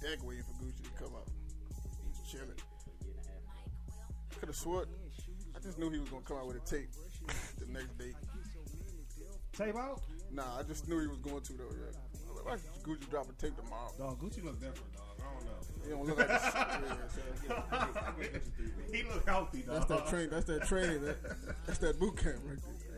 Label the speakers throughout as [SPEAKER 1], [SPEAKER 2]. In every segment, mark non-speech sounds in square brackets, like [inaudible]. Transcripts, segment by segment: [SPEAKER 1] Tag waiting for Gucci to come out. He's chilling. Could have swore. I just knew he was gonna come out with a tape [laughs] the next day.
[SPEAKER 2] Tape out?
[SPEAKER 1] Nah, I just knew he was going to though. Yeah. I was like, Why should Gucci drop a tape tomorrow?
[SPEAKER 2] Dog, Gucci look different, dog. I don't know.
[SPEAKER 1] He don't look like this. [laughs] Yeah, so
[SPEAKER 2] [laughs] He look healthy,
[SPEAKER 1] that's
[SPEAKER 2] dog.
[SPEAKER 1] that train. That's that training. That, that's that boot camp right there.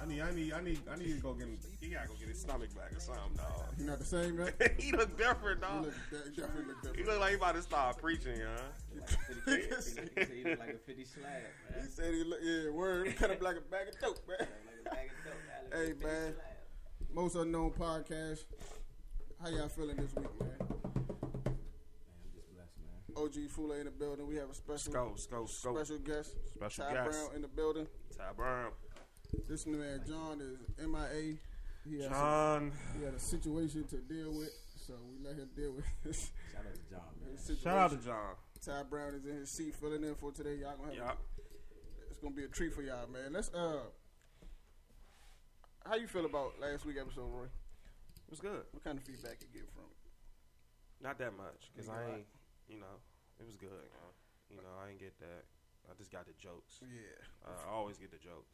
[SPEAKER 2] I need, I need, I need, I need to go get him. He gotta go get his stomach back or something, dog.
[SPEAKER 1] He not the same, man.
[SPEAKER 2] [laughs] he look different,
[SPEAKER 1] He
[SPEAKER 2] dog.
[SPEAKER 1] look, he definitely look
[SPEAKER 2] He
[SPEAKER 1] different.
[SPEAKER 2] look like he about to start preaching, huh?
[SPEAKER 1] he
[SPEAKER 3] said he looked like a 50 slab, man.
[SPEAKER 1] said [laughs] he look, yeah, word, cut up like a bag of dope, man.
[SPEAKER 3] Like a bag of dope. I look
[SPEAKER 1] Hey,
[SPEAKER 3] like a 50
[SPEAKER 1] man.
[SPEAKER 3] slab.
[SPEAKER 1] Most unknown podcast. How y'all feeling this week, man?
[SPEAKER 3] Man, I'm just blessed, man.
[SPEAKER 1] OG Fula in the building. We have a special
[SPEAKER 2] Go, go, go.
[SPEAKER 1] special guest,
[SPEAKER 2] Special
[SPEAKER 1] Ty
[SPEAKER 2] guest.
[SPEAKER 1] Brown in the building.
[SPEAKER 2] Ty Brown.
[SPEAKER 1] This man John is MIA. He has a,
[SPEAKER 2] John.
[SPEAKER 1] he had a situation to deal with, so we let him deal with [laughs] his,
[SPEAKER 3] Shout out to John, man.
[SPEAKER 1] his situation.
[SPEAKER 2] Shout out to John.
[SPEAKER 1] Ty Brown is in his seat filling in for today. Y'all gonna have
[SPEAKER 2] Yup.
[SPEAKER 1] it's gonna be a treat for y'all, man. Let's uh, how you feel about last week episode, Roy?
[SPEAKER 2] It was good.
[SPEAKER 1] What kind of feedback you get from it?
[SPEAKER 2] Not that much, cause
[SPEAKER 1] You
[SPEAKER 2] I
[SPEAKER 1] got-
[SPEAKER 2] ain't, you know, it was good. You know, you know, I ain't get that. I just got the jokes. Uh,
[SPEAKER 1] Yeah,
[SPEAKER 2] I always get the jokes.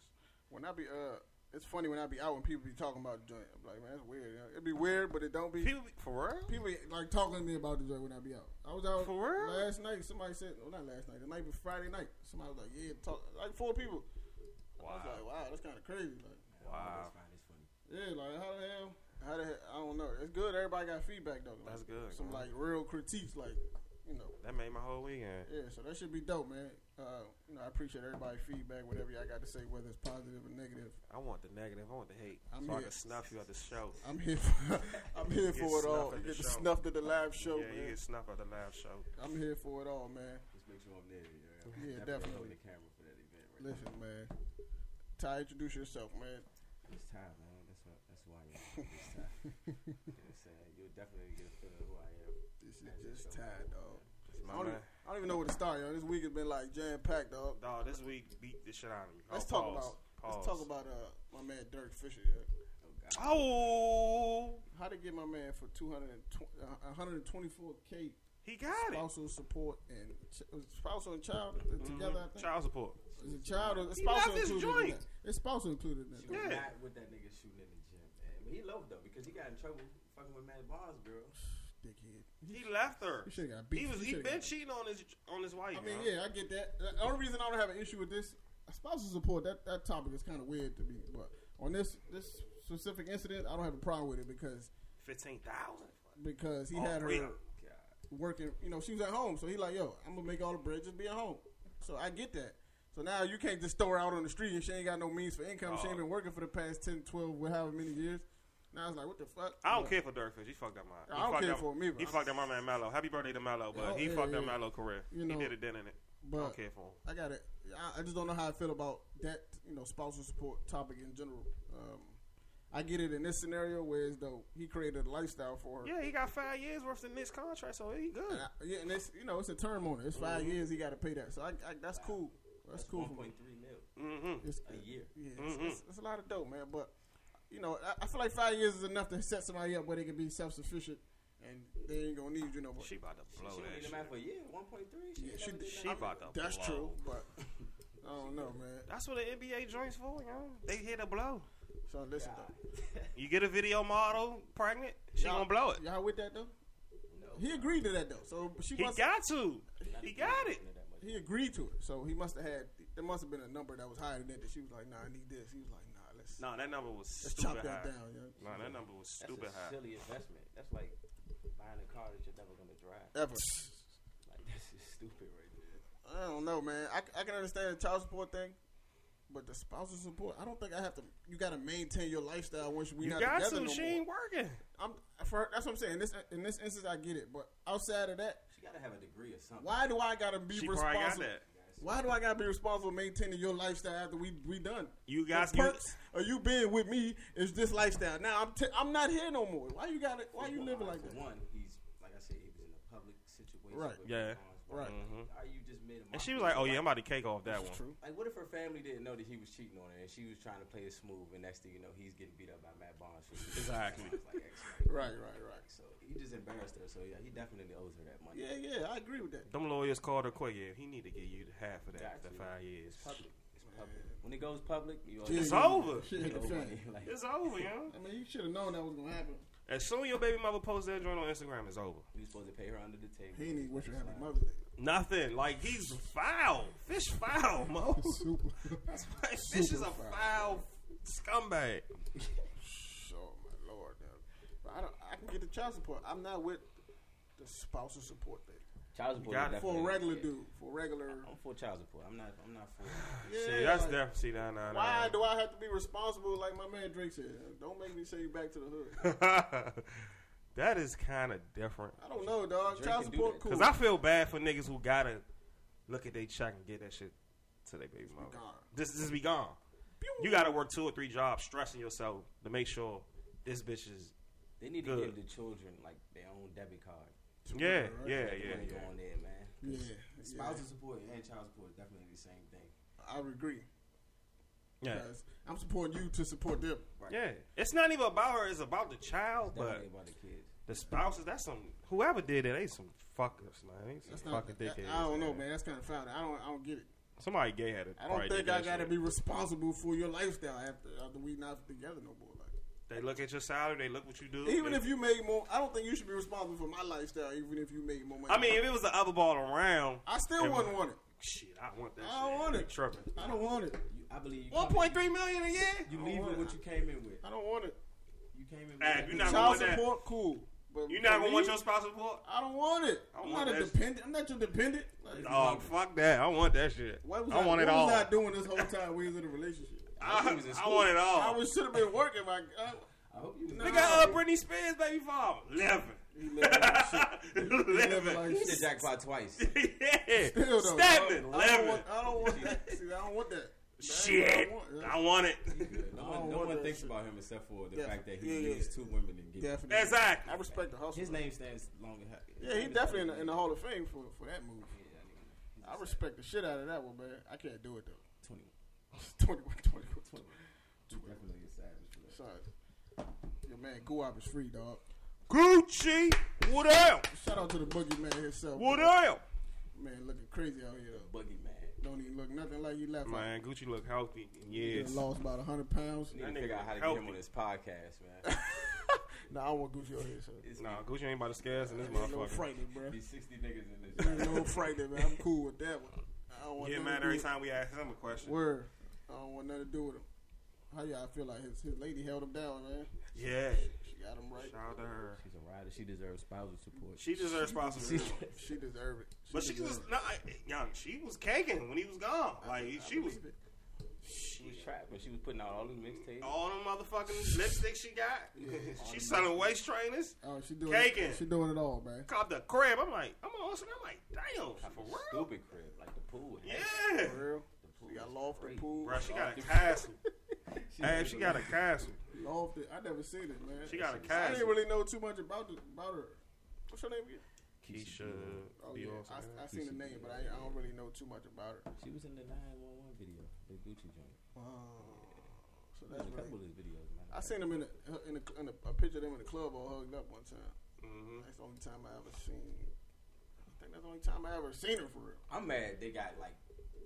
[SPEAKER 1] when I be uh, it's funny when I be out and people be talking about the joint. I'm like, man, that's weird. It'd be weird, but it don't be.
[SPEAKER 2] People, for real?
[SPEAKER 1] People like talking to me about the joint when I be out. I was out
[SPEAKER 2] For real?
[SPEAKER 1] last night. Somebody said, well, not last night. The night before Friday night. Somebody was like, yeah, talk like four people. I was
[SPEAKER 2] Wow.
[SPEAKER 1] like, wow, that's kind of crazy. Like,
[SPEAKER 2] Wow.
[SPEAKER 3] That's fine. It's funny.
[SPEAKER 1] yeah, like how the hell? How the hell? I don't know. It's good. Everybody got feedback though. Like,
[SPEAKER 2] That's good,
[SPEAKER 1] Some
[SPEAKER 2] man.
[SPEAKER 1] like real critiques, like you know.
[SPEAKER 2] That made my whole weekend.
[SPEAKER 1] Yeah, so that should be dope, man. Uh, you know, I appreciate everybody's feedback, whatever y'all got to say, whether it's positive or negative.
[SPEAKER 2] I want the negative. I want the hate.
[SPEAKER 1] I'm
[SPEAKER 2] so I
[SPEAKER 1] here.
[SPEAKER 2] can snuff you at the show.
[SPEAKER 1] I'm here for, [laughs] I'm here
[SPEAKER 2] Get
[SPEAKER 1] for it
[SPEAKER 2] snuff
[SPEAKER 1] all.
[SPEAKER 2] at
[SPEAKER 1] You
[SPEAKER 2] the
[SPEAKER 1] get the
[SPEAKER 2] show.
[SPEAKER 1] snuff at the live show,
[SPEAKER 2] yeah, you
[SPEAKER 1] man.
[SPEAKER 2] get snuff at the live show.
[SPEAKER 1] I'm here for it all, man.
[SPEAKER 3] Just make sure I'm there. Yeah,
[SPEAKER 1] Yeah,
[SPEAKER 3] Definitely
[SPEAKER 1] definitely.
[SPEAKER 3] holding the camera for that event right
[SPEAKER 1] Listen, man. Ty, introduce yourself, man.
[SPEAKER 3] It's time, man. That's what. That's why I am. It's
[SPEAKER 1] [laughs]
[SPEAKER 3] time. you know what I'm saying? You'll definitely get a feel of who I am.
[SPEAKER 1] This is just Ty, dog.
[SPEAKER 2] It's
[SPEAKER 1] I
[SPEAKER 2] my
[SPEAKER 1] don't, even,
[SPEAKER 2] man.
[SPEAKER 1] I don't even know where to start, yo. This week has been like jam packed, dog.
[SPEAKER 2] Dog, this week beat the shit out of me.
[SPEAKER 1] Let's
[SPEAKER 2] Oh,
[SPEAKER 1] talk
[SPEAKER 2] pause.
[SPEAKER 1] about
[SPEAKER 2] Pause.
[SPEAKER 1] let's talk about uh my man Dirk Fisher. Yo.
[SPEAKER 3] Oh God.
[SPEAKER 2] Oh,
[SPEAKER 1] How to get my man for 220, uh, 124k
[SPEAKER 2] he got it. Mm-hmm.
[SPEAKER 1] spousal support and ch- was it spousal and child uh,
[SPEAKER 3] Mm-hmm.
[SPEAKER 1] together. I think
[SPEAKER 2] Child support.
[SPEAKER 1] is it child or is
[SPEAKER 2] He
[SPEAKER 1] spousal
[SPEAKER 2] left his
[SPEAKER 1] included? In
[SPEAKER 2] joint.
[SPEAKER 1] that? It's spousal included in that.
[SPEAKER 3] She
[SPEAKER 1] though.
[SPEAKER 3] was
[SPEAKER 2] Yeah.
[SPEAKER 3] not with that nigga shooting in the gym, man. I mean, he loved though because he got in trouble fucking with Matt Barnes, girl.
[SPEAKER 1] Dickhead.
[SPEAKER 2] He left her.
[SPEAKER 1] You should have got beat.
[SPEAKER 2] He was.
[SPEAKER 1] You
[SPEAKER 2] He
[SPEAKER 1] shoulda
[SPEAKER 2] been
[SPEAKER 1] got-
[SPEAKER 2] cheating on his on his
[SPEAKER 1] I
[SPEAKER 2] wife.
[SPEAKER 1] mean,
[SPEAKER 2] huh?
[SPEAKER 1] yeah, I get that. The only reason I don't have an issue with this spousal support that that topic is kind of weird to me, but on this this specific incident, I don't have a problem with it because
[SPEAKER 2] Fifteen thousand.
[SPEAKER 1] because he
[SPEAKER 2] Oh,
[SPEAKER 1] had her
[SPEAKER 2] yeah.
[SPEAKER 3] God.
[SPEAKER 1] working. You know, she was at home, so he like, yo, I'm gonna make all the bread, just be at home. So I get that. So now you can't just throw her out on the street and she ain't got no means for income. She
[SPEAKER 2] Oh.
[SPEAKER 1] ain't been working for the past 10, 12, what- however many years. Now it's like, what the fuck?
[SPEAKER 2] I don't
[SPEAKER 1] But-
[SPEAKER 2] care for Dirk Fish. He fucked up my.
[SPEAKER 1] I
[SPEAKER 2] he
[SPEAKER 1] don't
[SPEAKER 2] fucked
[SPEAKER 1] care
[SPEAKER 2] up-
[SPEAKER 1] for him either.
[SPEAKER 2] He fucked up my man Mallow. Happy birthday to Mallow, but
[SPEAKER 1] Oh,
[SPEAKER 2] he
[SPEAKER 1] yeah,
[SPEAKER 2] fucked up
[SPEAKER 1] yeah.
[SPEAKER 2] Mallow career.
[SPEAKER 1] You
[SPEAKER 2] he
[SPEAKER 1] know,
[SPEAKER 2] did it then in it. I
[SPEAKER 1] But
[SPEAKER 2] don't care for him.
[SPEAKER 1] I got it. I, I just don't know how I feel about that, you know, spousal support topic in general. Um, I get it in this scenario, whereas though he created a lifestyle for her.
[SPEAKER 2] Yeah, he got five years worth in this contract, so he good.
[SPEAKER 1] And I, yeah, and it's you know it's a term on it. It's 5 years. He got to pay that. So I, I, that's cool. That's, cool for
[SPEAKER 3] 1.3
[SPEAKER 1] me.
[SPEAKER 3] mil
[SPEAKER 2] Mm-hmm.
[SPEAKER 1] It's,
[SPEAKER 3] a year.
[SPEAKER 1] yeah, it's, it's, it's a lot of dope, man. But you know, I, I feel like five years is enough to set somebody up where they can be self sufficient and they ain't gonna need you no more.
[SPEAKER 2] She about to blow
[SPEAKER 3] she
[SPEAKER 2] that
[SPEAKER 3] wouldn't
[SPEAKER 2] shit.
[SPEAKER 3] even mad for a year. 1.3. She,
[SPEAKER 1] Yeah,
[SPEAKER 3] ain't
[SPEAKER 1] she-
[SPEAKER 3] never did
[SPEAKER 2] she
[SPEAKER 3] nothing.
[SPEAKER 2] about to
[SPEAKER 1] That's
[SPEAKER 2] blow.
[SPEAKER 1] true, but I don't know, man.
[SPEAKER 2] That's what the NBA joints for, you know? They hit a blow.
[SPEAKER 1] So listen,
[SPEAKER 3] God.
[SPEAKER 2] You get a video model pregnant, she
[SPEAKER 1] Y'all-
[SPEAKER 2] gonna blow it.
[SPEAKER 1] though. y'all with that though?
[SPEAKER 3] No.
[SPEAKER 1] He agreed to that though. So she
[SPEAKER 2] He
[SPEAKER 1] must
[SPEAKER 2] got to.
[SPEAKER 3] Not
[SPEAKER 2] He
[SPEAKER 3] even
[SPEAKER 2] got it.
[SPEAKER 3] that much.
[SPEAKER 1] he agreed to it. So he must have had there must have been a number that was higher than that that she was like, Nah, I need this. He was like, Nah, let's
[SPEAKER 2] No, that number was
[SPEAKER 1] let's chop
[SPEAKER 2] stupid
[SPEAKER 1] that
[SPEAKER 2] high.
[SPEAKER 1] down, yo.
[SPEAKER 2] No, that number was
[SPEAKER 3] That's
[SPEAKER 2] stupid
[SPEAKER 3] a
[SPEAKER 2] high.
[SPEAKER 3] silly investment. That's like buying a car that you're never gonna drive.
[SPEAKER 1] Ever.
[SPEAKER 4] [laughs]
[SPEAKER 3] Like that's just stupid right there.
[SPEAKER 1] I don't know, man. I, I can understand the child support thing. But the spousal support, I don't think I have to. You got to maintain your lifestyle once we
[SPEAKER 2] You
[SPEAKER 1] not
[SPEAKER 2] got
[SPEAKER 1] together
[SPEAKER 2] to.
[SPEAKER 1] no
[SPEAKER 2] she
[SPEAKER 1] more.
[SPEAKER 2] ain't working.
[SPEAKER 1] I'm for that's what I'm saying. This in this instance, I get it, but outside of that,
[SPEAKER 3] She gotta have a degree or something.
[SPEAKER 1] why do I gotta be
[SPEAKER 2] She probably got
[SPEAKER 1] responsible?
[SPEAKER 2] that.
[SPEAKER 1] Why do I gotta be responsible for maintaining your lifestyle after we we done?
[SPEAKER 2] You
[SPEAKER 1] The
[SPEAKER 2] guys, you,
[SPEAKER 1] perks of you being with me is this lifestyle. Now I'm t- I'm not here no more. Why you got to Why you living like
[SPEAKER 3] For
[SPEAKER 1] that?
[SPEAKER 3] One, he's like I said, he was in a public situation.
[SPEAKER 1] Right.
[SPEAKER 3] with
[SPEAKER 2] Yeah. Mm-hmm.
[SPEAKER 3] Barnes.
[SPEAKER 1] Right.
[SPEAKER 3] Are you just made a
[SPEAKER 2] and she was like, "Oh yeah, I'm about to cake off that
[SPEAKER 1] This is
[SPEAKER 2] one."
[SPEAKER 1] true.
[SPEAKER 4] Like, what if her family didn't know that he was cheating on her and she was trying to play it smooth, and next thing you know, he's getting beat up by Matt Barnes? for-
[SPEAKER 2] Exactly.
[SPEAKER 4] Like, ex-wife.
[SPEAKER 1] Right, right, right.
[SPEAKER 4] So he just embarrassed her. So yeah, he definitely owes her that money.
[SPEAKER 1] Yeah, yeah, I agree with that.
[SPEAKER 2] Them lawyers called her quick. Yeah, he need to give you the half of that
[SPEAKER 4] Got
[SPEAKER 2] after
[SPEAKER 4] you.
[SPEAKER 2] five years.
[SPEAKER 4] Public. It's public. When it goes public, you owe
[SPEAKER 2] It's
[SPEAKER 1] Yeah, yeah.
[SPEAKER 2] over.
[SPEAKER 1] Shit,
[SPEAKER 4] [laughs] you owe money.
[SPEAKER 1] fact.
[SPEAKER 4] Like,
[SPEAKER 2] It's [laughs] over, yo.
[SPEAKER 1] I mean, you should have known that was gonna happen.
[SPEAKER 2] As soon as your baby mother posts that joint on Instagram, it's over.
[SPEAKER 4] we supposed to pay her under the table.
[SPEAKER 1] He ain't wish her happy Mother's Day.
[SPEAKER 2] Nothing. Like he's foul. Fish foul, Mo.
[SPEAKER 1] [laughs] Super.
[SPEAKER 2] Like, Fish is a foul scumbag.
[SPEAKER 1] oh my lord. man. But I don't. I can get the child support. I'm not with the spousal support thing
[SPEAKER 4] Child support.
[SPEAKER 2] got
[SPEAKER 4] is
[SPEAKER 2] it.
[SPEAKER 1] for a
[SPEAKER 4] definitely-
[SPEAKER 1] regular
[SPEAKER 4] yeah.
[SPEAKER 1] dude. For regular.
[SPEAKER 4] I'm for child support. I'm not. I'm not for.
[SPEAKER 2] See, that's
[SPEAKER 1] like,
[SPEAKER 2] definitely see that. Nah, nah,
[SPEAKER 1] Why
[SPEAKER 2] nah.
[SPEAKER 1] do I have to be responsible like my man Drake said? Don't make me say you back to the hood.
[SPEAKER 2] [laughs] that is kind of different.
[SPEAKER 1] I don't know, dog.
[SPEAKER 4] Drake
[SPEAKER 1] Child
[SPEAKER 4] can do
[SPEAKER 1] support
[SPEAKER 4] that.
[SPEAKER 1] cool.
[SPEAKER 2] Cause I feel bad for niggas who gotta look at their check and get that shit to their baby mama.
[SPEAKER 1] gone.
[SPEAKER 2] Just, just be gone. You gotta work two or three jobs, stressing yourself to make sure this bitch is.
[SPEAKER 4] They need to
[SPEAKER 2] Good.
[SPEAKER 4] give the children like their own debit card.
[SPEAKER 2] Yeah,
[SPEAKER 1] right?
[SPEAKER 2] yeah,
[SPEAKER 4] Let the
[SPEAKER 2] yeah,
[SPEAKER 4] money
[SPEAKER 2] yeah.
[SPEAKER 4] Go on there, man.
[SPEAKER 1] Yeah,
[SPEAKER 4] Spousal support and child support is definitely the same thing.
[SPEAKER 1] I would agree.
[SPEAKER 2] Yeah,
[SPEAKER 1] Because I'm supporting you to support them.
[SPEAKER 2] yeah. It's not even about her. It's about the child. But
[SPEAKER 4] Definitely about the kids.
[SPEAKER 2] the spouses. That's some. Whoever did it, they some fuckers, man. They some
[SPEAKER 1] That's not.
[SPEAKER 2] fucking
[SPEAKER 1] that-
[SPEAKER 2] dickheads.
[SPEAKER 1] I don't know,
[SPEAKER 2] man.
[SPEAKER 1] man. That's kind of foul. I don't. I don't get it.
[SPEAKER 2] Somebody gay had it.
[SPEAKER 1] I don't think I gotta be responsible for your lifestyle after after we not together no more. Like
[SPEAKER 2] They look at your salary. They look what you do.
[SPEAKER 1] even
[SPEAKER 2] they-
[SPEAKER 1] if you made more, I don't think you should be responsible for my lifestyle. Even if you made more money,
[SPEAKER 2] I mean, if it was the other ball around,
[SPEAKER 1] I still
[SPEAKER 2] If-
[SPEAKER 1] wouldn't want it.
[SPEAKER 2] shit, I want that.
[SPEAKER 1] I don't
[SPEAKER 2] shit.
[SPEAKER 1] want
[SPEAKER 2] You
[SPEAKER 1] it.
[SPEAKER 2] Tripping.
[SPEAKER 1] I don't want it.
[SPEAKER 4] You, I believe you.
[SPEAKER 2] One
[SPEAKER 4] come-
[SPEAKER 2] point three million a year.
[SPEAKER 4] You leave with what you came in with.
[SPEAKER 1] I don't want it.
[SPEAKER 4] You came in with.
[SPEAKER 2] Hey,
[SPEAKER 4] that
[SPEAKER 2] you're not gonna
[SPEAKER 4] bitch.
[SPEAKER 1] Child
[SPEAKER 2] want that.
[SPEAKER 1] support, cool. But
[SPEAKER 2] You not
[SPEAKER 1] for
[SPEAKER 2] gonna want
[SPEAKER 1] me,
[SPEAKER 2] your spouse support?
[SPEAKER 1] I don't want it.
[SPEAKER 2] I
[SPEAKER 1] I'm
[SPEAKER 2] want
[SPEAKER 1] not a
[SPEAKER 2] that.
[SPEAKER 1] dependent. I'm not your dependent. Like,
[SPEAKER 2] Oh fuck that! I want that shit.
[SPEAKER 1] what was
[SPEAKER 2] I want
[SPEAKER 1] what
[SPEAKER 2] it all.
[SPEAKER 1] was I doing this whole time we was in a relationship?
[SPEAKER 2] I,
[SPEAKER 4] He was in
[SPEAKER 2] I
[SPEAKER 4] school.
[SPEAKER 2] want it all.
[SPEAKER 1] I was should have been working. Like, uh,
[SPEAKER 4] I hope you.
[SPEAKER 1] No.
[SPEAKER 2] Look at uh, Britney Spears' baby father,
[SPEAKER 1] he living like shit.
[SPEAKER 2] [laughs] living,
[SPEAKER 1] He living like
[SPEAKER 2] living.
[SPEAKER 4] Hit the
[SPEAKER 1] shit.
[SPEAKER 4] jackpot twice.
[SPEAKER 2] [laughs] yeah,
[SPEAKER 1] Still though,
[SPEAKER 2] stabbing,
[SPEAKER 1] I
[SPEAKER 2] [laughs]
[SPEAKER 1] don't
[SPEAKER 2] living.
[SPEAKER 1] want, I don't want
[SPEAKER 2] [laughs]
[SPEAKER 1] that. See, I don't want that. That's what
[SPEAKER 2] Shit,
[SPEAKER 1] I
[SPEAKER 2] I
[SPEAKER 1] want.
[SPEAKER 2] want it.
[SPEAKER 4] No
[SPEAKER 1] I don't
[SPEAKER 4] one, no
[SPEAKER 1] want
[SPEAKER 4] one
[SPEAKER 1] that
[SPEAKER 4] thinks
[SPEAKER 1] shit.
[SPEAKER 4] about him except for the
[SPEAKER 1] Yeah.
[SPEAKER 4] fact that he
[SPEAKER 1] Yeah, yeah.
[SPEAKER 4] used two women and get
[SPEAKER 1] Yeah, definitely.
[SPEAKER 2] Exactly.
[SPEAKER 1] I respect the hustle.
[SPEAKER 4] His name stands long. as-
[SPEAKER 1] Yeah, he definitely in the, in the Hall of Fame for, for that move.
[SPEAKER 4] Yeah, that nigga- he's
[SPEAKER 1] I
[SPEAKER 4] a
[SPEAKER 1] respect the shit out of that one, man. I can't do it though. [laughs]
[SPEAKER 4] 21.
[SPEAKER 1] 21, 21, 21.
[SPEAKER 4] He's definitely a savage for that.
[SPEAKER 1] Sorry. Your man Guap is free, dog.
[SPEAKER 2] Gucci, what up?
[SPEAKER 1] Shout out to the boogeyman himself.
[SPEAKER 2] What up?
[SPEAKER 1] Man, looking crazy out here though.
[SPEAKER 4] Buggy man.
[SPEAKER 1] Don't even look nothing like you left.
[SPEAKER 2] Man, Gucci look healthy. and
[SPEAKER 1] He
[SPEAKER 2] Yes.
[SPEAKER 1] done lost about hundred pounds.
[SPEAKER 4] Need
[SPEAKER 2] That
[SPEAKER 4] to
[SPEAKER 2] nigga
[SPEAKER 4] figure out how to
[SPEAKER 2] healthy.
[SPEAKER 4] get him on this podcast, man.
[SPEAKER 2] [laughs]
[SPEAKER 1] Nah, I don't want Gucci out here, sir.
[SPEAKER 4] It's
[SPEAKER 2] Nah, Gucci ain't about to scare us in this
[SPEAKER 1] Ain't no
[SPEAKER 2] motherfucker.
[SPEAKER 1] frightening, bro.
[SPEAKER 4] these sixty niggas in this.
[SPEAKER 1] Ain't no frightening, man. I'm cool with that one. I don't want
[SPEAKER 2] Get
[SPEAKER 1] nothing
[SPEAKER 2] mad
[SPEAKER 1] to do
[SPEAKER 2] every
[SPEAKER 1] with-
[SPEAKER 2] time we ask him a question.
[SPEAKER 1] Word. I don't want nothing to do with him. How y'all feel like his, his lady held him down, man?
[SPEAKER 2] Yeah.
[SPEAKER 1] She got him right.
[SPEAKER 2] Shout out to her.
[SPEAKER 4] She's a rider. She deserves spousal support.
[SPEAKER 2] She deserves responsibility.
[SPEAKER 1] She deserved it.
[SPEAKER 2] But she was
[SPEAKER 1] deserved
[SPEAKER 2] not young. She was caking when he was gone.
[SPEAKER 1] it. I-
[SPEAKER 2] Like
[SPEAKER 1] I
[SPEAKER 2] she was
[SPEAKER 1] believe it.
[SPEAKER 4] she was trapped, but she was putting out all these mixtapes.
[SPEAKER 2] all the motherfucking lipstick she got. She selling waist trainers.
[SPEAKER 1] Oh, she doing
[SPEAKER 2] Caking.
[SPEAKER 1] it. She doing it all, man.
[SPEAKER 2] Cop the crib. I'm like, I'm on Instagram. I'm like, damn, for real?
[SPEAKER 4] Stupid crib, like the pool.
[SPEAKER 2] Yeah.
[SPEAKER 1] For real.
[SPEAKER 4] the pool
[SPEAKER 1] She got
[SPEAKER 4] was
[SPEAKER 1] loft
[SPEAKER 4] free.
[SPEAKER 1] and pool.
[SPEAKER 2] Bro, she got a castle. Hey, she got a castle.
[SPEAKER 1] Loft it. I never seen it, man.
[SPEAKER 2] She got a
[SPEAKER 1] I
[SPEAKER 2] castle.
[SPEAKER 1] didn't really know too much about the, about her. What's her name again?
[SPEAKER 2] Keisha.
[SPEAKER 1] Oh yeah,
[SPEAKER 2] Dior,
[SPEAKER 1] I, I
[SPEAKER 2] something.
[SPEAKER 1] seen the name, but I, I don't really know too much about her.
[SPEAKER 4] She was in the 911 video, the Gucci joint.
[SPEAKER 1] So
[SPEAKER 4] There's
[SPEAKER 1] that's
[SPEAKER 4] a
[SPEAKER 1] really,
[SPEAKER 4] couple of his videos, man.
[SPEAKER 1] I seen them in a, in, a, in a, a picture of them in the club all hugged up one time.
[SPEAKER 2] Mhm.
[SPEAKER 1] That's the only time I ever seen. I think that's the only time I ever seen her for real.
[SPEAKER 4] I'm mad they got like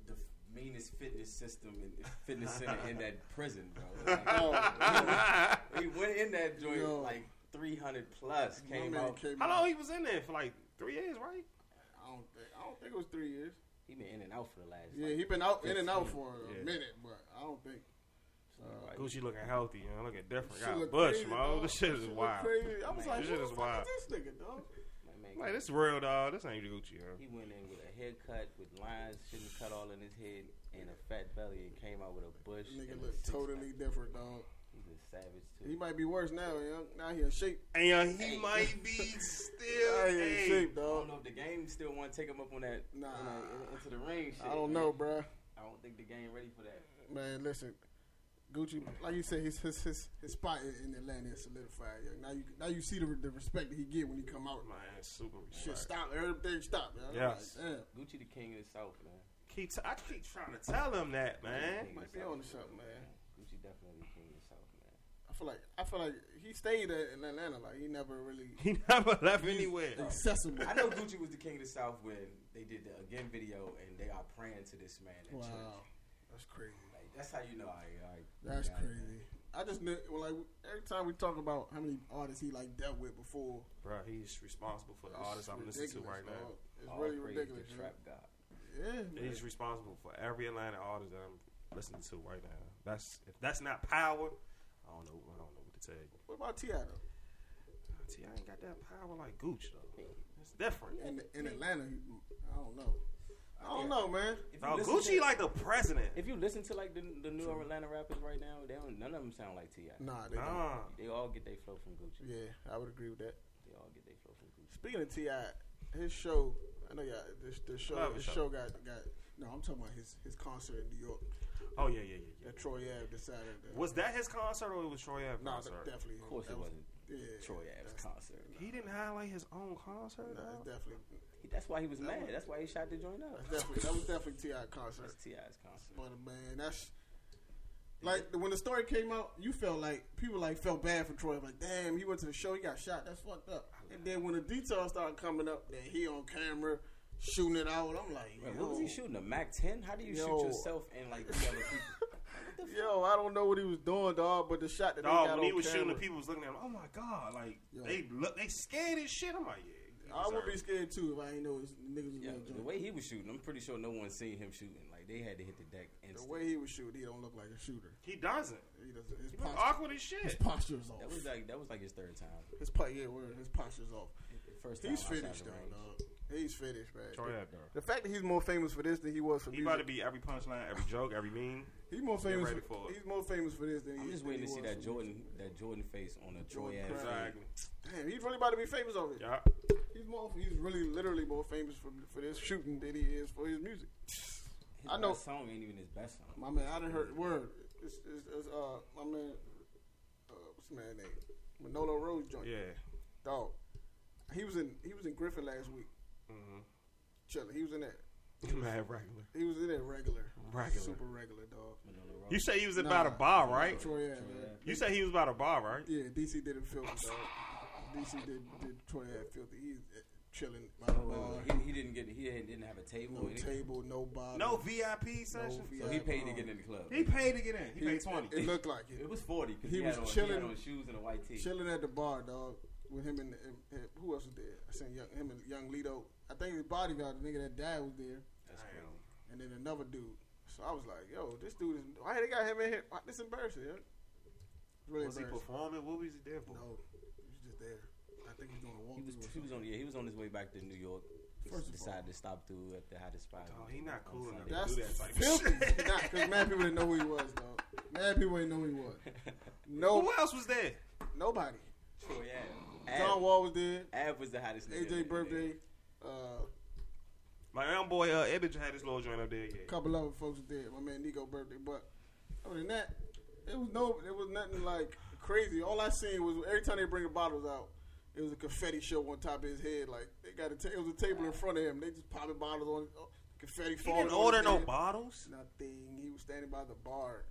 [SPEAKER 4] the f- meanest fitness system and fitness center in that prison,
[SPEAKER 2] [laughs]
[SPEAKER 4] bro.
[SPEAKER 2] Mm-hmm.
[SPEAKER 4] Like,
[SPEAKER 2] Oh,
[SPEAKER 4] we went in that joint
[SPEAKER 1] Yo.
[SPEAKER 4] like 300 plus.
[SPEAKER 1] My
[SPEAKER 4] Came
[SPEAKER 1] man
[SPEAKER 4] out.
[SPEAKER 1] came
[SPEAKER 2] How
[SPEAKER 1] out-
[SPEAKER 2] long he was in there for? Like three years, right?
[SPEAKER 1] I don't think. I don't think it was three years.
[SPEAKER 4] He been in and out for the last.
[SPEAKER 1] Yeah,
[SPEAKER 4] like,
[SPEAKER 1] he been out in and out
[SPEAKER 4] 15,
[SPEAKER 1] for a
[SPEAKER 2] yeah.
[SPEAKER 1] minute, but I don't think. Uh,
[SPEAKER 4] like,
[SPEAKER 2] Gucci looking healthy, you know, looking different.
[SPEAKER 1] she
[SPEAKER 2] Got a
[SPEAKER 1] look
[SPEAKER 2] bush,
[SPEAKER 1] crazy, dog.
[SPEAKER 2] mo. This
[SPEAKER 1] She
[SPEAKER 2] shit is
[SPEAKER 1] look
[SPEAKER 2] wild.
[SPEAKER 1] Crazy. I was
[SPEAKER 4] Man,
[SPEAKER 1] like,
[SPEAKER 2] this
[SPEAKER 1] what
[SPEAKER 2] shit
[SPEAKER 1] the
[SPEAKER 2] is
[SPEAKER 1] fuck
[SPEAKER 2] wild.
[SPEAKER 1] is this nigga, dog?
[SPEAKER 4] my man
[SPEAKER 2] Like
[SPEAKER 4] got-
[SPEAKER 2] this real dog. This ain't Gucci, huh?
[SPEAKER 4] He went in with a haircut with lines, shouldn't cut all in his head, and a fat belly, and came out with a bush.
[SPEAKER 1] This nigga
[SPEAKER 4] and a
[SPEAKER 1] look
[SPEAKER 4] six-pack.
[SPEAKER 1] totally different, dog.
[SPEAKER 4] He's a savage
[SPEAKER 1] He
[SPEAKER 4] too.
[SPEAKER 1] might be worse now, young. Now he in shape.
[SPEAKER 2] And uh, he
[SPEAKER 4] Hey.
[SPEAKER 2] might
[SPEAKER 1] [laughs]
[SPEAKER 2] be still.
[SPEAKER 1] Now he in
[SPEAKER 2] hey.
[SPEAKER 1] shape,
[SPEAKER 4] I
[SPEAKER 1] dog.
[SPEAKER 4] don't know if the game still want to take him up on that.
[SPEAKER 1] Nah.
[SPEAKER 4] on that in- into the ring. Shit.
[SPEAKER 1] I don't know, bruh.
[SPEAKER 4] I don't think the game ready for that.
[SPEAKER 1] Man, listen. Gucci, like you said, his his his, his spot in- in Atlanta is solidified. yo. Now you now you see the, the respect that he get when he come out.
[SPEAKER 2] Man, it's super
[SPEAKER 1] Shit,
[SPEAKER 2] respect.
[SPEAKER 1] stop everything, stop. Yo. I'm
[SPEAKER 2] Yes.
[SPEAKER 1] like, damn.
[SPEAKER 4] Gucci the king of the South, man.
[SPEAKER 2] Keep t- I keep trying to tell him that, man.
[SPEAKER 4] King of
[SPEAKER 1] Might
[SPEAKER 4] the
[SPEAKER 1] be
[SPEAKER 4] South,
[SPEAKER 1] on to something, man.
[SPEAKER 4] Gucci definitely the king of the South, man.
[SPEAKER 1] I feel like I feel like he stayed at, in Atlanta. Like he never really
[SPEAKER 2] [laughs] He never left anywhere.
[SPEAKER 1] accessible.
[SPEAKER 4] I know Gucci was the king of the South when they did the again video and they are praying to this man at
[SPEAKER 1] Wow,
[SPEAKER 4] church.
[SPEAKER 1] that's crazy.
[SPEAKER 4] Like that's how you know I. I
[SPEAKER 1] That's
[SPEAKER 4] I-
[SPEAKER 1] crazy. I just knew, well, like every time we talk about how many artists he like dealt with before.
[SPEAKER 2] Bro, he's responsible for the
[SPEAKER 1] it's
[SPEAKER 2] artists I'm listening to
[SPEAKER 1] ridiculous,
[SPEAKER 2] right now.
[SPEAKER 1] dog. It's
[SPEAKER 4] all
[SPEAKER 1] really
[SPEAKER 4] praise
[SPEAKER 1] ridiculous.
[SPEAKER 4] to
[SPEAKER 1] yo.
[SPEAKER 4] Trap God.
[SPEAKER 1] Yeah, man.
[SPEAKER 2] He's responsible for every Atlanta artist that I'm listening to right now. That's if that's not power, I don't know. I don't know what to tell you.
[SPEAKER 1] What about Ti though?
[SPEAKER 2] See, I ain't got that power like Gooch though. It's different.
[SPEAKER 1] in in Atlanta. you- I don't know. I
[SPEAKER 4] Yeah.
[SPEAKER 1] don't know, man.
[SPEAKER 4] If you
[SPEAKER 2] No,
[SPEAKER 4] listen
[SPEAKER 2] Gucci
[SPEAKER 4] to-
[SPEAKER 2] like the president.
[SPEAKER 4] If you listen to like the, the new Atlanta rappers right now, they don't, none of them sound like Ti.
[SPEAKER 1] Nah, they don't.
[SPEAKER 2] Nah,
[SPEAKER 4] They all get their flow from Gucci.
[SPEAKER 1] Yeah, I would agree with that.
[SPEAKER 4] They all get their flow from Gucci.
[SPEAKER 1] Speaking of Ti, his show. I know y'all. This, this show.
[SPEAKER 2] Love
[SPEAKER 1] This
[SPEAKER 2] his
[SPEAKER 1] show got got. No, I'm talking about his his concert in New York
[SPEAKER 2] oh yeah, yeah, yeah, yeah.
[SPEAKER 1] that Troy Ave decided. That,
[SPEAKER 2] Was that his concert or it was Troy Ave
[SPEAKER 1] No, nah, that
[SPEAKER 2] concert?
[SPEAKER 1] definitely.
[SPEAKER 4] Of course,
[SPEAKER 1] Oh, that
[SPEAKER 4] it
[SPEAKER 1] was-
[SPEAKER 4] wasn't
[SPEAKER 1] Yeah,
[SPEAKER 4] Troy
[SPEAKER 1] that's-
[SPEAKER 4] Ave's concert.
[SPEAKER 2] He didn't highlight his own concert.
[SPEAKER 1] Nah,
[SPEAKER 2] dog?
[SPEAKER 1] that's definitely.
[SPEAKER 4] He, that's why he was mad.
[SPEAKER 1] was- Uh-huh.
[SPEAKER 4] That's why he shot the joint up.
[SPEAKER 1] That's definitely. That was definitely Ti concert.
[SPEAKER 4] That's Ti's concert.
[SPEAKER 1] But man, that's like when the story came out, you felt like people like felt bad for Troy. Like, damn, he went to the show, he got shot. That's fucked up. And then when the details started coming up that he on camera shooting it out, I'm like,
[SPEAKER 4] Bro,
[SPEAKER 1] yo,
[SPEAKER 4] what was he shooting? A Mac 10? How do you
[SPEAKER 1] Yo.
[SPEAKER 4] shoot yourself and like the other people?
[SPEAKER 1] yo, I don't know what he was doing, dog. But the shot that they
[SPEAKER 2] Dog,
[SPEAKER 1] got
[SPEAKER 2] when he
[SPEAKER 1] on
[SPEAKER 2] was
[SPEAKER 1] camera,
[SPEAKER 2] shooting, the people was looking at him. Oh my god! Like
[SPEAKER 1] Yo.
[SPEAKER 2] they look, they scared as shit. I'm like, yeah.
[SPEAKER 1] I would be scared too if I ain't know his niggas was
[SPEAKER 4] Yeah,
[SPEAKER 1] gonna
[SPEAKER 4] the
[SPEAKER 1] jump.
[SPEAKER 4] way he was shooting, I'm pretty sure no one seen him shooting. Like they had to hit the deck
[SPEAKER 1] The
[SPEAKER 4] instantly.
[SPEAKER 1] way he was shooting, he don't look like a shooter.
[SPEAKER 2] He doesn't.
[SPEAKER 1] He doesn't. His
[SPEAKER 2] He look
[SPEAKER 1] posture,
[SPEAKER 2] awkward as
[SPEAKER 1] his
[SPEAKER 2] shit.
[SPEAKER 1] posture is
[SPEAKER 4] That
[SPEAKER 1] off.
[SPEAKER 4] was like that was like his third time.
[SPEAKER 1] His po- yeah, word, his posture's off.
[SPEAKER 4] First time
[SPEAKER 1] He's
[SPEAKER 4] outside the
[SPEAKER 1] finished though,
[SPEAKER 4] range.
[SPEAKER 1] dog. He's finished, man.
[SPEAKER 2] Troy Ave, dog.
[SPEAKER 1] The fact that he's more famous for this than he was for
[SPEAKER 2] He
[SPEAKER 1] music.
[SPEAKER 2] about to be every punchline, every joke, every meme.
[SPEAKER 1] he's more famous.
[SPEAKER 2] ready
[SPEAKER 1] For,
[SPEAKER 2] for it.
[SPEAKER 1] he's more famous for this than he
[SPEAKER 4] I'm
[SPEAKER 1] is.
[SPEAKER 4] just
[SPEAKER 1] than
[SPEAKER 4] waiting to
[SPEAKER 1] he
[SPEAKER 4] see
[SPEAKER 1] was
[SPEAKER 4] that
[SPEAKER 1] for
[SPEAKER 4] Jordan that Jordan face on a Troy
[SPEAKER 1] Jordan
[SPEAKER 4] ass.
[SPEAKER 1] Crab.
[SPEAKER 4] Exactly.
[SPEAKER 2] Exactly.
[SPEAKER 1] music. Damn, he's really about to be famous over. it.
[SPEAKER 2] Yeah.
[SPEAKER 1] He's more. He's really, literally more famous for for this shooting than he is for his music.
[SPEAKER 4] His
[SPEAKER 1] I know-
[SPEAKER 4] best song ain't even his best song.
[SPEAKER 1] My man, I done heard word. It's, it's, it's uh, my man, uh, what's the man name? Manolo Rose joint.
[SPEAKER 2] Yeah.
[SPEAKER 1] Dog. He was in. He was in Griffin last week.
[SPEAKER 2] Mm-hmm.
[SPEAKER 1] Chilling. He was in that.
[SPEAKER 2] Mad regular.
[SPEAKER 1] He was in that regular.
[SPEAKER 2] Regular.
[SPEAKER 1] Super regular dog.
[SPEAKER 4] Manolo Rock.
[SPEAKER 2] You say he was about a bar, right?
[SPEAKER 1] Troy, yeah,
[SPEAKER 4] Ave.
[SPEAKER 2] You say he was about a bar, right?
[SPEAKER 1] Yeah, DC did him filthy, dog. DC did, did Troy had filthy. He's uh, chilling by the
[SPEAKER 4] Oh,
[SPEAKER 1] bar.
[SPEAKER 4] he, he didn't get he didn't, didn't have a table.
[SPEAKER 1] Uh, No
[SPEAKER 4] or anything.
[SPEAKER 1] table, no bottle.
[SPEAKER 2] No VIP session.
[SPEAKER 1] VIP.
[SPEAKER 4] So he paid to get in the club.
[SPEAKER 2] He paid to get in. He,
[SPEAKER 1] He-
[SPEAKER 2] paid twenty.
[SPEAKER 1] It looked like
[SPEAKER 4] It
[SPEAKER 1] it.
[SPEAKER 4] was forty because
[SPEAKER 1] He
[SPEAKER 4] he,
[SPEAKER 1] was
[SPEAKER 4] had on- he
[SPEAKER 1] chilling-
[SPEAKER 4] had on shoes and a white tee.
[SPEAKER 1] Chilling at the bar, dog. With him and, and, and- who else was there? I seen young, him and young Lito. I think his bodyguard, the nigga that died, was there,
[SPEAKER 4] That's
[SPEAKER 2] Damn.
[SPEAKER 4] crazy.
[SPEAKER 1] and then another dude. So I was like, yo, this dude is. Why they got him in here? Why, this embarrassing. Yo. It's Really
[SPEAKER 2] Was he
[SPEAKER 1] embarrassing.
[SPEAKER 2] performing? What was he there for?
[SPEAKER 1] No, he was just there. I think he's doing a
[SPEAKER 4] He
[SPEAKER 1] walkthrough. or
[SPEAKER 4] was he was
[SPEAKER 1] something.
[SPEAKER 4] on yeah he was on his way back to New York.
[SPEAKER 1] First of
[SPEAKER 4] decided to stop through at the hottest spot.
[SPEAKER 2] Oh, he not cool
[SPEAKER 4] On
[SPEAKER 2] enough.
[SPEAKER 1] That's
[SPEAKER 2] do
[SPEAKER 4] Sunday.
[SPEAKER 2] that type of
[SPEAKER 1] filthy.
[SPEAKER 2] shit.
[SPEAKER 1] Nah, cause mad people didn't know who he was, though. Mad people didn't know who he was. No,
[SPEAKER 2] Who else was there?
[SPEAKER 1] nobody.
[SPEAKER 4] [laughs] Troy Ave.
[SPEAKER 1] John Wall was there.
[SPEAKER 4] Av was the hottest. nigga in
[SPEAKER 1] AJ
[SPEAKER 4] the
[SPEAKER 1] Birthday.
[SPEAKER 4] day.
[SPEAKER 1] Uh,
[SPEAKER 2] My own boy, uh, Ebbage had his little joint up
[SPEAKER 1] a
[SPEAKER 2] there. Yeah.
[SPEAKER 1] couple other folks was there. My man Nico Birthday. But other than that, it was no, it was nothing like crazy. All I seen was every time they bring the bottles out, it was a confetti show on top of his head. Like they got a ta- it was a table in front of him. They just popping bottles on oh, confetti.
[SPEAKER 2] He
[SPEAKER 1] falling
[SPEAKER 2] didn't
[SPEAKER 1] on
[SPEAKER 2] order
[SPEAKER 1] his
[SPEAKER 2] no
[SPEAKER 1] head.
[SPEAKER 2] bottles.
[SPEAKER 1] Nothing. He was standing by the bar,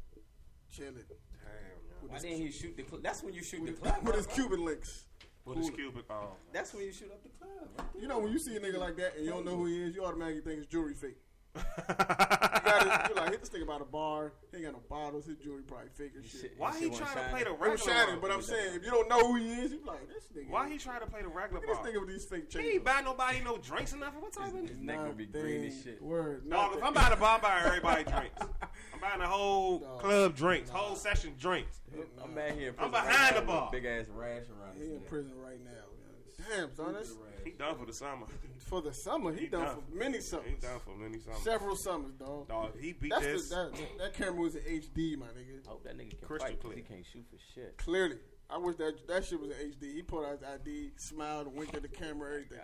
[SPEAKER 1] chilling.
[SPEAKER 2] Damn. yo.
[SPEAKER 4] Why didn't he shoot the? Cl- that's when you shoot the
[SPEAKER 1] with,
[SPEAKER 4] club.
[SPEAKER 1] [laughs] with his
[SPEAKER 4] bro.
[SPEAKER 1] Cuban links.
[SPEAKER 2] With his Cuban. Oh.
[SPEAKER 1] [laughs]
[SPEAKER 4] That's when you shoot up the club. right there.
[SPEAKER 1] You know, when you see a nigga like that and you don't know who he is, you automatically think it's jewelry fake. You gotta, you're like, hit this thing about a bar. He ain't got no bottles. His jewelry probably fake and shit.
[SPEAKER 4] Shit.
[SPEAKER 2] Why he
[SPEAKER 4] wasn't
[SPEAKER 2] trying to play
[SPEAKER 4] shining.
[SPEAKER 2] the
[SPEAKER 1] I'm
[SPEAKER 2] regular?
[SPEAKER 1] shining,
[SPEAKER 2] bar?
[SPEAKER 1] but I'm saying if you don't know who he is, you be like, this nigga.
[SPEAKER 2] [laughs] Why he trying to play the regular
[SPEAKER 1] look at this
[SPEAKER 2] bar?
[SPEAKER 1] nigga with these fake
[SPEAKER 2] He
[SPEAKER 1] chains?
[SPEAKER 2] ain't buy nobody no drinks or nothing. What type of
[SPEAKER 4] His neck gonna be green as
[SPEAKER 1] Nothing.
[SPEAKER 4] shit.
[SPEAKER 1] Word.
[SPEAKER 2] Dog, if I'm buying a bar, I'm buying everybody drinks. I'm buying a
[SPEAKER 1] [laughs]
[SPEAKER 2] whole
[SPEAKER 1] Dog.
[SPEAKER 2] club drinks, whole session drinks.
[SPEAKER 4] I'm out here. in
[SPEAKER 2] I'm
[SPEAKER 4] prison
[SPEAKER 2] behind
[SPEAKER 4] right
[SPEAKER 2] the
[SPEAKER 4] now with
[SPEAKER 2] bar.
[SPEAKER 4] a Big ass rash around.
[SPEAKER 1] he
[SPEAKER 4] his
[SPEAKER 1] in
[SPEAKER 4] neck.
[SPEAKER 1] prison right now. man. Damn, son, that's
[SPEAKER 2] He done for the summer.
[SPEAKER 1] for the summer. He,
[SPEAKER 2] He
[SPEAKER 1] done,
[SPEAKER 2] done.
[SPEAKER 1] for many
[SPEAKER 2] He
[SPEAKER 1] summers,
[SPEAKER 2] done for many summers.
[SPEAKER 1] several summers, dog.
[SPEAKER 2] Dog, he beat
[SPEAKER 1] That's
[SPEAKER 2] this.
[SPEAKER 1] the, that, that camera was in HD, my nigga.
[SPEAKER 4] I hope that nigga can
[SPEAKER 2] Crystal
[SPEAKER 4] fight 'cause
[SPEAKER 2] clear.
[SPEAKER 4] he can't shoot for shit.
[SPEAKER 1] Clearly, I wish that that shit was in HD. He put out his ID, smiled, winked at the camera, everything.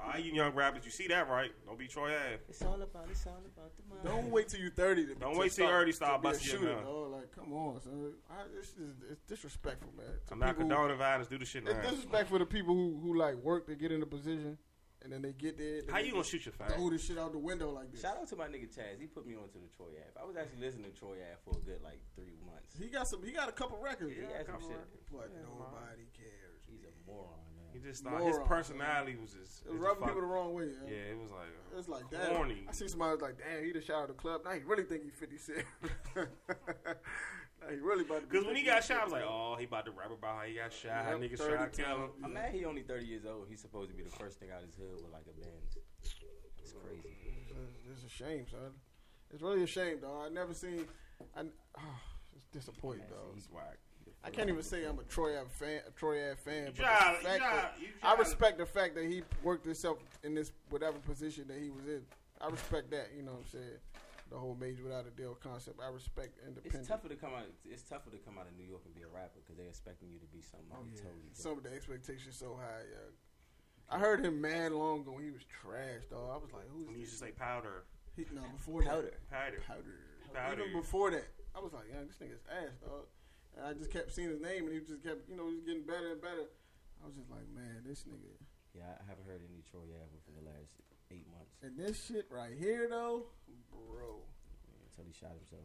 [SPEAKER 2] All you young rappers, you see that right? Don't be Troy Ave.
[SPEAKER 5] It's all about it's all about the money.
[SPEAKER 1] Don't wait till you thirty. To,
[SPEAKER 2] Don't
[SPEAKER 1] to
[SPEAKER 2] wait till
[SPEAKER 1] start-
[SPEAKER 2] you already
[SPEAKER 1] to
[SPEAKER 2] start
[SPEAKER 1] be a
[SPEAKER 2] busting your
[SPEAKER 1] shooter,
[SPEAKER 2] gun.
[SPEAKER 1] dog. Like, come on, son. I, this is it's disrespectful, man. To
[SPEAKER 2] I'm not
[SPEAKER 1] people-
[SPEAKER 2] condoning violence. Do the shit
[SPEAKER 1] It's
[SPEAKER 2] now.
[SPEAKER 1] disrespectful to people who who like work to get in a position, and then they get there.
[SPEAKER 2] How
[SPEAKER 1] they
[SPEAKER 2] you gonna shoot your fat?
[SPEAKER 1] throw this shit out the window like this?
[SPEAKER 4] Shout out to my nigga Chaz. He put me onto the Troy app. I was actually listening to Troy app for a good like three months.
[SPEAKER 1] He got some. He got a couple records.
[SPEAKER 4] Yeah, he had some shit.
[SPEAKER 1] But
[SPEAKER 2] Yeah,
[SPEAKER 1] nobody cares.
[SPEAKER 4] He's a moron,
[SPEAKER 2] He
[SPEAKER 4] man.
[SPEAKER 2] just thought his
[SPEAKER 1] Moron.
[SPEAKER 2] personality was just.
[SPEAKER 1] It was
[SPEAKER 2] it just
[SPEAKER 1] rubbing
[SPEAKER 2] fuck-
[SPEAKER 1] people the wrong way.
[SPEAKER 2] Yeah,
[SPEAKER 1] Yeah.
[SPEAKER 2] it was like. uh,
[SPEAKER 1] It's like that.
[SPEAKER 2] corny.
[SPEAKER 1] I see somebody was like, "Damn, he the shot out the club." Now he really think he fifty six. [laughs] now he really about to. be
[SPEAKER 2] Because when he
[SPEAKER 1] 50.
[SPEAKER 2] got shot, I was like, oh, he about to rap about how he got shot. How
[SPEAKER 1] Yep,
[SPEAKER 2] niggas
[SPEAKER 1] 30
[SPEAKER 2] shot kill him.
[SPEAKER 1] times.
[SPEAKER 4] I'm mad he only 30 years old. He's supposed to be the first thing out his hood with like a band. It's crazy.
[SPEAKER 1] It's- It's a shame, son. It's really a shame, dog. I never seen. I, [sighs] it's disappointing, dog.
[SPEAKER 2] He's whack.
[SPEAKER 1] I can't even say I'm a Troy Ave fan. A Troy Ave fan, but the
[SPEAKER 2] try- you
[SPEAKER 1] fact
[SPEAKER 2] try-
[SPEAKER 1] that-
[SPEAKER 2] you
[SPEAKER 1] I
[SPEAKER 2] try-
[SPEAKER 1] respect the fact that he worked himself in this whatever position that he was in. I respect that. You know what I'm saying? The whole major without a deal concept. I respect
[SPEAKER 4] It's
[SPEAKER 1] independence.
[SPEAKER 4] tougher to come out. It's tougher to come out of New York and be a rapper because they're expecting you to be something
[SPEAKER 1] Oh,
[SPEAKER 4] like
[SPEAKER 1] yeah.
[SPEAKER 4] totally. different.
[SPEAKER 1] Some of the expectations so high. Yeah. I heard him mad long ago. when He was trash, dog. I was like, who's
[SPEAKER 2] And he
[SPEAKER 1] this?
[SPEAKER 2] used to say powder.
[SPEAKER 1] He, no, before that.
[SPEAKER 4] Powder.
[SPEAKER 2] Powder.
[SPEAKER 1] Powder.
[SPEAKER 2] Powder.
[SPEAKER 1] Even before that, I was like, yeah, this nigga's ass, dog. And I just kept seeing his name, and he just kept, you know, he was getting better and better. I was just like, man, this nigga.
[SPEAKER 4] Yeah, I haven't heard any Troy album for the last eight months
[SPEAKER 1] And this shit right here, though, bro.
[SPEAKER 4] until he shot himself.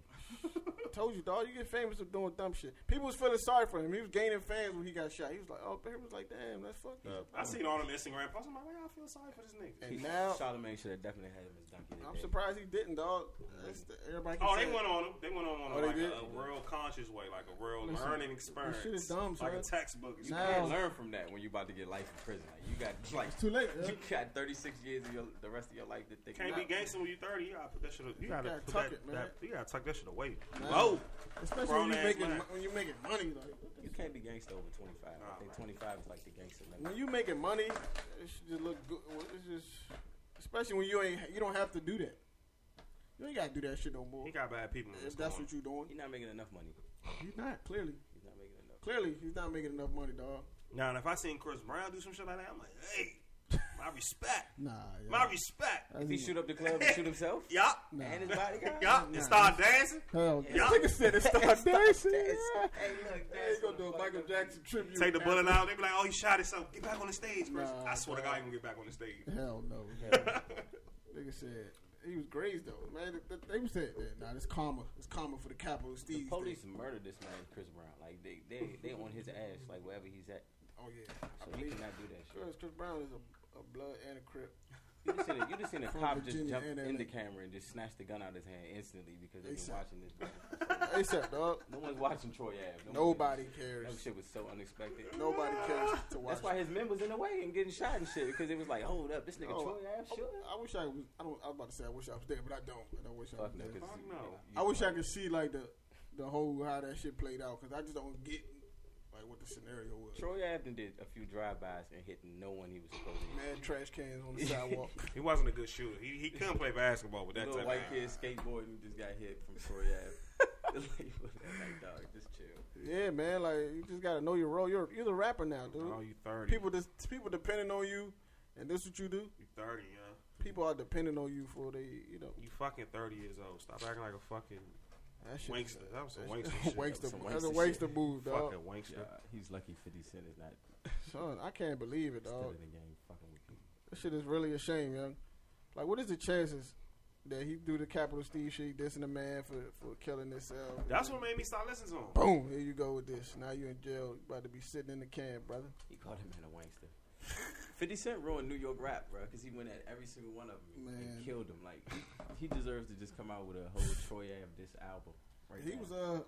[SPEAKER 1] I told you, dog, you get famous for doing dumb shit. People was feeling sorry for him. He was gaining fans when he got shot. He was like, oh, he was like, damn, that's fucked up.
[SPEAKER 2] Uh, I seen all on Instagram posts. I'm like, man, I feel sorry for this nigga.
[SPEAKER 1] And now,
[SPEAKER 4] [laughs] Charlamagne should have definitely had him as donkey.
[SPEAKER 1] I'm
[SPEAKER 4] today.
[SPEAKER 1] surprised he didn't, dog. That's the, everybody. keep
[SPEAKER 2] Oh, they
[SPEAKER 1] saying-
[SPEAKER 2] went on him. They went on him
[SPEAKER 1] Oh, they
[SPEAKER 2] like
[SPEAKER 1] did?
[SPEAKER 2] a, a real conscious way, like a real
[SPEAKER 1] Listen,
[SPEAKER 2] learning
[SPEAKER 1] This
[SPEAKER 2] experience.
[SPEAKER 1] shit is dumb,
[SPEAKER 2] like
[SPEAKER 1] son.
[SPEAKER 2] a textbook.
[SPEAKER 4] You
[SPEAKER 2] You
[SPEAKER 1] Nah.
[SPEAKER 4] can't learn from that when you about to get life in prison. Like you got [laughs] like
[SPEAKER 1] It's too late. Yeah.
[SPEAKER 4] you got 36 years of your, the rest of your life to think.
[SPEAKER 2] can't be
[SPEAKER 4] about.
[SPEAKER 2] gangster when you're 30. You gotta put that shit. You, you gotta,
[SPEAKER 1] gotta
[SPEAKER 2] put
[SPEAKER 1] tuck
[SPEAKER 2] that,
[SPEAKER 1] it, man.
[SPEAKER 2] that- You gotta tuck that shit away.
[SPEAKER 1] Nah.
[SPEAKER 2] Whoa.
[SPEAKER 1] Especially when
[SPEAKER 2] Grown
[SPEAKER 1] you
[SPEAKER 2] ass
[SPEAKER 1] making
[SPEAKER 2] man.
[SPEAKER 1] mo- when you making money. Like,
[SPEAKER 4] You can't be gangster over 25.
[SPEAKER 2] Nah,
[SPEAKER 4] I think
[SPEAKER 2] man.
[SPEAKER 4] 25 is like the gangster limit.
[SPEAKER 1] when you making money, it should just look good. Well, It's just, especially when you ain't, you don't have to do that. You ain't gotta do that shit no more.
[SPEAKER 2] He got bad people. in this
[SPEAKER 1] If that's
[SPEAKER 2] corner.
[SPEAKER 1] what you're doing,
[SPEAKER 4] He's not making enough money.
[SPEAKER 1] he's not clearly.
[SPEAKER 4] He's not making enough.
[SPEAKER 1] Clearly, he's not making enough money, dog.
[SPEAKER 2] Now, and if I seen Chris Brown do some shit like that, I'm like, hey, my respect,
[SPEAKER 1] Nah, yeah.
[SPEAKER 2] my respect.
[SPEAKER 1] That's
[SPEAKER 4] If he
[SPEAKER 1] not-
[SPEAKER 4] shoot up the club and shoot
[SPEAKER 1] [laughs]
[SPEAKER 4] himself
[SPEAKER 2] Yup,
[SPEAKER 1] Nah.
[SPEAKER 4] and his bodyguard.
[SPEAKER 2] yup,
[SPEAKER 1] Nah.
[SPEAKER 2] and start dancing.
[SPEAKER 1] Hell,
[SPEAKER 4] Yeah.
[SPEAKER 1] nigga said it start dancing. Yeah.
[SPEAKER 4] Hey, look,
[SPEAKER 1] They ain't gonna do a
[SPEAKER 4] what
[SPEAKER 1] Michael
[SPEAKER 4] fuck up.
[SPEAKER 1] Jackson tribute.
[SPEAKER 2] Take the bullet out. They be like, oh, he shot himself. Get back on the stage, Chris.
[SPEAKER 1] Nah,
[SPEAKER 2] I swear to God,
[SPEAKER 1] dog.
[SPEAKER 2] he gonna get back on the stage.
[SPEAKER 1] Hell no. nigga said he was grazed though, man. th- th- They was said that. Nah, it's karma. It's karma for the capitalist.
[SPEAKER 4] The
[SPEAKER 1] these
[SPEAKER 4] police
[SPEAKER 1] days.
[SPEAKER 4] murdered this man, Chris Brown. Like they, they, they on his ass. Like wherever he's at.
[SPEAKER 1] Oh yeah.
[SPEAKER 4] So he cannot do that shit.
[SPEAKER 1] Chris, Chris Brown is a, a blood and a crip.
[SPEAKER 4] You just seen a, you just seen a
[SPEAKER 1] From
[SPEAKER 4] cop just
[SPEAKER 1] Virginia
[SPEAKER 4] jump
[SPEAKER 1] and
[SPEAKER 4] in
[SPEAKER 1] LA.
[SPEAKER 4] the camera and just snatch the gun out of his hand instantly because they've
[SPEAKER 1] ASAP.
[SPEAKER 4] been watching this. Brother.
[SPEAKER 1] ASAP, dog.
[SPEAKER 4] No one's watching Troy Ave. No one-
[SPEAKER 1] Nobody
[SPEAKER 4] That
[SPEAKER 1] cares.
[SPEAKER 4] shit was so unexpected.
[SPEAKER 1] Nobody cares to watch.
[SPEAKER 4] That's why his men was in the way and getting shot and shit because it was like, hold up, this nigga
[SPEAKER 1] Oh,
[SPEAKER 4] Troy Ave
[SPEAKER 1] I,
[SPEAKER 4] shot.
[SPEAKER 1] I wish I was. I don't. I was about to say I wish I was there, but I don't. I don't wish I was
[SPEAKER 4] Fuck no,
[SPEAKER 1] there.
[SPEAKER 4] 'cause
[SPEAKER 2] Fuck
[SPEAKER 4] you-
[SPEAKER 2] no.
[SPEAKER 4] you-
[SPEAKER 1] I wish I could see like the the whole how that shit played out because I just don't get like what the scenario was.
[SPEAKER 4] Troy Abden did a few drive-bys and hit no one he was supposed to hit.
[SPEAKER 1] Mad trash cans
[SPEAKER 4] [laughs]
[SPEAKER 1] on the sidewalk.
[SPEAKER 2] He wasn't a good shooter. He, he couldn't play basketball with that
[SPEAKER 4] Little
[SPEAKER 2] type
[SPEAKER 4] white
[SPEAKER 2] of
[SPEAKER 4] kid skateboarding just got hit from
[SPEAKER 1] [laughs]
[SPEAKER 4] Troy Ave. [laughs] like, like, dog, just chill.
[SPEAKER 1] yeah, man. Like you just gotta know your role. You're you're the rapper now, dude.
[SPEAKER 2] Oh, you 30.
[SPEAKER 1] People just people depending on you, and this what you do.
[SPEAKER 2] you 30, young.
[SPEAKER 1] People are depending on you for they you know
[SPEAKER 2] You fucking 30 years old. Stop acting like a fucking
[SPEAKER 1] that shit.
[SPEAKER 2] wankster.
[SPEAKER 1] [laughs]
[SPEAKER 2] That was some
[SPEAKER 1] That's-
[SPEAKER 2] wankster shit.
[SPEAKER 1] wankster.
[SPEAKER 4] Some
[SPEAKER 1] That's a
[SPEAKER 4] wankster shit.
[SPEAKER 1] wankster [laughs] move, dog.
[SPEAKER 2] Fucking wankster.
[SPEAKER 4] Yeah, he's lucky 50 Cent is not
[SPEAKER 1] Son, I can't believe it,
[SPEAKER 4] still
[SPEAKER 1] dog.
[SPEAKER 4] in the game fucking with people.
[SPEAKER 1] This shit is really a shame, young. Like, what is the chances that he do the Capital Steve shit, dissing a man for, for killing himself?
[SPEAKER 2] That's what made me start listening to him.
[SPEAKER 1] Boom, here you go with this. Now you in jail. You about to be sitting in the can, brother.
[SPEAKER 4] He called him man a wankster. 50 Cent ruined New York rap, bro, because he went at every single one of them
[SPEAKER 1] Man.
[SPEAKER 4] and killed them. Like, he, he deserves to just come out with a whole Troy Ave this album. Right
[SPEAKER 1] He
[SPEAKER 4] now.
[SPEAKER 1] was uh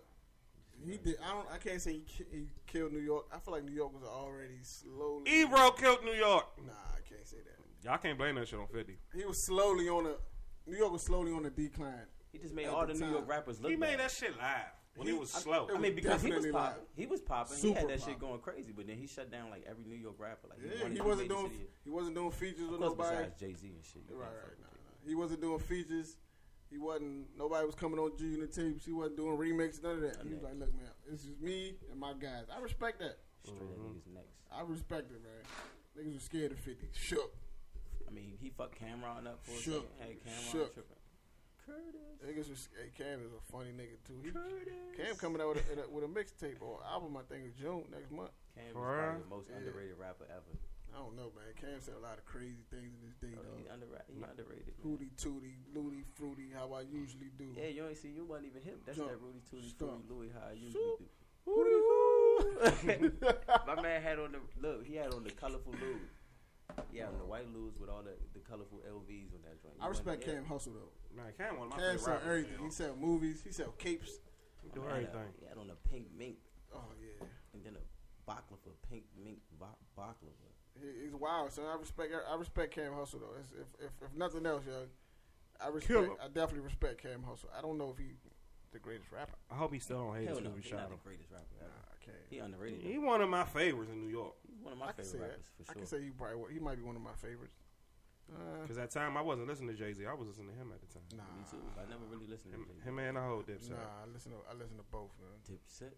[SPEAKER 1] he did. I don't. I can't say he, ki- he killed New York. I feel like New York was already slowly.
[SPEAKER 2] Ebro killed New York.
[SPEAKER 1] Nah, I can't say that.
[SPEAKER 2] Y'all can't blame that shit on 50.
[SPEAKER 1] He was slowly on a. New York was slowly on a decline.
[SPEAKER 4] He just made
[SPEAKER 1] At
[SPEAKER 4] all
[SPEAKER 1] the
[SPEAKER 4] the New York
[SPEAKER 1] time.
[SPEAKER 4] rappers look
[SPEAKER 2] He made
[SPEAKER 4] bad.
[SPEAKER 2] that shit live when
[SPEAKER 1] He-
[SPEAKER 2] it was
[SPEAKER 1] I-
[SPEAKER 2] slow.
[SPEAKER 4] I mean, because he was
[SPEAKER 1] Definitely
[SPEAKER 4] popping.
[SPEAKER 1] live.
[SPEAKER 4] He was popping. He
[SPEAKER 1] Super
[SPEAKER 4] had that
[SPEAKER 1] popping.
[SPEAKER 4] shit going crazy, but then he shut down like every New York rapper. Like
[SPEAKER 1] Yeah,
[SPEAKER 4] wanted
[SPEAKER 1] he
[SPEAKER 4] to
[SPEAKER 1] wasn't
[SPEAKER 4] make
[SPEAKER 1] doing.
[SPEAKER 4] this shit.
[SPEAKER 1] He wasn't doing features
[SPEAKER 4] Of
[SPEAKER 1] with
[SPEAKER 4] course,
[SPEAKER 1] nobody.
[SPEAKER 4] besides Jay Z and shit. you
[SPEAKER 1] Right,
[SPEAKER 4] can't
[SPEAKER 1] right.
[SPEAKER 4] fuck
[SPEAKER 1] Nah,
[SPEAKER 4] with
[SPEAKER 1] nah. He wasn't doing features. He wasn't. Nobody was coming on G Unit tapes. He wasn't doing remixes. None of that. He was like, "Look, man, this is me and my guys. I respect that.
[SPEAKER 4] Straight at niggas' necks.
[SPEAKER 1] I respect it, man. Niggas was scared of Fifty. Shook.
[SPEAKER 4] I mean, he fucked Cameron up for a
[SPEAKER 1] Shook.
[SPEAKER 4] second. Hey, Cameron
[SPEAKER 1] Shook.
[SPEAKER 4] tripping. Curtis.
[SPEAKER 1] Niggas was. Hey, Cam is a funny nigga too. He, Cam coming out with a, with a mixtape or album. I think in June next month.
[SPEAKER 4] Cam is
[SPEAKER 2] For
[SPEAKER 4] probably
[SPEAKER 2] real?
[SPEAKER 4] the most
[SPEAKER 1] Yeah.
[SPEAKER 4] underrated rapper ever.
[SPEAKER 1] I don't know, man. Cam said a lot of crazy things in his day,
[SPEAKER 4] Oh, he
[SPEAKER 1] though.
[SPEAKER 4] underrated. He
[SPEAKER 2] No.
[SPEAKER 4] underrated. man.
[SPEAKER 1] Hootie tootie, lootie fruity, how I usually do.
[SPEAKER 4] Yeah, you ain't see you wasn't even him. That's
[SPEAKER 1] Jump.
[SPEAKER 4] that Rudy Tootie Fruity
[SPEAKER 1] Stomp.
[SPEAKER 4] Louis how I usually
[SPEAKER 1] Shoot.
[SPEAKER 4] do. [laughs]
[SPEAKER 1] Hootie hoo.
[SPEAKER 4] My man had on the look. He had on the colorful Louis. He had on the white Louis with all the, the colorful LVs on that joint.
[SPEAKER 1] [laughs] I
[SPEAKER 4] You
[SPEAKER 1] respect
[SPEAKER 4] wasn't-
[SPEAKER 1] Cam Hustle though.
[SPEAKER 2] Man, Cam one of my
[SPEAKER 1] Cam
[SPEAKER 2] favorite
[SPEAKER 1] sell
[SPEAKER 2] rappers.
[SPEAKER 1] everything.
[SPEAKER 2] man.
[SPEAKER 1] He sell movies. He sell capes.
[SPEAKER 2] He
[SPEAKER 4] My
[SPEAKER 2] do
[SPEAKER 4] man had a-
[SPEAKER 2] everything.
[SPEAKER 4] He had on a pink mink
[SPEAKER 1] Oh yeah,
[SPEAKER 4] and then a baklava, pink mink ba- baklava.
[SPEAKER 1] he, he's wild. So I respect. I respect Cam Hustle though. It's, if, if if nothing else, yo, I respect.
[SPEAKER 2] him.
[SPEAKER 1] I definitely respect Cam Hustle. I don't know if he the greatest rapper.
[SPEAKER 2] I hope he still don't hate us
[SPEAKER 4] Hell
[SPEAKER 2] because
[SPEAKER 4] no,
[SPEAKER 2] we
[SPEAKER 4] he's
[SPEAKER 2] shot
[SPEAKER 4] not
[SPEAKER 2] him.
[SPEAKER 4] the greatest rapper
[SPEAKER 1] Nah,
[SPEAKER 4] ever.
[SPEAKER 1] I can't.
[SPEAKER 4] He underrated.
[SPEAKER 2] He
[SPEAKER 4] though.
[SPEAKER 2] one of my favorites in New York.
[SPEAKER 4] He's one of
[SPEAKER 1] I
[SPEAKER 4] my
[SPEAKER 1] can see
[SPEAKER 4] favorite
[SPEAKER 1] that.
[SPEAKER 4] rappers
[SPEAKER 1] I
[SPEAKER 4] for
[SPEAKER 1] can
[SPEAKER 4] sure.
[SPEAKER 1] say he probably wa- he might be one of my favorites. Uh,
[SPEAKER 2] Because that time I wasn't listening to Jay Z. I was listening to him at the time.
[SPEAKER 1] nah,
[SPEAKER 4] Me too. I never really listened to
[SPEAKER 2] Him,
[SPEAKER 4] him.
[SPEAKER 2] him and the whole Dipset.
[SPEAKER 1] nah. I listen to I listen to both, man.
[SPEAKER 4] Dipset.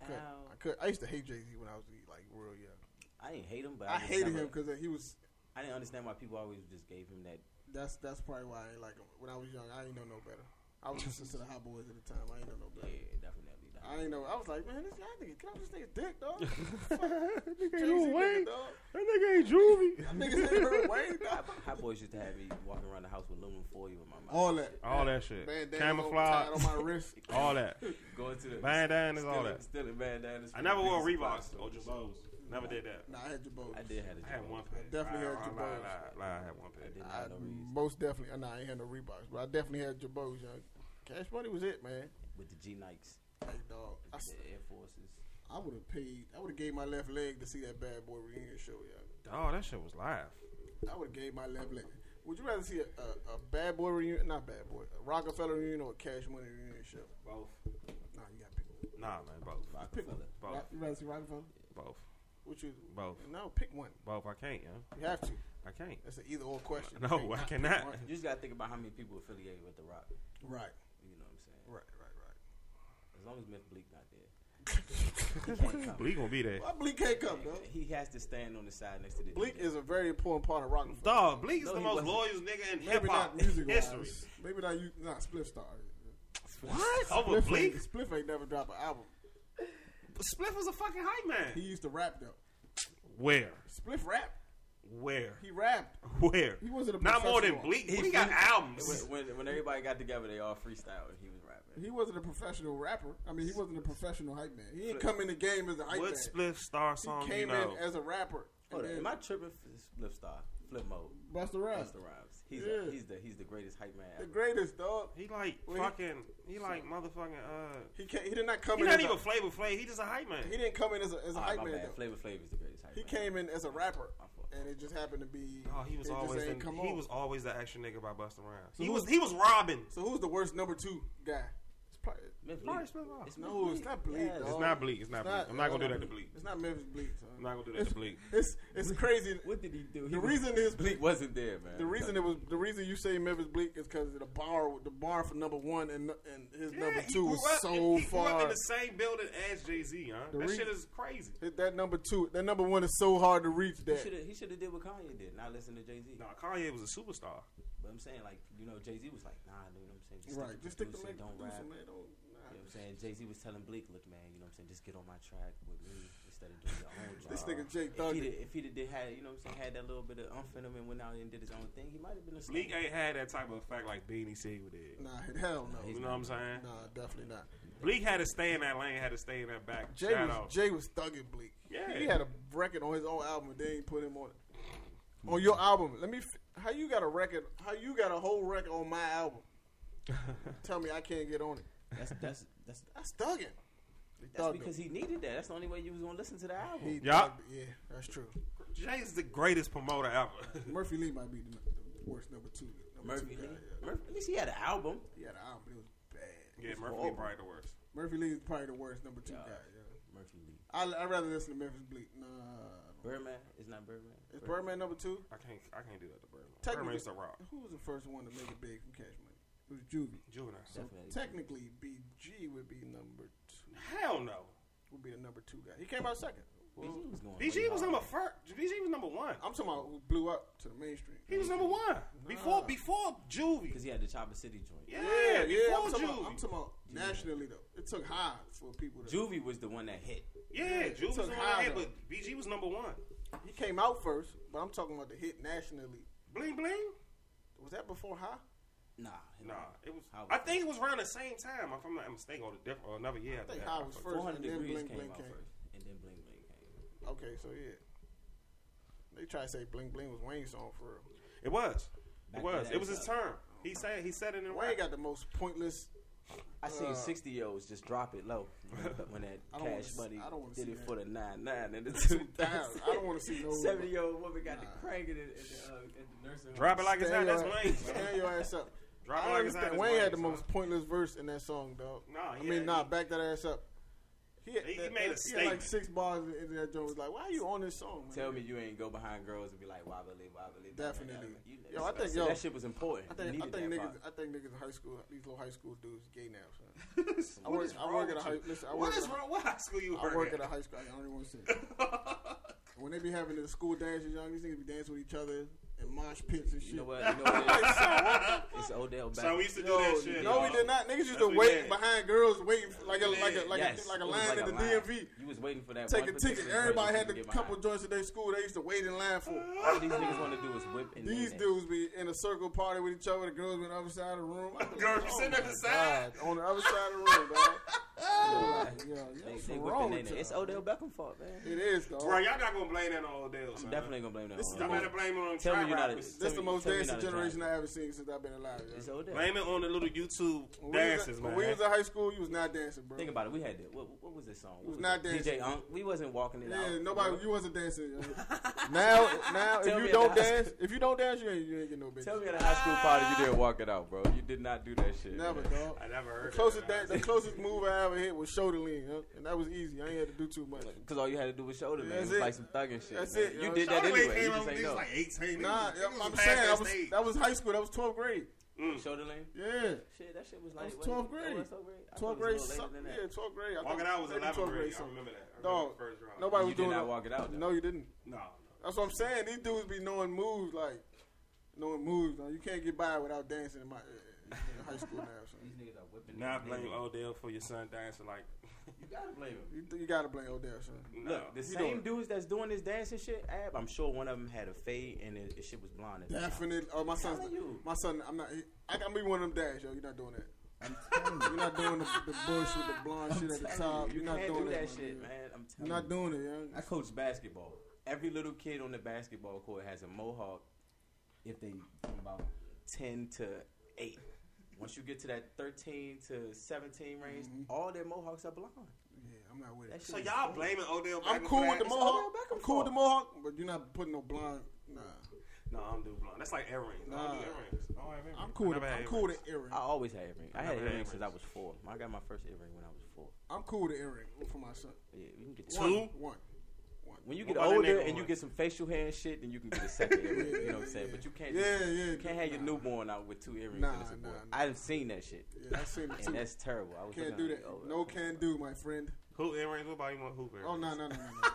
[SPEAKER 1] I could
[SPEAKER 4] Ow.
[SPEAKER 1] I could I used to hate Jay Z when I was like real young.
[SPEAKER 4] I didn't hate him, but I,
[SPEAKER 1] I
[SPEAKER 4] just
[SPEAKER 1] hated
[SPEAKER 4] never-
[SPEAKER 1] him because he was.
[SPEAKER 4] I didn't understand why people always just gave him that.
[SPEAKER 1] That's that's probably why I ain't like him. When I was young, I ain't know no better. I was listening to the Hot Boys at the time. I ain't know no better.
[SPEAKER 4] Yeah, definitely. not.
[SPEAKER 1] I ain't know. I was like, man, this guy nigga, get out this nigga's dick,
[SPEAKER 4] [laughs]
[SPEAKER 1] dog.
[SPEAKER 2] that nigga
[SPEAKER 1] Jay-Z
[SPEAKER 2] ain't
[SPEAKER 1] nigga,
[SPEAKER 2] Wayne.
[SPEAKER 1] dog.
[SPEAKER 2] That nigga ain't Juvie.
[SPEAKER 1] That nigga's ain't heard Wayne, dog.
[SPEAKER 4] Hot boys used to have me walking around the house with aluminum foil in my mouth.
[SPEAKER 1] All
[SPEAKER 4] [laughs]
[SPEAKER 1] that.
[SPEAKER 2] All that shit.
[SPEAKER 1] Bandanas
[SPEAKER 2] Camouflage.
[SPEAKER 1] on- tied on my wrist.
[SPEAKER 2] all that.
[SPEAKER 3] Going to the
[SPEAKER 2] Bandanas, all
[SPEAKER 3] stealing-
[SPEAKER 2] that.
[SPEAKER 3] Stealing bandanas.
[SPEAKER 2] I
[SPEAKER 3] from
[SPEAKER 2] never
[SPEAKER 3] the
[SPEAKER 2] wore
[SPEAKER 3] beauty
[SPEAKER 2] Reeboks
[SPEAKER 3] supply
[SPEAKER 2] or
[SPEAKER 3] store.
[SPEAKER 2] Jabos. Never did that.
[SPEAKER 1] Nah, I had Jabos.
[SPEAKER 4] I did have a
[SPEAKER 2] I had
[SPEAKER 4] Jabos.
[SPEAKER 2] one pair.
[SPEAKER 1] definitely
[SPEAKER 2] Lie,
[SPEAKER 1] had
[SPEAKER 2] lie,
[SPEAKER 1] Jabos.
[SPEAKER 2] lie, lie, I had one
[SPEAKER 4] I
[SPEAKER 2] pair.
[SPEAKER 4] didn't
[SPEAKER 1] I
[SPEAKER 4] have no reason.
[SPEAKER 1] most definitely. uh, Nah, I ain't had no Reeboks, but I definitely had Jabos, young. Cash Money was it, man.
[SPEAKER 4] With the G Nikes,
[SPEAKER 1] Hey, dog. I,
[SPEAKER 4] the Air Forces.
[SPEAKER 1] would have paid. I would have gave my left leg to see that bad boy reunion show, young.
[SPEAKER 2] Oh, that shit was live.
[SPEAKER 1] I would have gave my left leg. Would you rather see a, a, a bad boy reunion? Not bad boy. A Rockefeller reunion or a Cash Money reunion show?
[SPEAKER 2] Both.
[SPEAKER 1] Nah, you got to pick one.
[SPEAKER 2] Nah, man, both.
[SPEAKER 4] Rockefeller.
[SPEAKER 2] Both.
[SPEAKER 1] Rock- You rather see Rockefeller?
[SPEAKER 2] Both.
[SPEAKER 1] Which you?
[SPEAKER 2] Both.
[SPEAKER 1] No, pick one.
[SPEAKER 2] Both. I can't, yeah.
[SPEAKER 1] You have to.
[SPEAKER 2] I can't.
[SPEAKER 1] That's an either or question.
[SPEAKER 2] No,
[SPEAKER 1] You
[SPEAKER 2] I
[SPEAKER 1] can't
[SPEAKER 2] cannot.
[SPEAKER 1] pick one.
[SPEAKER 4] You just gotta think about how many people affiliated with the Rock.
[SPEAKER 1] Right,
[SPEAKER 4] You know what I'm saying?
[SPEAKER 1] right, right,
[SPEAKER 4] As long as Myth Bleak not there,
[SPEAKER 2] [laughs] Bleak gonna be there.
[SPEAKER 1] right. Why Bleak can't come, though?
[SPEAKER 4] he has to stand on the side next to the.
[SPEAKER 1] Bleak
[SPEAKER 4] DJ.
[SPEAKER 1] is a very important part of Rockefeller.
[SPEAKER 2] Dog, Bleak's
[SPEAKER 4] No,
[SPEAKER 2] the
[SPEAKER 4] he
[SPEAKER 2] most
[SPEAKER 4] wasn't.
[SPEAKER 2] loyal nigga in hip
[SPEAKER 1] Maybe
[SPEAKER 2] hop
[SPEAKER 1] not music
[SPEAKER 2] history.
[SPEAKER 1] wise. Maybe not you. Not Spliff Star.
[SPEAKER 2] What?
[SPEAKER 1] Spliff
[SPEAKER 2] Over
[SPEAKER 1] ain't-
[SPEAKER 2] Oh, Bleak?
[SPEAKER 1] Spliff ain't never dropped an album.
[SPEAKER 2] Spliff was a fucking hype
[SPEAKER 1] He
[SPEAKER 2] man.
[SPEAKER 1] used to rap though.
[SPEAKER 2] Where?
[SPEAKER 1] Spliff rap.
[SPEAKER 2] Where? [laughs]
[SPEAKER 1] He rapped.
[SPEAKER 2] Where?
[SPEAKER 1] He wasn't a
[SPEAKER 2] Not more than
[SPEAKER 1] professional.
[SPEAKER 2] Bleak.
[SPEAKER 4] He
[SPEAKER 2] Bleak got
[SPEAKER 4] finished-
[SPEAKER 2] albums.
[SPEAKER 4] When, when, when everybody got together, they all freestyled and he was rapping.
[SPEAKER 1] He wasn't a professional rapper. I mean, he wasn't a professional hype man. He didn't come in the game as a hype
[SPEAKER 2] What
[SPEAKER 1] man.
[SPEAKER 2] Spliff star
[SPEAKER 1] He
[SPEAKER 2] song you
[SPEAKER 1] came
[SPEAKER 2] know?
[SPEAKER 1] in as a rapper. And
[SPEAKER 4] Hold on,
[SPEAKER 1] then
[SPEAKER 4] am I tripping? Flip star, flip mode.
[SPEAKER 1] Busta Rhymes.
[SPEAKER 4] Busta Rhymes. He's
[SPEAKER 1] Yeah.
[SPEAKER 4] a, he's the he's the greatest hype man
[SPEAKER 1] The
[SPEAKER 4] ever.
[SPEAKER 1] greatest dog.
[SPEAKER 2] He like
[SPEAKER 1] Well, he-
[SPEAKER 2] fucking. He like motherfucking. Uh,
[SPEAKER 1] He can't, he did not come
[SPEAKER 2] he
[SPEAKER 1] in.
[SPEAKER 2] not
[SPEAKER 1] as
[SPEAKER 2] even Ah,
[SPEAKER 1] a,
[SPEAKER 2] Flavor Flav. He just a hype man.
[SPEAKER 1] he didn't come in as a, as a
[SPEAKER 4] All right,
[SPEAKER 1] hype
[SPEAKER 4] Ah, my
[SPEAKER 1] man.
[SPEAKER 4] bad.
[SPEAKER 1] though.
[SPEAKER 4] Flavor Flav is the greatest hype
[SPEAKER 1] He
[SPEAKER 4] man.
[SPEAKER 1] came in as a rapper,
[SPEAKER 4] My fault.
[SPEAKER 1] and it just happened to be.
[SPEAKER 2] Oh, he was
[SPEAKER 1] it just
[SPEAKER 2] always
[SPEAKER 1] ain't
[SPEAKER 2] the,
[SPEAKER 1] come
[SPEAKER 2] he
[SPEAKER 1] on.
[SPEAKER 2] was always the action nigga by Busta Rhymes.
[SPEAKER 1] So
[SPEAKER 2] he
[SPEAKER 1] who-
[SPEAKER 2] was he was robbing.
[SPEAKER 1] So who's the worst number two guy? It's probably
[SPEAKER 4] Myth
[SPEAKER 2] Probably
[SPEAKER 4] Bleak.
[SPEAKER 2] Split Rock.
[SPEAKER 4] It's
[SPEAKER 1] no,
[SPEAKER 4] Myth
[SPEAKER 1] it's
[SPEAKER 4] Bleak.
[SPEAKER 1] not bleak.
[SPEAKER 4] Yes.
[SPEAKER 1] dog.
[SPEAKER 2] It's not bleak. It's not bleak. I'm not gonna do that to bleak.
[SPEAKER 1] It's not Memphis bleak. Son.
[SPEAKER 2] I'm not gonna do that to bleak.
[SPEAKER 1] It's it's crazy.
[SPEAKER 4] What did he do? He
[SPEAKER 1] The
[SPEAKER 4] was-
[SPEAKER 1] reason is
[SPEAKER 4] Bleak wasn't there, man.
[SPEAKER 1] The reason it was the reason you say Memphis bleak is because the bar the bar for number one and and his number
[SPEAKER 2] Yeah, he
[SPEAKER 1] two
[SPEAKER 2] grew
[SPEAKER 1] was
[SPEAKER 2] up-
[SPEAKER 1] so
[SPEAKER 2] he grew up in
[SPEAKER 1] far.
[SPEAKER 2] the same building as Jay Z, huh?
[SPEAKER 1] The
[SPEAKER 2] that
[SPEAKER 1] re-
[SPEAKER 2] shit is crazy.
[SPEAKER 1] Hit That number two, that number one is so hard to reach.
[SPEAKER 4] He
[SPEAKER 1] That
[SPEAKER 4] should have he should have did what Kanye did, not listen to Jay Z.
[SPEAKER 2] Nah, Kanye was a superstar.
[SPEAKER 4] But I'm saying like you know Jay Z was like nah, dude, you know what I'm saying just
[SPEAKER 1] right, just stick to
[SPEAKER 4] producing,
[SPEAKER 1] making
[SPEAKER 4] don't
[SPEAKER 1] producer,
[SPEAKER 4] rap.
[SPEAKER 1] man. Don't, nah.
[SPEAKER 4] You know what I'm saying Jay Z was telling Bleak, look man, you know what I'm saying just get on my track with me instead of doing your own job.
[SPEAKER 1] This nigga Jake
[SPEAKER 4] If he
[SPEAKER 1] Thugger.
[SPEAKER 4] did, if he did had you know what I'm saying had that little bit of umph in him and went out and did his own thing, he might have been a
[SPEAKER 2] Bleak
[SPEAKER 4] star.
[SPEAKER 2] ain't had that type of effect like Beanie Sigel did.
[SPEAKER 1] Nah, hell no.
[SPEAKER 4] he's-
[SPEAKER 2] You know what I'm saying?
[SPEAKER 1] Nah, definitely not.
[SPEAKER 2] Bleak had to stay in that lane. Had to stay in that back.
[SPEAKER 1] Jay
[SPEAKER 2] Shout
[SPEAKER 1] was
[SPEAKER 2] out.
[SPEAKER 1] Jay was thugging bleak.
[SPEAKER 2] Yeah.
[SPEAKER 1] he had a record on his own album, and they ain't put him on it. On your album, let me. F- how you got a record? How you got a whole record on my album?
[SPEAKER 2] [laughs]
[SPEAKER 1] Tell me I can't get on it.
[SPEAKER 4] That's that's that's
[SPEAKER 1] That's thugging. He
[SPEAKER 4] that's
[SPEAKER 1] thugged
[SPEAKER 4] because he needed that. That's the only way you was gonna listen to the album.
[SPEAKER 1] him. He
[SPEAKER 2] Yeah.
[SPEAKER 1] thugged- yeah, that's true.
[SPEAKER 2] Jay's the greatest promoter ever. [laughs]
[SPEAKER 1] Murphy Lee might be the, the worst number two. Number
[SPEAKER 4] Murphy
[SPEAKER 1] two
[SPEAKER 4] Lee.
[SPEAKER 1] guy, yeah.
[SPEAKER 4] Murphy, at least he had an album.
[SPEAKER 1] He had an album, but it was bad.
[SPEAKER 2] yeah, Murphy Lee
[SPEAKER 4] horrible.
[SPEAKER 2] probably the worst.
[SPEAKER 1] Murphy Lee is probably the worst number two
[SPEAKER 4] Yeah.
[SPEAKER 1] guy. Yeah.
[SPEAKER 4] Murphy Lee.
[SPEAKER 1] I would rather listen to Memphis Bleak. Nah,
[SPEAKER 4] Birdman is not Birdman.
[SPEAKER 1] is Birdman number two?
[SPEAKER 2] I can't. I can't do that to Birdman.
[SPEAKER 1] Technically-
[SPEAKER 2] Birdman's the rock.
[SPEAKER 1] Who was the first one to make it big from Cash Money? It was juvie.
[SPEAKER 2] Juvenile.
[SPEAKER 1] So
[SPEAKER 4] Definitely.
[SPEAKER 1] technically, BG would be number two.
[SPEAKER 2] Hell no.
[SPEAKER 1] Would be the number two guy. He came out second.
[SPEAKER 4] BG was going. way
[SPEAKER 2] BG was
[SPEAKER 4] hard.
[SPEAKER 2] number first. BG was number one.
[SPEAKER 1] I'm talking about who blew up to the mainstream.
[SPEAKER 2] He was number one before
[SPEAKER 1] Nah.
[SPEAKER 2] before
[SPEAKER 4] because
[SPEAKER 2] Juvie.
[SPEAKER 4] he had the Chopper City joint.
[SPEAKER 2] Yeah,
[SPEAKER 1] yeah. yeah, I'm
[SPEAKER 2] before
[SPEAKER 1] talking, about, I'm
[SPEAKER 2] Juvie.
[SPEAKER 1] talking about nationally though. It took high for people. To,
[SPEAKER 3] Juvie was the one that hit.
[SPEAKER 2] Yeah,
[SPEAKER 1] it
[SPEAKER 2] Juvie was
[SPEAKER 1] took
[SPEAKER 2] number
[SPEAKER 1] high
[SPEAKER 2] one,
[SPEAKER 1] though.
[SPEAKER 2] but BG was number one.
[SPEAKER 1] he came out first, but I'm talking about the hit nationally.
[SPEAKER 2] Bling bling.
[SPEAKER 1] Was that before high?
[SPEAKER 3] Nah,
[SPEAKER 2] Nah, it was.
[SPEAKER 3] How was
[SPEAKER 2] I think it was around the same time. If I'm not mistaken, or, the diff- or another year.
[SPEAKER 1] I
[SPEAKER 2] after
[SPEAKER 1] think
[SPEAKER 2] that.
[SPEAKER 1] high was first,
[SPEAKER 3] 400
[SPEAKER 1] and then
[SPEAKER 3] degrees
[SPEAKER 1] bling
[SPEAKER 3] came
[SPEAKER 1] bling
[SPEAKER 3] out
[SPEAKER 1] came.
[SPEAKER 3] first, and then bling bling came.
[SPEAKER 1] Okay, so yeah. They try to say bling bling was Wayne's song for real.
[SPEAKER 2] It was.
[SPEAKER 3] Back
[SPEAKER 2] it
[SPEAKER 3] to
[SPEAKER 2] was.
[SPEAKER 3] that
[SPEAKER 2] It was his
[SPEAKER 3] stuff.
[SPEAKER 2] turn. He said. He said it in
[SPEAKER 1] Wayne
[SPEAKER 2] rap.
[SPEAKER 1] got the most pointless.
[SPEAKER 4] I seen
[SPEAKER 1] Uh,
[SPEAKER 4] sixty year olds just drop it
[SPEAKER 1] [laughs]
[SPEAKER 4] low when that
[SPEAKER 1] I don't wanna
[SPEAKER 4] Cash
[SPEAKER 1] s-
[SPEAKER 4] Money
[SPEAKER 1] I don't wanna
[SPEAKER 4] did
[SPEAKER 1] see
[SPEAKER 4] it
[SPEAKER 1] that.
[SPEAKER 4] for the nine
[SPEAKER 1] [laughs]
[SPEAKER 4] nine and the two thousand.
[SPEAKER 1] I don't wanna see no-
[SPEAKER 4] seventy year old woman got
[SPEAKER 1] Nah.
[SPEAKER 4] the crank in it at the, uh, at the nursing home.
[SPEAKER 2] Drop it like it's not.
[SPEAKER 1] Stand
[SPEAKER 2] That's
[SPEAKER 1] your- [laughs]
[SPEAKER 2] Wayne.
[SPEAKER 1] Stand your ass up.
[SPEAKER 2] [laughs] Drop it
[SPEAKER 1] I
[SPEAKER 2] like it's
[SPEAKER 1] understand.
[SPEAKER 2] not. That's
[SPEAKER 1] Wayne had the
[SPEAKER 2] son.
[SPEAKER 4] [laughs]
[SPEAKER 1] most pointless verse in that song, dog.
[SPEAKER 2] Nah,
[SPEAKER 1] I
[SPEAKER 2] he
[SPEAKER 1] mean,
[SPEAKER 2] had-
[SPEAKER 1] nah, back that ass up. He, had,
[SPEAKER 2] He- he
[SPEAKER 1] that-
[SPEAKER 2] made a
[SPEAKER 1] that- He had like
[SPEAKER 2] statement.
[SPEAKER 1] six bars in that joint. Was like, why are you on this song? Man?
[SPEAKER 4] Tell me
[SPEAKER 3] You ain't go behind girls and be like wobbly wobbly.
[SPEAKER 1] Definitely.
[SPEAKER 3] You know,
[SPEAKER 1] Yo, I think
[SPEAKER 4] So
[SPEAKER 1] yo,
[SPEAKER 4] that shit was important.
[SPEAKER 1] I think
[SPEAKER 4] You
[SPEAKER 1] I
[SPEAKER 4] needed
[SPEAKER 1] think
[SPEAKER 4] that
[SPEAKER 1] niggas,
[SPEAKER 4] vibe.
[SPEAKER 1] I think niggas in high school, these little high school dudes, gay now. Son. I
[SPEAKER 2] What
[SPEAKER 1] work,
[SPEAKER 2] is
[SPEAKER 1] I
[SPEAKER 2] wrong
[SPEAKER 1] work at a
[SPEAKER 2] with
[SPEAKER 1] high.
[SPEAKER 2] you?
[SPEAKER 1] Listen, I
[SPEAKER 2] What
[SPEAKER 1] work,
[SPEAKER 2] is
[SPEAKER 1] at,
[SPEAKER 2] wrong? What high school you
[SPEAKER 1] a- I work at
[SPEAKER 2] at?
[SPEAKER 1] a high school. I only want to say. When they be having the school dances, young these niggas be dancing with each other and mosh pits and shit.
[SPEAKER 4] You know
[SPEAKER 1] [laughs]
[SPEAKER 4] what? You know what it is? it's Odell back.
[SPEAKER 2] So we used to do
[SPEAKER 1] Yo,
[SPEAKER 2] that shit.
[SPEAKER 1] No, we
[SPEAKER 2] dog.
[SPEAKER 1] did not. Niggas used
[SPEAKER 2] That's
[SPEAKER 1] to
[SPEAKER 2] what we
[SPEAKER 1] wait
[SPEAKER 2] did.
[SPEAKER 1] behind girls, waiting for, like a
[SPEAKER 2] Yeah.
[SPEAKER 1] like a like
[SPEAKER 4] yes,
[SPEAKER 1] a like a
[SPEAKER 4] it was
[SPEAKER 1] line at the
[SPEAKER 4] line.
[SPEAKER 1] DMV.
[SPEAKER 4] You was waiting for that.
[SPEAKER 1] Take
[SPEAKER 4] one
[SPEAKER 1] a ticket.
[SPEAKER 4] particular
[SPEAKER 1] Everybody
[SPEAKER 4] person
[SPEAKER 1] had
[SPEAKER 4] to
[SPEAKER 1] a
[SPEAKER 4] get
[SPEAKER 1] couple
[SPEAKER 4] behind.
[SPEAKER 1] joints at their school. They used to wait in line for.
[SPEAKER 4] All these niggas want to do is whip and
[SPEAKER 1] These
[SPEAKER 4] then they-
[SPEAKER 1] dudes be in a circle party with each other. The girls be on the other side of the room. I was
[SPEAKER 2] [laughs] Girls
[SPEAKER 1] like,
[SPEAKER 2] be
[SPEAKER 1] oh
[SPEAKER 2] sitting at the
[SPEAKER 1] my
[SPEAKER 2] side.
[SPEAKER 1] God, on the other side of the room,
[SPEAKER 4] [laughs]
[SPEAKER 1] dog.
[SPEAKER 4] Yeah.
[SPEAKER 1] Like, yo, yo,
[SPEAKER 4] They,
[SPEAKER 1] what's
[SPEAKER 4] they
[SPEAKER 1] wrong
[SPEAKER 4] whipping
[SPEAKER 1] with
[SPEAKER 4] in it. It's
[SPEAKER 1] y'all?
[SPEAKER 4] Odell Beckham fault, man.
[SPEAKER 1] It is, dog.
[SPEAKER 2] Bro, y'all not gonna blame that on Odell.
[SPEAKER 4] I'm
[SPEAKER 2] Son.
[SPEAKER 4] definitely gonna blame that.
[SPEAKER 1] This
[SPEAKER 4] on
[SPEAKER 1] is the
[SPEAKER 4] Odell.
[SPEAKER 2] Y'all better blame it on
[SPEAKER 4] Tell
[SPEAKER 2] trap
[SPEAKER 4] me you're not a-
[SPEAKER 2] rappers.
[SPEAKER 1] This
[SPEAKER 4] Tell
[SPEAKER 1] the
[SPEAKER 4] me-
[SPEAKER 1] most
[SPEAKER 4] tell me
[SPEAKER 1] dancing
[SPEAKER 4] not a
[SPEAKER 1] generation
[SPEAKER 4] driver.
[SPEAKER 1] I ever seen since I've been alive. yo.
[SPEAKER 4] It's Odell.
[SPEAKER 2] Blame it on the little YouTube
[SPEAKER 1] When we was
[SPEAKER 2] dances,
[SPEAKER 1] in-
[SPEAKER 2] man.
[SPEAKER 1] When we was in high school, you was not dancing, bro.
[SPEAKER 4] Think about it. We had that. What, what was this song? What
[SPEAKER 1] was not
[SPEAKER 4] it?
[SPEAKER 1] dancing.
[SPEAKER 4] DJ Unk. We wasn't walking it out.
[SPEAKER 1] Yeah, nobody. You wasn't dancing.
[SPEAKER 4] [laughs]
[SPEAKER 1] yo. now, now, if
[SPEAKER 4] Tell
[SPEAKER 1] you
[SPEAKER 4] me
[SPEAKER 1] don't
[SPEAKER 4] about it.
[SPEAKER 1] dance, if you don't dance, you ain't, you ain't getting no bitch.
[SPEAKER 4] Tell me at a high school party you didn't walk it out, bro. You did not do that shit.
[SPEAKER 1] Never,
[SPEAKER 4] man.
[SPEAKER 1] dog.
[SPEAKER 2] I never
[SPEAKER 1] The
[SPEAKER 2] heard.
[SPEAKER 1] closest
[SPEAKER 2] that.
[SPEAKER 1] dance, the closest move I ever hit was shoulder lean, yo, and that was easy. I ain't had to do too much.
[SPEAKER 4] Cause all you had to do was shoulder, man. It
[SPEAKER 1] That's
[SPEAKER 4] was
[SPEAKER 1] it.
[SPEAKER 4] like some thugging shit.
[SPEAKER 1] That's
[SPEAKER 4] man.
[SPEAKER 1] it, yo.
[SPEAKER 4] You did that
[SPEAKER 2] Charlie Wade
[SPEAKER 4] anyway. You
[SPEAKER 2] came out
[SPEAKER 4] just
[SPEAKER 2] when
[SPEAKER 4] ain't
[SPEAKER 2] he was
[SPEAKER 4] know.
[SPEAKER 2] like 18.
[SPEAKER 1] Nah,
[SPEAKER 2] He
[SPEAKER 1] yo,
[SPEAKER 2] was
[SPEAKER 1] I'm
[SPEAKER 2] past
[SPEAKER 1] saying
[SPEAKER 2] that
[SPEAKER 1] I was,
[SPEAKER 2] stage.
[SPEAKER 1] that was high school. That was 12th grade.
[SPEAKER 4] Shoulder lane.
[SPEAKER 1] Yeah,
[SPEAKER 4] Shit, that shit was
[SPEAKER 1] was
[SPEAKER 4] like oh,
[SPEAKER 1] 12th grade. 12th grade. Suck, yeah, 12th grade. I
[SPEAKER 2] Walking
[SPEAKER 1] think
[SPEAKER 2] out was
[SPEAKER 1] maybe
[SPEAKER 2] 11
[SPEAKER 1] 12th
[SPEAKER 2] grade. I
[SPEAKER 1] something.
[SPEAKER 2] remember that. I remember
[SPEAKER 1] Dog,
[SPEAKER 2] the first round.
[SPEAKER 1] Nobody
[SPEAKER 4] You
[SPEAKER 1] was
[SPEAKER 4] did
[SPEAKER 1] doing
[SPEAKER 4] not
[SPEAKER 1] it.
[SPEAKER 4] walk it out.
[SPEAKER 1] No, you didn't.
[SPEAKER 2] No, no.
[SPEAKER 1] That's what I'm saying. These dudes be knowing moves like knowing moves. Dog. You can't get by without dancing in my in high school now. So.
[SPEAKER 3] These niggas are whipping.
[SPEAKER 2] Not blame Odell for your son dancing like.
[SPEAKER 3] You gotta blame him.
[SPEAKER 1] You, you gotta blame Odell, son.
[SPEAKER 2] No.
[SPEAKER 4] Look, the
[SPEAKER 1] You
[SPEAKER 4] same
[SPEAKER 1] don't.
[SPEAKER 4] dudes that's doing this dancing shit, Ab, I'm sure one of them had a fade and it, it shit was blonde. At the time.
[SPEAKER 1] Definitely. Oh, my son's.
[SPEAKER 4] Telling you.
[SPEAKER 1] My son. I'm not. He, I, I'm be one of them dads, yo. You're not doing that. You're not doing the, the bush with the blonde shit at the top.
[SPEAKER 4] You
[SPEAKER 1] You're not
[SPEAKER 4] can't
[SPEAKER 1] doing
[SPEAKER 4] do that
[SPEAKER 1] my
[SPEAKER 4] shit,
[SPEAKER 1] nigga.
[SPEAKER 4] man. I'm
[SPEAKER 1] You're
[SPEAKER 4] telling
[SPEAKER 1] not
[SPEAKER 4] you.
[SPEAKER 1] doing it, yo.
[SPEAKER 4] I coach basketball. Every little kid on the basketball court has a mohawk if they from about 10 to 8. Once you get to that 13 to 17 range,
[SPEAKER 1] Mm-hmm.
[SPEAKER 4] all their mohawks are blonde.
[SPEAKER 1] Yeah, I'm not with
[SPEAKER 4] That
[SPEAKER 1] it.
[SPEAKER 4] shit
[SPEAKER 2] So
[SPEAKER 4] is
[SPEAKER 2] y'all
[SPEAKER 4] dope.
[SPEAKER 2] blaming Odell?
[SPEAKER 1] I'm
[SPEAKER 2] Beckham
[SPEAKER 1] cool
[SPEAKER 2] for
[SPEAKER 1] with the
[SPEAKER 2] that?
[SPEAKER 1] mohawk.
[SPEAKER 4] Odell Beckham
[SPEAKER 1] I'm cool with
[SPEAKER 4] fault.
[SPEAKER 1] the mohawk, but you're not putting no blonde. Nah,
[SPEAKER 2] No, I'm do blonde. That's like earrings. I
[SPEAKER 1] Nah.
[SPEAKER 2] don't do earrings. I
[SPEAKER 1] Oh,
[SPEAKER 2] don't have earrings.
[SPEAKER 1] I'm cool. With,
[SPEAKER 2] I never
[SPEAKER 1] I'm
[SPEAKER 2] had
[SPEAKER 1] cool with
[SPEAKER 2] earrings.
[SPEAKER 1] the earring.
[SPEAKER 4] I always had earrings. I
[SPEAKER 2] I
[SPEAKER 4] had
[SPEAKER 2] never had
[SPEAKER 4] earrings since I was
[SPEAKER 2] earrings.
[SPEAKER 4] four. I got my first earring when I was four.
[SPEAKER 1] I'm cool with the earring for my son.
[SPEAKER 4] Yeah, you can get
[SPEAKER 2] Two?
[SPEAKER 4] one.
[SPEAKER 1] One, one.
[SPEAKER 4] When you
[SPEAKER 2] What
[SPEAKER 4] get
[SPEAKER 2] about that
[SPEAKER 4] older
[SPEAKER 2] nigga
[SPEAKER 4] and you
[SPEAKER 2] on?
[SPEAKER 4] get some facial hair and shit, then you can get a second earring. you know what I'm saying?
[SPEAKER 1] Yeah,
[SPEAKER 4] But you can't.
[SPEAKER 1] yeah,
[SPEAKER 4] just-
[SPEAKER 1] yeah.
[SPEAKER 4] You can't have your
[SPEAKER 1] nah.
[SPEAKER 4] newborn out with two earrings.
[SPEAKER 1] Nah,
[SPEAKER 4] in this
[SPEAKER 1] nah,
[SPEAKER 4] boy.
[SPEAKER 1] nah.
[SPEAKER 4] I done seen that shit,
[SPEAKER 1] Yeah, I seen it
[SPEAKER 4] and
[SPEAKER 1] too.
[SPEAKER 4] that's terrible. I was
[SPEAKER 1] Can't do
[SPEAKER 4] looking
[SPEAKER 1] that.
[SPEAKER 4] at it, oh,
[SPEAKER 1] No
[SPEAKER 4] okay.
[SPEAKER 1] can do, my friend.
[SPEAKER 2] Hoop earrings. What about you want hoop
[SPEAKER 1] Oh
[SPEAKER 2] earrings?
[SPEAKER 1] no no no no!
[SPEAKER 4] [laughs]
[SPEAKER 1] no.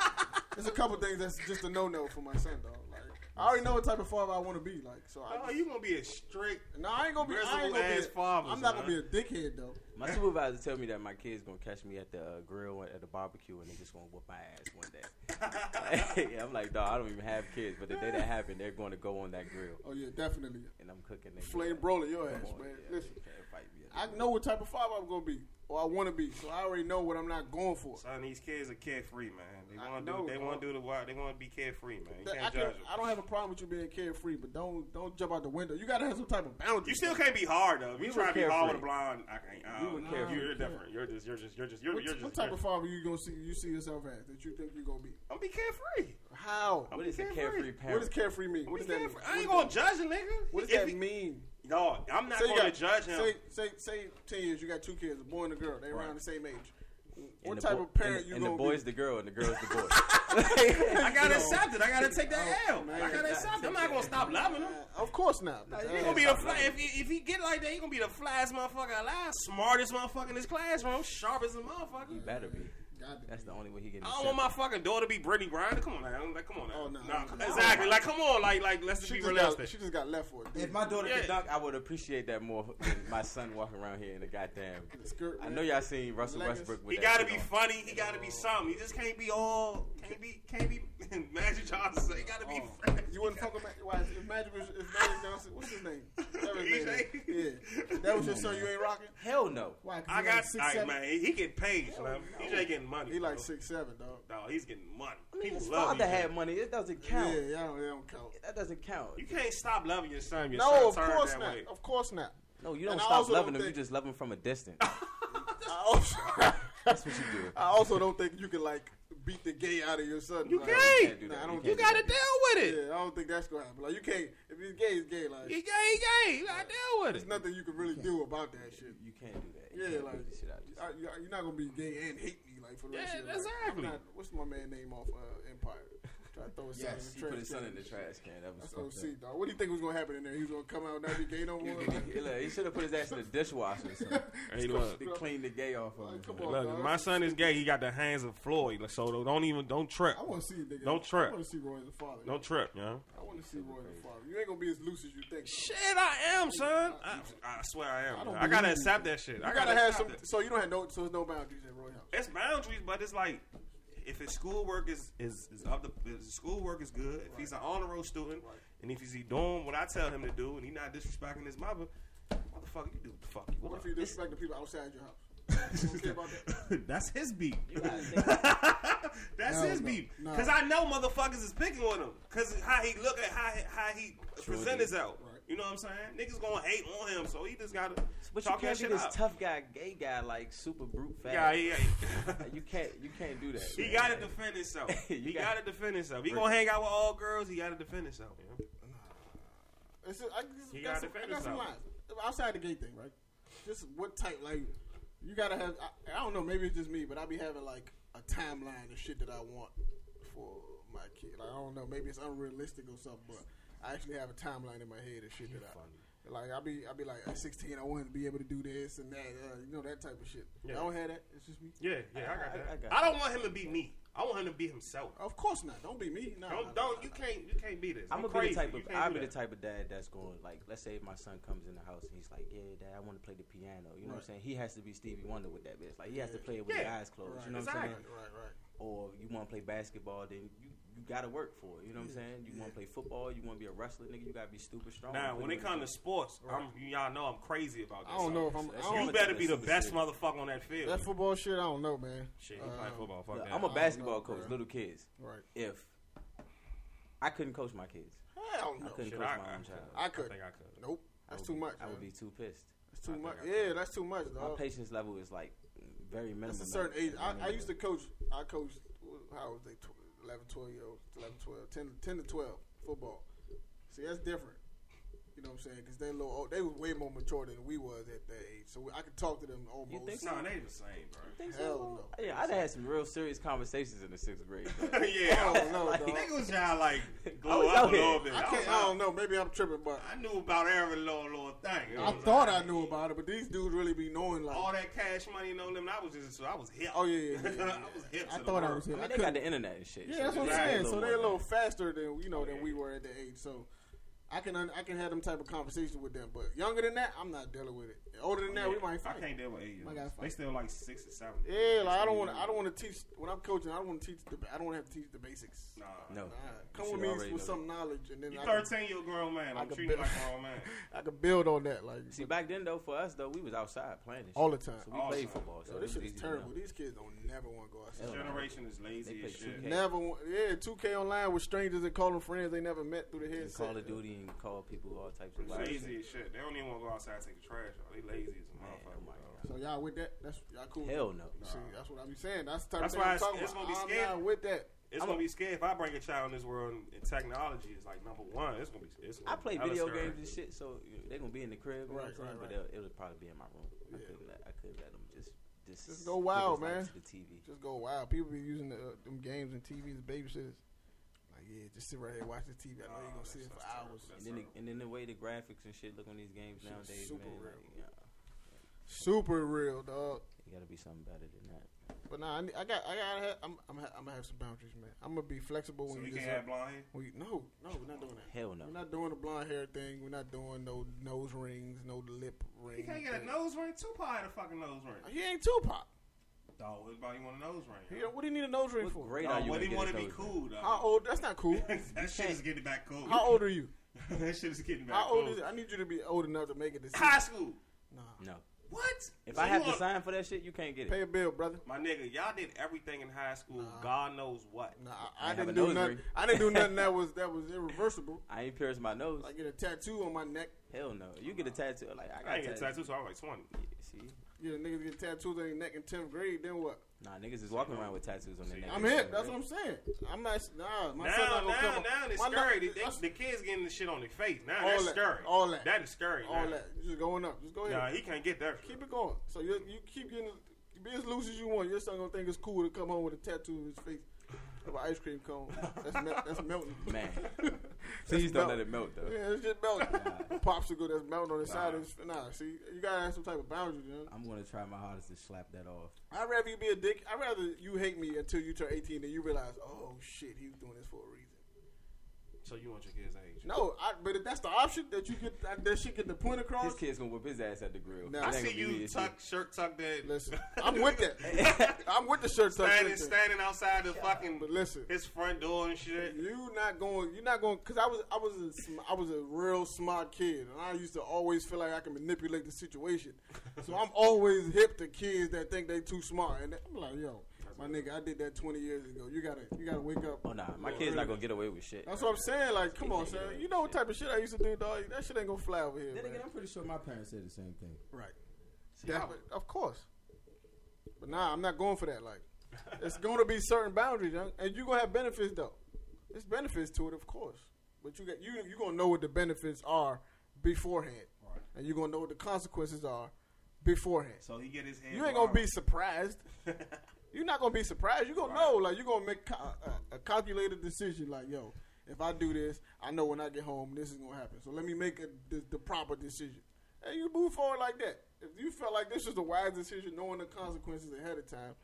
[SPEAKER 1] There's a couple things that's just a no no for my son though. Like I already know what type of father I want to be. Like so, I
[SPEAKER 2] Oh,
[SPEAKER 1] just,
[SPEAKER 2] you gonna be a strict?
[SPEAKER 1] no, I ain't gonna be. I ain't
[SPEAKER 2] Miserable
[SPEAKER 1] gonna be.
[SPEAKER 2] ass
[SPEAKER 1] A,
[SPEAKER 2] father,
[SPEAKER 1] I'm not
[SPEAKER 2] son.
[SPEAKER 1] gonna be a dickhead though.
[SPEAKER 4] My supervisor tell me that my kid's gonna catch me at the uh, grill at the barbecue and they just gonna whoop my ass one day.
[SPEAKER 1] [laughs]
[SPEAKER 4] [laughs] yeah, I'm like, dog, I don't even have kids, but the day that happened, they're going to go on that grill
[SPEAKER 1] Oh yeah, definitely.
[SPEAKER 4] and I'm cooking. niggas.
[SPEAKER 1] Flame broiler your ass,
[SPEAKER 4] Come on,
[SPEAKER 1] man.
[SPEAKER 4] yeah,
[SPEAKER 1] Listen,
[SPEAKER 4] you can't fight me at
[SPEAKER 1] I know what type of father I'm gonna be or I want to be, so I already know what I'm not going for.
[SPEAKER 2] Son, these kids are carefree, man. They
[SPEAKER 1] I
[SPEAKER 2] want to
[SPEAKER 1] know,
[SPEAKER 2] do. They
[SPEAKER 1] dog.
[SPEAKER 2] want to do the wild. They want to be carefree, man. You
[SPEAKER 1] That- I, can,
[SPEAKER 2] can't judge
[SPEAKER 1] I
[SPEAKER 2] them.
[SPEAKER 1] don't have a problem with you being carefree, but don't don't jump out the window. You gotta have some type of boundary.
[SPEAKER 2] You still can't be hard though. If
[SPEAKER 4] We
[SPEAKER 2] you
[SPEAKER 4] were
[SPEAKER 2] try to be hard with a
[SPEAKER 4] carefree.
[SPEAKER 2] blonde, I can't. I
[SPEAKER 4] We
[SPEAKER 2] don't
[SPEAKER 4] were
[SPEAKER 2] know.
[SPEAKER 4] carefree.
[SPEAKER 2] You're different. You're just. You're just. You're just. You're,
[SPEAKER 1] What,
[SPEAKER 2] you're
[SPEAKER 1] what
[SPEAKER 2] just.
[SPEAKER 1] type
[SPEAKER 2] you're-
[SPEAKER 1] of father you gonna see? You see yourself as that you think you gonna be?
[SPEAKER 2] I'm be carefree.
[SPEAKER 1] How?
[SPEAKER 4] What is a
[SPEAKER 2] Carefree.
[SPEAKER 4] carefree
[SPEAKER 1] What does
[SPEAKER 4] parent?
[SPEAKER 1] carefree mean? What does that mean?
[SPEAKER 2] Carefree. I ain't
[SPEAKER 1] What
[SPEAKER 2] gonna judge a nigga.
[SPEAKER 1] What does
[SPEAKER 2] If
[SPEAKER 1] that
[SPEAKER 2] he-
[SPEAKER 1] mean?
[SPEAKER 2] No, I'm not
[SPEAKER 1] Say you
[SPEAKER 2] gonna
[SPEAKER 1] got-
[SPEAKER 2] judge him.
[SPEAKER 1] Say, say, say, ten years. You got two kids, a boy and a girl. They around
[SPEAKER 4] Right.
[SPEAKER 1] the same age. What
[SPEAKER 4] the
[SPEAKER 1] type
[SPEAKER 4] bo-
[SPEAKER 1] of parent
[SPEAKER 4] and,
[SPEAKER 1] you
[SPEAKER 4] and the
[SPEAKER 1] gonna
[SPEAKER 4] boy's
[SPEAKER 1] be?
[SPEAKER 4] the girl and the girl's the boy.
[SPEAKER 2] I gotta accept it. I gotta take that L.
[SPEAKER 1] Oh, man.
[SPEAKER 2] I gotta accept it. I'm not gonna stop loving him.
[SPEAKER 1] Uh, of course not. But,
[SPEAKER 2] He
[SPEAKER 1] uh,
[SPEAKER 2] gonna be the fly, if, he, if he get like that, he gonna be the flyest motherfucker alive, smartest motherfucker in his classroom,
[SPEAKER 1] [laughs]
[SPEAKER 2] sharpest motherfucker.
[SPEAKER 4] [laughs] he better be.
[SPEAKER 1] God,
[SPEAKER 4] That's the only way he gets.
[SPEAKER 2] I don't want my fucking daughter to be Brittany Grinder. Come on now, like come on now.
[SPEAKER 1] Oh, no.
[SPEAKER 2] Nah,
[SPEAKER 1] No.
[SPEAKER 2] exactly. Like come on, like like let's just
[SPEAKER 1] she,
[SPEAKER 2] be
[SPEAKER 1] just got,
[SPEAKER 2] realistic.
[SPEAKER 1] she just got left for it.
[SPEAKER 4] If my daughter
[SPEAKER 2] Yeah.
[SPEAKER 4] could dunk, I would appreciate that more than my son walking around here in the goddamn.
[SPEAKER 1] The skirt,
[SPEAKER 4] I
[SPEAKER 1] man.
[SPEAKER 4] know y'all seen Russell
[SPEAKER 1] Leggings.
[SPEAKER 4] Westbrook. With
[SPEAKER 2] He
[SPEAKER 4] that
[SPEAKER 2] gotta
[SPEAKER 4] shit
[SPEAKER 2] be
[SPEAKER 4] on.
[SPEAKER 2] funny. He gotta be something. He just can't be all can't be can't be [laughs] Magic Johnson. He gotta be.
[SPEAKER 1] Oh. You wouldn't fuck with Magic. Why? If Magic was, if Magic Johnson, what's his name? Whatever
[SPEAKER 2] [laughs] E
[SPEAKER 1] his name
[SPEAKER 2] EJ?
[SPEAKER 1] is. Yeah. If that was your son. You ain't rocking.
[SPEAKER 4] Hell no.
[SPEAKER 1] Why? 'Cause
[SPEAKER 2] I
[SPEAKER 1] he like
[SPEAKER 2] got
[SPEAKER 1] six,
[SPEAKER 2] all right,
[SPEAKER 1] seven?
[SPEAKER 2] man. He, he get paid, Slim. He ain't getting money.
[SPEAKER 1] He
[SPEAKER 2] bro.
[SPEAKER 1] like six seven, dog.
[SPEAKER 2] No, he's getting money.
[SPEAKER 4] I mean,
[SPEAKER 2] People
[SPEAKER 4] his
[SPEAKER 2] love
[SPEAKER 4] father
[SPEAKER 2] EJ.
[SPEAKER 4] had money. It doesn't
[SPEAKER 1] Yeah,
[SPEAKER 4] count.
[SPEAKER 1] yeah, I don't, I don't count.
[SPEAKER 4] That doesn't count.
[SPEAKER 2] You can't stop loving your son. Your
[SPEAKER 1] No, of
[SPEAKER 2] son turned
[SPEAKER 1] course
[SPEAKER 2] that
[SPEAKER 1] not.
[SPEAKER 2] way.
[SPEAKER 1] Of course not.
[SPEAKER 4] No, you don't
[SPEAKER 1] And I
[SPEAKER 4] stop
[SPEAKER 1] also
[SPEAKER 4] loving
[SPEAKER 1] don't
[SPEAKER 4] him.
[SPEAKER 1] think-
[SPEAKER 4] You just love him from
[SPEAKER 1] [laughs]
[SPEAKER 4] a distance.
[SPEAKER 1] I also, [laughs]
[SPEAKER 4] That's what you do.
[SPEAKER 1] I also don't think you can like beat the gay out of your son.
[SPEAKER 2] You
[SPEAKER 1] Like,
[SPEAKER 2] can't.
[SPEAKER 4] can't do
[SPEAKER 1] Nah,
[SPEAKER 4] that.
[SPEAKER 1] I don't
[SPEAKER 4] You
[SPEAKER 2] You
[SPEAKER 1] think
[SPEAKER 4] can't
[SPEAKER 2] gotta deal with it.
[SPEAKER 1] Yeah, I don't think that's gonna happen. Like you can't. If he's gay, he's gay. Like
[SPEAKER 2] He gay, he gay. You gotta deal with
[SPEAKER 1] there's
[SPEAKER 2] it.
[SPEAKER 1] nothing you can really do about that shit.
[SPEAKER 4] You can't do that. You
[SPEAKER 1] Yeah,
[SPEAKER 4] can't
[SPEAKER 1] like
[SPEAKER 4] beat the shit out of yourself.
[SPEAKER 1] I, you- you're not gonna be gay and hate me like for the rest
[SPEAKER 2] Yeah,
[SPEAKER 1] of your life. I'm
[SPEAKER 2] exactly.
[SPEAKER 1] not- what's my man name off uh, Empire? Try to throw his son in
[SPEAKER 4] Yes, he
[SPEAKER 1] the trash.
[SPEAKER 4] put his son
[SPEAKER 1] can.
[SPEAKER 4] in the trash can. That was
[SPEAKER 1] That's
[SPEAKER 4] fucked
[SPEAKER 1] OC,
[SPEAKER 4] up.
[SPEAKER 1] dog. What do you think was gonna happen in there? He was gonna come out and not be gay no
[SPEAKER 4] He [laughs]
[SPEAKER 1] more.
[SPEAKER 4] was getting- he- [laughs] look, He should have put his ass in the dishwasher
[SPEAKER 1] [laughs]
[SPEAKER 4] or something.
[SPEAKER 2] Hey, look.
[SPEAKER 4] to clean the gay off of him.
[SPEAKER 1] Like, come on,
[SPEAKER 2] Look,
[SPEAKER 1] dog.
[SPEAKER 2] if my son is gay. He got the hands of Floyd. like, So don't even don't trip.
[SPEAKER 1] I want to see nigga.
[SPEAKER 2] Don't trip.
[SPEAKER 1] I want to see Roy as a father.
[SPEAKER 2] Don't trip, you know.
[SPEAKER 1] I want to see Roy as a father. You ain't gonna be as loose as you think. dog.
[SPEAKER 2] Shit, I am, son. I, I swear I
[SPEAKER 1] I
[SPEAKER 2] am.
[SPEAKER 1] don't
[SPEAKER 2] I, gotta
[SPEAKER 1] believe you.
[SPEAKER 2] accept that shit. I
[SPEAKER 1] You gotta have some.
[SPEAKER 2] accept it.
[SPEAKER 1] So you don't have no. So there's no boundaries at Roy House.
[SPEAKER 2] It's boundaries, but it's like if his schoolwork is is is of the if his schoolwork is good. If he's an honor roll student, and if he's he doing what I tell him to do, and he not disrespecting his mother, motherfucker, you do what the fuck you
[SPEAKER 1] What
[SPEAKER 2] want.
[SPEAKER 1] if you disrespect the people outside your house? You don't care about that.
[SPEAKER 2] [laughs] That's his beat. [laughs]
[SPEAKER 6] gotta
[SPEAKER 2] That's
[SPEAKER 1] No,
[SPEAKER 2] his
[SPEAKER 1] no,
[SPEAKER 2] beef.
[SPEAKER 1] no.
[SPEAKER 2] Cause I know motherfuckers is picking on him. Cause how he look at how he, how he present himself.
[SPEAKER 1] Right.
[SPEAKER 2] You know what I'm saying? Niggas gonna hate on him, so he just gotta
[SPEAKER 4] But you
[SPEAKER 2] talk that
[SPEAKER 4] can't be
[SPEAKER 2] shit
[SPEAKER 4] this
[SPEAKER 2] up.
[SPEAKER 4] tough guy, gay guy, like super brute fat.
[SPEAKER 2] yeah, yeah.
[SPEAKER 4] [laughs] You can't, you can't do that.
[SPEAKER 2] [laughs] he
[SPEAKER 4] man.
[SPEAKER 2] gotta defend himself.
[SPEAKER 4] [laughs] You
[SPEAKER 2] he
[SPEAKER 4] got-
[SPEAKER 2] gotta defend himself. He gonna hang out with all girls. He gotta defend himself. You
[SPEAKER 1] It's just, I just
[SPEAKER 2] You
[SPEAKER 1] got
[SPEAKER 2] gotta
[SPEAKER 1] some, I
[SPEAKER 2] defend
[SPEAKER 1] got some
[SPEAKER 2] yourself.
[SPEAKER 1] lines outside the gay thing, right? Just what type, like you gotta have. I, I don't know. Maybe it's just me, but I be having like a timeline of shit that I want for my kid. Like, I don't know. Maybe it's unrealistic or something, but I actually have a timeline in my head of shit that I like. I be I be like at sixteen, I wanted to be able to do this and that, uh, you know, that type of shit.
[SPEAKER 2] Yeah.
[SPEAKER 1] I don't have that. It's just me.
[SPEAKER 2] know? Yeah, yeah. I got
[SPEAKER 4] I-
[SPEAKER 2] that. I,
[SPEAKER 4] I got
[SPEAKER 2] don't want him to be me. I want him to be himself.
[SPEAKER 1] Of course not. Don't be me. No,
[SPEAKER 2] Don't don't you can't you can't be this.
[SPEAKER 4] I'm
[SPEAKER 2] You
[SPEAKER 4] gonna be
[SPEAKER 2] crazy.
[SPEAKER 4] the type
[SPEAKER 2] You
[SPEAKER 4] of
[SPEAKER 2] can't
[SPEAKER 4] I'll
[SPEAKER 2] do
[SPEAKER 4] be the
[SPEAKER 2] that.
[SPEAKER 4] type of dad that's going like let's say my son comes in the house and he's like yeah dad I want to play the piano you know what I'm saying he has to be Stevie Wonder with that bitch like he has to play it with his
[SPEAKER 2] Yeah.
[SPEAKER 4] eyes closed
[SPEAKER 1] Right.
[SPEAKER 4] you know
[SPEAKER 1] Right,
[SPEAKER 4] what
[SPEAKER 2] Exactly.
[SPEAKER 4] I'm
[SPEAKER 1] right,
[SPEAKER 4] saying
[SPEAKER 1] right.
[SPEAKER 4] or you want to play basketball then you you gotta work for it you know what I'm saying you want to play football you want to be a wrestler nigga you gotta be stupid strong
[SPEAKER 2] Now,
[SPEAKER 4] Play
[SPEAKER 2] when
[SPEAKER 4] with
[SPEAKER 2] it
[SPEAKER 4] the-
[SPEAKER 2] comes to sports, I'm, y'all know I'm crazy about this.
[SPEAKER 1] I don't know if I'm.
[SPEAKER 4] that's
[SPEAKER 1] I don't,
[SPEAKER 2] You better be the
[SPEAKER 4] That's
[SPEAKER 2] best
[SPEAKER 4] super
[SPEAKER 2] motherfucker on that field.
[SPEAKER 1] that football shit, I don't know, man.
[SPEAKER 2] Shit,
[SPEAKER 1] Uh,
[SPEAKER 2] you playing football? Fuck
[SPEAKER 4] Look,
[SPEAKER 2] that.
[SPEAKER 4] I'm a
[SPEAKER 1] know,
[SPEAKER 4] basketball coach
[SPEAKER 1] bruh.
[SPEAKER 4] little kids
[SPEAKER 1] Right.
[SPEAKER 4] if I couldn't coach my kids
[SPEAKER 1] Hell
[SPEAKER 4] I
[SPEAKER 1] no.
[SPEAKER 4] couldn't
[SPEAKER 2] Shit,
[SPEAKER 4] coach
[SPEAKER 2] I-
[SPEAKER 4] my
[SPEAKER 2] I
[SPEAKER 4] own
[SPEAKER 2] could.
[SPEAKER 4] child
[SPEAKER 1] I
[SPEAKER 2] I
[SPEAKER 1] could.
[SPEAKER 2] think I could.
[SPEAKER 1] Nope.
[SPEAKER 4] I
[SPEAKER 1] That's
[SPEAKER 4] would
[SPEAKER 1] too
[SPEAKER 4] be-
[SPEAKER 1] much.
[SPEAKER 4] I would
[SPEAKER 1] man.
[SPEAKER 4] be too pissed
[SPEAKER 1] That's too
[SPEAKER 2] think
[SPEAKER 1] much.
[SPEAKER 2] I could.
[SPEAKER 1] Yeah, that's too much,
[SPEAKER 4] my
[SPEAKER 1] dog.
[SPEAKER 4] patience level is like very minimal
[SPEAKER 1] That's a
[SPEAKER 4] now.
[SPEAKER 1] certain age.
[SPEAKER 4] Very
[SPEAKER 1] I, I
[SPEAKER 4] minimal.
[SPEAKER 1] used to coach. I coached. wh- How was they? Tw- 11, 12 year olds. 11, 12, 10, 10 to twelve football. See, that's different. You know what I'm saying? Because they little. old- They was way more mature than we was at that age. So we, I could talk to them almost.
[SPEAKER 4] think so?
[SPEAKER 2] Nah, they the same,
[SPEAKER 1] [laughs]
[SPEAKER 2] bro. [laughs]
[SPEAKER 4] Think
[SPEAKER 1] Hell
[SPEAKER 4] so? Yeah, I'd have had some real serious conversations in the sixth grade.
[SPEAKER 1] [laughs]
[SPEAKER 4] bro.
[SPEAKER 2] yeah,
[SPEAKER 1] I don't
[SPEAKER 2] [laughs]
[SPEAKER 1] know,
[SPEAKER 4] Like-
[SPEAKER 1] dog.
[SPEAKER 2] niggas
[SPEAKER 1] [laughs]
[SPEAKER 2] y'all like
[SPEAKER 4] I
[SPEAKER 2] glow
[SPEAKER 4] was
[SPEAKER 2] up
[SPEAKER 4] out
[SPEAKER 2] a little
[SPEAKER 4] here.
[SPEAKER 2] bit.
[SPEAKER 1] I can't. I don't know. Maybe I'm tripping, but
[SPEAKER 2] I knew about every little little thing. you know
[SPEAKER 1] I
[SPEAKER 2] what I'm
[SPEAKER 1] thought
[SPEAKER 2] saying?
[SPEAKER 1] I knew about it. But these dudes really be knowing like.
[SPEAKER 2] all that cash money, no limit. I was just, I was hip.
[SPEAKER 1] Oh yeah,
[SPEAKER 2] [laughs]
[SPEAKER 1] yeah, yeah, yeah.
[SPEAKER 2] I was hip.
[SPEAKER 1] I
[SPEAKER 2] to the
[SPEAKER 1] thought I was.
[SPEAKER 2] world.
[SPEAKER 4] I
[SPEAKER 1] here. I
[SPEAKER 4] mean, they
[SPEAKER 1] couldn't-
[SPEAKER 4] got the internet and shit.
[SPEAKER 1] Yeah, that's what I'm
[SPEAKER 2] Exactly.
[SPEAKER 1] saying. So they're a
[SPEAKER 4] more
[SPEAKER 1] little
[SPEAKER 4] advanced.
[SPEAKER 1] faster than you know
[SPEAKER 2] yeah.
[SPEAKER 1] than we were at the age. So I can un- I can have them type of conversations with them. But younger than that, I'm not dealing with it. Older than that, we might
[SPEAKER 2] I
[SPEAKER 1] fight.
[SPEAKER 2] can't deal with eight.
[SPEAKER 1] My
[SPEAKER 2] years.
[SPEAKER 1] guys
[SPEAKER 2] They
[SPEAKER 1] fight.
[SPEAKER 2] still like six or seven.
[SPEAKER 1] Yeah, like I don't want I don't want to teach when I'm coaching. I don't want to teach the I don't want to have to teach the basics.
[SPEAKER 2] Nah.
[SPEAKER 4] No.
[SPEAKER 1] Nah, come
[SPEAKER 4] You
[SPEAKER 1] with
[SPEAKER 4] should already
[SPEAKER 1] me with
[SPEAKER 4] know
[SPEAKER 1] some knowledge, and then
[SPEAKER 2] You
[SPEAKER 1] I can,
[SPEAKER 2] 13 year old grown man. I'm
[SPEAKER 1] can
[SPEAKER 2] treating you
[SPEAKER 1] bet-
[SPEAKER 2] like a grown
[SPEAKER 1] [laughs]
[SPEAKER 2] man.
[SPEAKER 1] I can build on that like
[SPEAKER 4] See, back then though, for us though, we was outside playing this
[SPEAKER 1] all
[SPEAKER 4] shit.
[SPEAKER 1] the time.
[SPEAKER 4] So we
[SPEAKER 2] All
[SPEAKER 4] played
[SPEAKER 2] time.
[SPEAKER 4] football. So
[SPEAKER 1] Yo, this
[SPEAKER 4] it
[SPEAKER 1] shit
[SPEAKER 4] was
[SPEAKER 1] is
[SPEAKER 4] easy to
[SPEAKER 1] terrible.
[SPEAKER 4] know.
[SPEAKER 1] These kids don't never want to go
[SPEAKER 4] Hell
[SPEAKER 1] outside.
[SPEAKER 4] no.
[SPEAKER 2] Generation is lazy
[SPEAKER 4] They
[SPEAKER 2] as
[SPEAKER 4] play
[SPEAKER 2] shit.
[SPEAKER 4] 2K.
[SPEAKER 1] Never, want, yeah. 2K online with strangers and calling friends they never met through the
[SPEAKER 4] And
[SPEAKER 1] headset.
[SPEAKER 4] Call of Duty and call people all types of
[SPEAKER 2] It's
[SPEAKER 4] wild
[SPEAKER 2] Lazy
[SPEAKER 4] shit.
[SPEAKER 2] as shit. They don't even want to go outside and take the trash out. They lazy as a
[SPEAKER 4] Man, oh
[SPEAKER 2] motherfucker.
[SPEAKER 4] my
[SPEAKER 2] bro.
[SPEAKER 4] God.
[SPEAKER 1] So y'all with that? That's y'all cool.
[SPEAKER 4] Hell no.
[SPEAKER 1] See, that's what I be saying. That's the type
[SPEAKER 2] That's
[SPEAKER 1] of thing
[SPEAKER 2] why
[SPEAKER 1] I'm
[SPEAKER 2] it's-
[SPEAKER 1] talking
[SPEAKER 2] it's
[SPEAKER 1] about.
[SPEAKER 2] gonna be
[SPEAKER 1] I'm not
[SPEAKER 2] scary.
[SPEAKER 1] with that.
[SPEAKER 2] It's gonna be scary if I bring a child in this world and, and technology is like number one. It's gonna be. It's gonna
[SPEAKER 4] I play
[SPEAKER 2] be hella
[SPEAKER 4] video
[SPEAKER 2] scary.
[SPEAKER 4] games and shit, so you know, they gonna be in the crib, you know
[SPEAKER 1] Right,
[SPEAKER 4] what I'm saying?
[SPEAKER 1] right,
[SPEAKER 4] But
[SPEAKER 1] right.
[SPEAKER 4] they'll- it would probably be in my room. I couldn't, let, I couldn't let them just This
[SPEAKER 1] Just go wild, man.
[SPEAKER 4] niggas like To the TV.
[SPEAKER 1] Just go wild. People be using the, uh, them games and TVs as babysitters. Like, yeah, just sit right here and watch the TV. I know you're going to
[SPEAKER 2] Oh, that
[SPEAKER 1] sit it for
[SPEAKER 2] sounds terrible.
[SPEAKER 1] hours.
[SPEAKER 2] That
[SPEAKER 4] And then, the, and then the way the graphics and shit look on these games
[SPEAKER 1] Shit is
[SPEAKER 4] nowadays,
[SPEAKER 1] super
[SPEAKER 4] man,
[SPEAKER 1] real.
[SPEAKER 4] like, yeah,
[SPEAKER 1] Super real, dog.
[SPEAKER 4] you gotta be something better than that.
[SPEAKER 1] But nah, I, need- I got, I got, have, I'm, I'm, ha- I'm gonna have some boundaries, man. I'm gonna be flexible
[SPEAKER 2] So
[SPEAKER 1] when
[SPEAKER 2] we
[SPEAKER 1] you
[SPEAKER 2] can't
[SPEAKER 1] just.
[SPEAKER 2] have blind.
[SPEAKER 1] we, no, no, we're not doing that.
[SPEAKER 4] Hell no.
[SPEAKER 1] We're not doing the blonde hair thing. We're not doing no nose rings, no lip rings.
[SPEAKER 2] You can't get a nose ring. Tupac had a fucking nose ring.
[SPEAKER 1] He ain't Tupac.
[SPEAKER 2] Dog, everybody want a nose ring.
[SPEAKER 1] He, don't- what do you need a nose ring
[SPEAKER 4] What
[SPEAKER 1] for?
[SPEAKER 4] grade
[SPEAKER 2] Dog,
[SPEAKER 4] are you
[SPEAKER 2] what
[SPEAKER 4] gonna
[SPEAKER 2] he
[SPEAKER 4] get
[SPEAKER 2] want
[SPEAKER 4] at
[SPEAKER 2] to be
[SPEAKER 4] those, man?
[SPEAKER 2] cool though.
[SPEAKER 1] How old? That's not
[SPEAKER 2] [laughs]
[SPEAKER 1] cool.
[SPEAKER 2] that shit is getting back cool.
[SPEAKER 1] How old are you?
[SPEAKER 2] [laughs] that shit is getting back
[SPEAKER 1] How
[SPEAKER 2] cool.
[SPEAKER 1] old is? I need you to be old enough to make a decision.
[SPEAKER 2] High school.
[SPEAKER 1] Nah,
[SPEAKER 4] No.
[SPEAKER 2] What?
[SPEAKER 4] If
[SPEAKER 2] So
[SPEAKER 4] I
[SPEAKER 2] you
[SPEAKER 4] have to
[SPEAKER 2] want-
[SPEAKER 4] sign for that shit, you can't get it.
[SPEAKER 1] pay a bill, brother.
[SPEAKER 2] My nigga, y'all did everything in high school. God knows what.
[SPEAKER 1] Nah,
[SPEAKER 4] I
[SPEAKER 1] I, I
[SPEAKER 4] have a
[SPEAKER 1] didn't do
[SPEAKER 4] nose
[SPEAKER 1] nothing.
[SPEAKER 4] ring.
[SPEAKER 1] I didn't do nothing that was that was irreversible.
[SPEAKER 4] I ain't pierced my nose.
[SPEAKER 1] Like get a tattoo on my neck.
[SPEAKER 4] Hell no. You get a tattoo. Like I got
[SPEAKER 2] I ain't get
[SPEAKER 4] tattoos.
[SPEAKER 2] tattoos. So I was like twenty.
[SPEAKER 4] Yeah, see,
[SPEAKER 1] Yeah, niggas get tattoos on their neck in tenth grade. Then what?
[SPEAKER 4] nah, niggas is walking around with tattoos on their
[SPEAKER 2] See,
[SPEAKER 4] neck.
[SPEAKER 1] I'm
[SPEAKER 4] and
[SPEAKER 1] hip.
[SPEAKER 4] shit,
[SPEAKER 1] That's
[SPEAKER 4] right?
[SPEAKER 1] what I'm saying. I'm not. Nah, my son
[SPEAKER 2] Now,
[SPEAKER 1] not gonna
[SPEAKER 2] now,
[SPEAKER 1] come.
[SPEAKER 2] now, it's
[SPEAKER 1] my not-
[SPEAKER 2] scary. They-
[SPEAKER 1] that's-
[SPEAKER 2] the kids getting the shit on their face. Now
[SPEAKER 1] All
[SPEAKER 2] that's
[SPEAKER 1] that.
[SPEAKER 2] scary.
[SPEAKER 1] All that.
[SPEAKER 2] That is scary.
[SPEAKER 1] all
[SPEAKER 2] now.
[SPEAKER 1] that. You're just going up. Just go ahead.
[SPEAKER 2] Nah, he can't get that.
[SPEAKER 1] keep it going. So you you keep getting be as loose as you want. Your son gonna think it's cool to come home with a tattoo of his face of an ice cream cone. That's mel- that's melting.
[SPEAKER 4] Man,
[SPEAKER 1] That's
[SPEAKER 4] [laughs] please don't
[SPEAKER 1] melting.
[SPEAKER 4] let it melt though.
[SPEAKER 1] Yeah, it's just melting. Popsicle that's melting on the side of his Nah, see, you gotta have some type of boundary, you know?
[SPEAKER 4] I'm gonna try my hardest to slap that off.
[SPEAKER 1] I'd rather you be a dick. I'd rather you hate me until you turn 18 and you realize, oh shit, he was doing this for a reason.
[SPEAKER 2] So you want your kids age?
[SPEAKER 1] No, I, but if that's the option that you get, that, that shit get the point across.
[SPEAKER 4] His kid's gonna whip his ass at the grill.
[SPEAKER 1] No.
[SPEAKER 4] That
[SPEAKER 2] I
[SPEAKER 4] ain't
[SPEAKER 2] see
[SPEAKER 4] gonna be me
[SPEAKER 2] you
[SPEAKER 4] and
[SPEAKER 2] tuck
[SPEAKER 4] shit.
[SPEAKER 2] shirt tucked in. [laughs]
[SPEAKER 1] Listen, I'm with that. I'm with the shirt tuck.
[SPEAKER 2] standing,
[SPEAKER 1] shit thing.
[SPEAKER 2] standing outside the fucking
[SPEAKER 1] But listen,
[SPEAKER 2] his front door and shit.
[SPEAKER 1] You not going. You're not going. Cause I was, I was, a, sm- I was a real smart kid, and I used to always feel like I can manipulate the situation. So I'm always hip to kids that think they too smart, and I'm like, yo, my nigga, I did that 20 years ago. You gotta, you gotta wake up.
[SPEAKER 4] Oh nah, my kid's not gonna get away with shit.
[SPEAKER 1] That's what I'm saying. Like, come on, son. You know what type of shit I used to do, dog. That shit ain't gonna fly over here,
[SPEAKER 4] Then
[SPEAKER 1] man.
[SPEAKER 4] again, I'm pretty sure my parents said the same thing.
[SPEAKER 1] Right. That, but of course. But nah, I'm not going for that. [laughs] Like, it's going to be certain boundaries, young, and you gonna have benefits though. There's benefits to it, of course. But you got you you gonna know what the benefits are beforehand, and you are gonna know what the consequences are beforehand.
[SPEAKER 2] So he get his hand.
[SPEAKER 1] you ain't gonna
[SPEAKER 2] [laughs]
[SPEAKER 1] be surprised. You're not gonna be surprised. You gonna know, like you're gonna make ca- a, a calculated decision. Like, yo, if I do this, I know when I get home, this is gonna happen. So let me make a, the, the proper decision. And you move forward like that. If you felt like this was the wise decision, knowing the consequences ahead of time,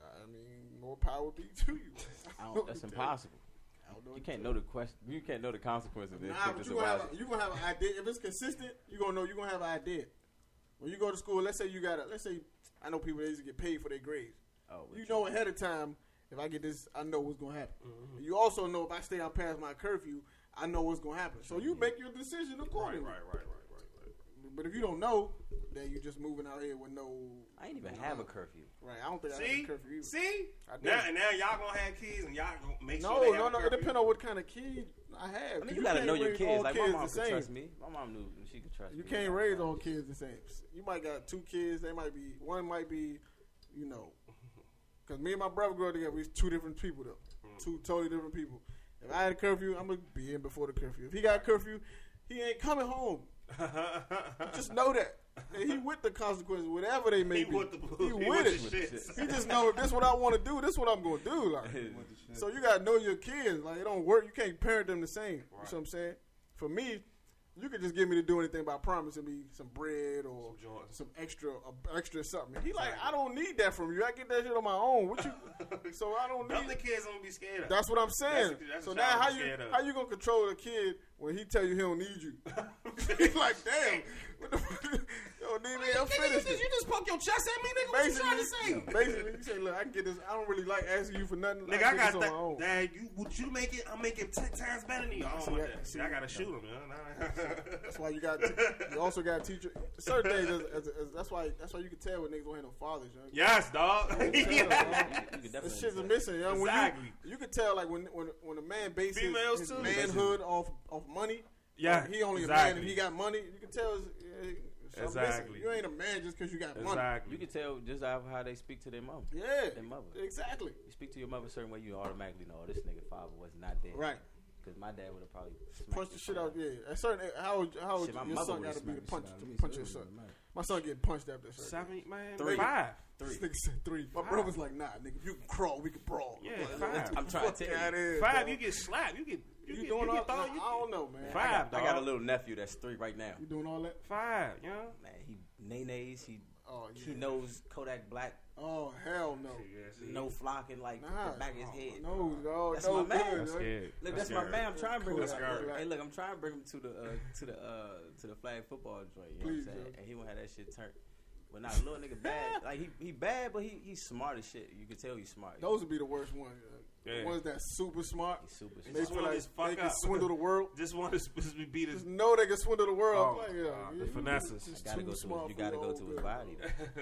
[SPEAKER 1] I mean, more power be to you.
[SPEAKER 4] [laughs]
[SPEAKER 1] [laughs]
[SPEAKER 4] I don't, that's impossible.
[SPEAKER 1] I don't know.
[SPEAKER 4] You can't know the question. You can't know the consequences. of this.
[SPEAKER 1] Nah,
[SPEAKER 4] Think
[SPEAKER 1] but
[SPEAKER 4] this
[SPEAKER 1] you
[SPEAKER 4] a
[SPEAKER 1] gonna have
[SPEAKER 4] wild
[SPEAKER 1] a,
[SPEAKER 4] shit.
[SPEAKER 1] you gonna have an idea. If it's consistent, you gonna know. You gonna have an idea. When you go to school, let's say you got a let's say I know people that used to get paid for their grades.
[SPEAKER 4] Oh,
[SPEAKER 1] You know ahead of time if I get this, I know what's gonna happen.
[SPEAKER 2] Mm-hmm.
[SPEAKER 1] You also know if I stay out past my curfew, I know what's gonna happen. So you make your decision
[SPEAKER 2] Mm-hmm. Right,
[SPEAKER 1] accordingly.
[SPEAKER 2] right, right, right, right, right.
[SPEAKER 1] But if you don't know, then you just moving out here with no.
[SPEAKER 4] I ain't even have a curfew.
[SPEAKER 1] Right, I don't think I have a
[SPEAKER 2] See,
[SPEAKER 1] curfew. Either.
[SPEAKER 2] see.
[SPEAKER 1] I do.
[SPEAKER 2] Now, and now y'all gonna have kids, and y'all gonna make
[SPEAKER 1] No,
[SPEAKER 2] sure. they
[SPEAKER 1] no,
[SPEAKER 2] have a
[SPEAKER 1] no. It
[SPEAKER 2] curfew.
[SPEAKER 1] depends on what kind of kid I have.
[SPEAKER 4] I mean,
[SPEAKER 1] 'Cause
[SPEAKER 4] you, gotta
[SPEAKER 1] can't
[SPEAKER 4] know your
[SPEAKER 1] raise
[SPEAKER 4] kids.
[SPEAKER 1] all
[SPEAKER 4] Like my
[SPEAKER 1] the
[SPEAKER 4] mom could
[SPEAKER 1] same.
[SPEAKER 4] trust me. My mom knew she could trust
[SPEAKER 1] You
[SPEAKER 4] me.
[SPEAKER 1] can't raise all
[SPEAKER 4] [laughs]
[SPEAKER 1] kids the same. You might got two kids. They might be one might be, you know, because me and my brother grew up together. We was two different people though,
[SPEAKER 2] Hmm.
[SPEAKER 1] two totally different people. If I had a curfew, I'm gonna be in before the curfew. If he got a curfew, he ain't coming home.
[SPEAKER 2] [laughs]
[SPEAKER 1] Just know that. And he with the consequences, whatever they may
[SPEAKER 2] [laughs] He
[SPEAKER 1] be.
[SPEAKER 2] with the
[SPEAKER 1] he,
[SPEAKER 2] blues.
[SPEAKER 1] with,
[SPEAKER 2] the
[SPEAKER 1] it.
[SPEAKER 2] shits. [laughs]
[SPEAKER 1] He just know this what I want to do. This what I'm gonna do. [laughs] Like, so you gotta know your kids. Like it don't work. You can't parent them the same. You know what I'm saying? For me, you could just get me to do anything by promising me some bread or
[SPEAKER 2] Some joints. [laughs]
[SPEAKER 1] some, extra a, extra something. He like, I don't need that from you. I get that shit on my own.
[SPEAKER 2] [laughs]
[SPEAKER 1] What you? so I don't
[SPEAKER 2] Them
[SPEAKER 1] need.
[SPEAKER 2] the kids gonna be scared [laughs] of.
[SPEAKER 1] That's what I'm saying.
[SPEAKER 2] That's a- that's a
[SPEAKER 1] so
[SPEAKER 2] child
[SPEAKER 1] now how
[SPEAKER 2] I'm
[SPEAKER 1] you
[SPEAKER 2] scared of.
[SPEAKER 1] how you gonna control a kid when he tell you he don't need you? [laughs] He's like, damn, what the fuck? [laughs] You don't need me. I'm finished.
[SPEAKER 2] you just poke your chest at me, nigga. What you
[SPEAKER 1] Basically,
[SPEAKER 2] trying to say?
[SPEAKER 1] basically, you say, look, I can get this. I don't really like asking you for nothing.
[SPEAKER 2] Nigga,
[SPEAKER 1] can
[SPEAKER 2] I
[SPEAKER 1] get this
[SPEAKER 2] got
[SPEAKER 1] on my
[SPEAKER 2] that.
[SPEAKER 1] own.
[SPEAKER 2] Dad, you would you make it? I'll make it ten times better than you. Oh I
[SPEAKER 1] See
[SPEAKER 2] don't want
[SPEAKER 1] that-
[SPEAKER 2] that.
[SPEAKER 1] see
[SPEAKER 2] See, I
[SPEAKER 1] that-
[SPEAKER 2] gotta shoot him, man. Nah. [laughs]
[SPEAKER 1] That's why you got. you also got to teach your- certain things. As, as, as, that's why. That's why you can tell when niggas don't have no fathers. Young.
[SPEAKER 2] Yes, dog. [laughs]
[SPEAKER 1] Yeah.
[SPEAKER 4] You could
[SPEAKER 1] This
[SPEAKER 4] definitely
[SPEAKER 1] shit's
[SPEAKER 4] say-
[SPEAKER 1] missing, young. When
[SPEAKER 2] Exactly.
[SPEAKER 1] you, you can tell, like when when when a man bases
[SPEAKER 2] Females
[SPEAKER 1] his
[SPEAKER 2] too.
[SPEAKER 1] manhood off off money.
[SPEAKER 2] Yeah,
[SPEAKER 1] like, he only a man
[SPEAKER 2] exactly.
[SPEAKER 1] if he got money. You can tell. It's, it's something
[SPEAKER 2] Exactly.
[SPEAKER 1] missing. You ain't a man just because you got money.
[SPEAKER 4] You
[SPEAKER 2] Exactly.
[SPEAKER 4] could tell just how how they speak to their mom.
[SPEAKER 1] Yeah,
[SPEAKER 4] Their mother.
[SPEAKER 1] exactly.
[SPEAKER 4] You speak to your mother a certain way, you automatically know oh, this nigga father was not there.
[SPEAKER 1] Right.
[SPEAKER 4] Because my dad would have probably smacked
[SPEAKER 1] Punch the
[SPEAKER 4] his
[SPEAKER 1] shit
[SPEAKER 4] father.
[SPEAKER 1] out. Yeah, a certain how how
[SPEAKER 4] Shit, my
[SPEAKER 1] your
[SPEAKER 4] mother
[SPEAKER 1] son
[SPEAKER 4] would've
[SPEAKER 1] got to be the
[SPEAKER 4] smacked the
[SPEAKER 1] punch
[SPEAKER 4] shit out of
[SPEAKER 1] to
[SPEAKER 4] me,
[SPEAKER 1] punch
[SPEAKER 4] so
[SPEAKER 1] your
[SPEAKER 4] it
[SPEAKER 1] son.
[SPEAKER 4] wouldn't matter.
[SPEAKER 1] My son getting punched after surgery.
[SPEAKER 2] Seven, man.
[SPEAKER 1] Three.
[SPEAKER 2] Five.
[SPEAKER 1] This nigga said three. My brother was like, nah, nigga, if you can crawl, we can brawl.
[SPEAKER 2] Yeah,
[SPEAKER 1] I'm
[SPEAKER 2] five.
[SPEAKER 1] like,
[SPEAKER 4] I'm trying to tell
[SPEAKER 1] That
[SPEAKER 4] you.
[SPEAKER 1] is,
[SPEAKER 2] Five,
[SPEAKER 1] dog.
[SPEAKER 2] you get slapped. You get you,
[SPEAKER 1] You
[SPEAKER 2] get
[SPEAKER 1] doing
[SPEAKER 2] you
[SPEAKER 1] all
[SPEAKER 2] get
[SPEAKER 1] that?
[SPEAKER 2] thought,
[SPEAKER 1] I
[SPEAKER 2] you
[SPEAKER 1] don't know, man.
[SPEAKER 2] Five.
[SPEAKER 4] I got, I got a
[SPEAKER 2] dog.
[SPEAKER 4] little nephew that's three right now.
[SPEAKER 1] You doing all that?
[SPEAKER 2] get five, you know?
[SPEAKER 4] Man, he nays. He
[SPEAKER 1] Oh,
[SPEAKER 4] he
[SPEAKER 1] yeah.
[SPEAKER 4] knows Kodak Black.
[SPEAKER 1] Oh, hell no.
[SPEAKER 4] No flocking like
[SPEAKER 1] Nah. Oh,
[SPEAKER 4] the back of his head.
[SPEAKER 1] No, dog.
[SPEAKER 4] That's
[SPEAKER 1] no
[SPEAKER 4] my man.
[SPEAKER 1] good,
[SPEAKER 2] That's
[SPEAKER 1] dog.
[SPEAKER 2] scared.
[SPEAKER 4] Look, that's, my man. I'm trying to bring him.
[SPEAKER 1] That's scary.
[SPEAKER 4] Hey, look, I'm trying to bring him to the uh, to the uh, to the flag football joint. You know
[SPEAKER 1] Please,
[SPEAKER 4] what I'm saying?
[SPEAKER 1] yo.
[SPEAKER 4] And he won't have that shit turned. But not little
[SPEAKER 1] [laughs]
[SPEAKER 4] nigga bad. Like he he bad, but he he's smart as shit. You can tell he's smart.
[SPEAKER 1] Those would be the worst ones. dog.
[SPEAKER 2] Yeah.
[SPEAKER 1] The ones that super smart.
[SPEAKER 4] he's super
[SPEAKER 1] And they
[SPEAKER 4] smart.
[SPEAKER 2] just
[SPEAKER 1] feel
[SPEAKER 2] wanna
[SPEAKER 1] like
[SPEAKER 2] just fuck
[SPEAKER 1] they can
[SPEAKER 2] up.
[SPEAKER 1] swindle the world.
[SPEAKER 2] Just want [laughs] to be beat his
[SPEAKER 1] Just know they can swindle the world.
[SPEAKER 2] Oh,
[SPEAKER 1] like, yeah,
[SPEAKER 2] uh, the
[SPEAKER 1] you- you
[SPEAKER 2] finesses.
[SPEAKER 1] just
[SPEAKER 4] gotta
[SPEAKER 1] too
[SPEAKER 4] go to his-
[SPEAKER 1] smart
[SPEAKER 4] you
[SPEAKER 1] for your
[SPEAKER 4] gotta go
[SPEAKER 1] own
[SPEAKER 4] to his
[SPEAKER 1] good.
[SPEAKER 4] body,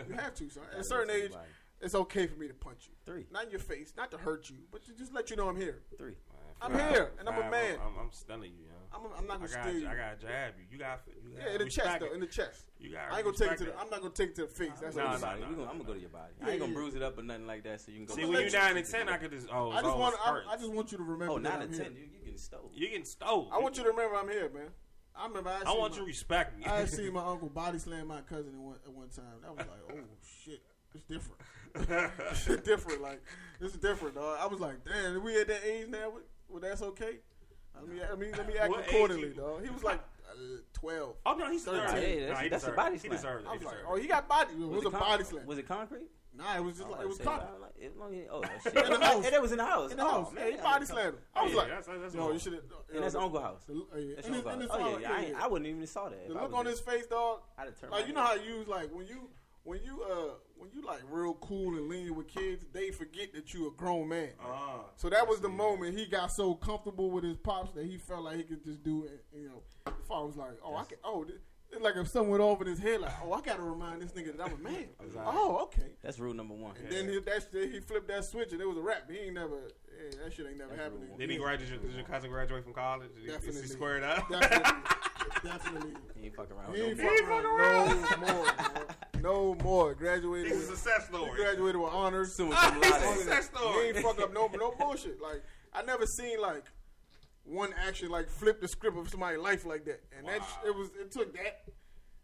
[SPEAKER 1] You have to, son. At
[SPEAKER 4] go
[SPEAKER 1] a certain
[SPEAKER 4] to his
[SPEAKER 1] age,
[SPEAKER 4] body.
[SPEAKER 1] it's okay for me to punch you.
[SPEAKER 4] Three.
[SPEAKER 1] Not in your face, not to hurt you, but to just let you know I'm here.
[SPEAKER 4] Three.
[SPEAKER 1] I'm
[SPEAKER 2] Five,
[SPEAKER 1] here, and I'm a
[SPEAKER 2] five,
[SPEAKER 1] man.
[SPEAKER 2] I'm, I'm stunning you, you know?
[SPEAKER 1] I'm, I'm not
[SPEAKER 2] I
[SPEAKER 1] gonna
[SPEAKER 2] got,
[SPEAKER 1] steal you.
[SPEAKER 2] I got to jab you. You got, you got
[SPEAKER 1] yeah, in the chest
[SPEAKER 2] respect
[SPEAKER 1] though,
[SPEAKER 2] it.
[SPEAKER 1] in the chest.
[SPEAKER 2] You got.
[SPEAKER 1] I ain't gonna take it to
[SPEAKER 2] respect
[SPEAKER 1] the. I'm not gonna take it to the face. That's
[SPEAKER 2] Nah,
[SPEAKER 1] all.
[SPEAKER 4] Nah,
[SPEAKER 2] nah, nah,
[SPEAKER 4] I'm
[SPEAKER 2] nah,
[SPEAKER 4] gonna
[SPEAKER 2] nah.
[SPEAKER 4] go to your body.
[SPEAKER 1] Yeah,
[SPEAKER 4] I ain't gonna
[SPEAKER 1] yeah.
[SPEAKER 4] bruise it up or nothing like that. So you can go.
[SPEAKER 2] See,
[SPEAKER 1] I'ma
[SPEAKER 2] when
[SPEAKER 1] let
[SPEAKER 2] you
[SPEAKER 1] you-
[SPEAKER 2] nine and ten, I could just. Oh,
[SPEAKER 1] I just
[SPEAKER 2] want.
[SPEAKER 1] want. I, I just want you to remember.
[SPEAKER 4] oh,
[SPEAKER 1] that
[SPEAKER 4] nine
[SPEAKER 1] I'm
[SPEAKER 4] and
[SPEAKER 1] here.
[SPEAKER 4] ten. You you getting stole.
[SPEAKER 2] You getting stole.
[SPEAKER 1] I want you to remember I'm here, man. I remember. I,
[SPEAKER 2] I
[SPEAKER 1] seen
[SPEAKER 2] want
[SPEAKER 1] my,
[SPEAKER 2] you to respect me.
[SPEAKER 1] I
[SPEAKER 2] [laughs]
[SPEAKER 1] had seen my uncle body slam my cousin at one, at one time. That was like, oh shit, it's different. [laughs] shit different. Like this is different, dog. I was like, damn, we at that age now. Well, well, that's okay. I mean, I mean, let me act
[SPEAKER 2] What age
[SPEAKER 1] accordingly,
[SPEAKER 2] you-
[SPEAKER 1] dog. He was like uh, twelve.
[SPEAKER 2] Oh no, he's
[SPEAKER 1] Thirteen.
[SPEAKER 4] Hey,
[SPEAKER 2] thirteen.
[SPEAKER 4] that's-
[SPEAKER 2] Nah, he
[SPEAKER 4] that's a
[SPEAKER 2] deserved
[SPEAKER 4] body
[SPEAKER 2] it. He
[SPEAKER 4] slam.
[SPEAKER 2] deserved it.
[SPEAKER 1] I
[SPEAKER 2] He
[SPEAKER 1] was like,
[SPEAKER 2] deserved
[SPEAKER 1] oh,
[SPEAKER 2] it.
[SPEAKER 1] he got body. It was, a
[SPEAKER 4] con-
[SPEAKER 1] body slam.
[SPEAKER 4] Was it concrete?
[SPEAKER 1] Nah, it was just like it was
[SPEAKER 4] Say, I
[SPEAKER 1] concrete.
[SPEAKER 4] don't like- it long- Oh, shit.
[SPEAKER 1] In the house.
[SPEAKER 4] And it was in the house.
[SPEAKER 1] In the
[SPEAKER 4] Oh,
[SPEAKER 1] house,
[SPEAKER 4] man,
[SPEAKER 1] yeah, he
[SPEAKER 4] that
[SPEAKER 1] body
[SPEAKER 4] was-
[SPEAKER 1] slammed him. I was
[SPEAKER 2] Yeah,
[SPEAKER 1] like,
[SPEAKER 2] that's- that's
[SPEAKER 1] yo,
[SPEAKER 2] normal.
[SPEAKER 1] you should.
[SPEAKER 4] And that's Uncle House.
[SPEAKER 1] The, look- oh, yeah.
[SPEAKER 4] That's
[SPEAKER 1] And
[SPEAKER 4] your
[SPEAKER 1] it's-
[SPEAKER 4] fault.
[SPEAKER 1] and it's
[SPEAKER 4] oh,
[SPEAKER 1] all-
[SPEAKER 4] yeah, yeah. I, ain't-
[SPEAKER 1] yeah.
[SPEAKER 4] I wouldn't even saw that.
[SPEAKER 1] The
[SPEAKER 4] if I
[SPEAKER 1] look
[SPEAKER 4] was
[SPEAKER 1] on
[SPEAKER 4] there.
[SPEAKER 1] his face, dog.
[SPEAKER 4] I'd have turned
[SPEAKER 1] Like
[SPEAKER 4] my
[SPEAKER 1] you know
[SPEAKER 4] head.
[SPEAKER 1] how you was like when you when you uh when you like real cool and lean with kids, they forget that you a grown man.
[SPEAKER 4] Uh,
[SPEAKER 2] Ah,
[SPEAKER 1] So that was the moment he got so comfortable with his pops that he felt like he could just do it. You know, if I was like, oh, I can, oh, th- it's like if someone went over in his head, like, oh, I got to remind this nigga that I'm a
[SPEAKER 4] [laughs]
[SPEAKER 1] man. Oh, okay.
[SPEAKER 4] That's rule number one.
[SPEAKER 1] And then he, that's, he flipped that switch and it was a wrap. He ain't never, yeah, that shit ain't never happened. again.
[SPEAKER 2] Did he graduate? Did your cousin graduate from college? Did he, is he
[SPEAKER 1] Definitely.
[SPEAKER 2] squared up? [laughs]
[SPEAKER 1] Definitely. Definitely.
[SPEAKER 4] He ain't fucking around.
[SPEAKER 1] He ain't
[SPEAKER 4] with no
[SPEAKER 1] fucking around. No more. bro. No more. Graduated.
[SPEAKER 2] He's a
[SPEAKER 1] With,
[SPEAKER 2] success
[SPEAKER 1] he
[SPEAKER 2] story.
[SPEAKER 1] graduated with honors.
[SPEAKER 4] Soon
[SPEAKER 1] All
[SPEAKER 4] come
[SPEAKER 1] of
[SPEAKER 4] Laude.
[SPEAKER 1] that.
[SPEAKER 2] Success story.
[SPEAKER 1] He ain't fuck up no no bullshit. Like I never seen like one action like flip the script of somebody's life like that. And that
[SPEAKER 2] Wow.
[SPEAKER 1] sh- it was it took that.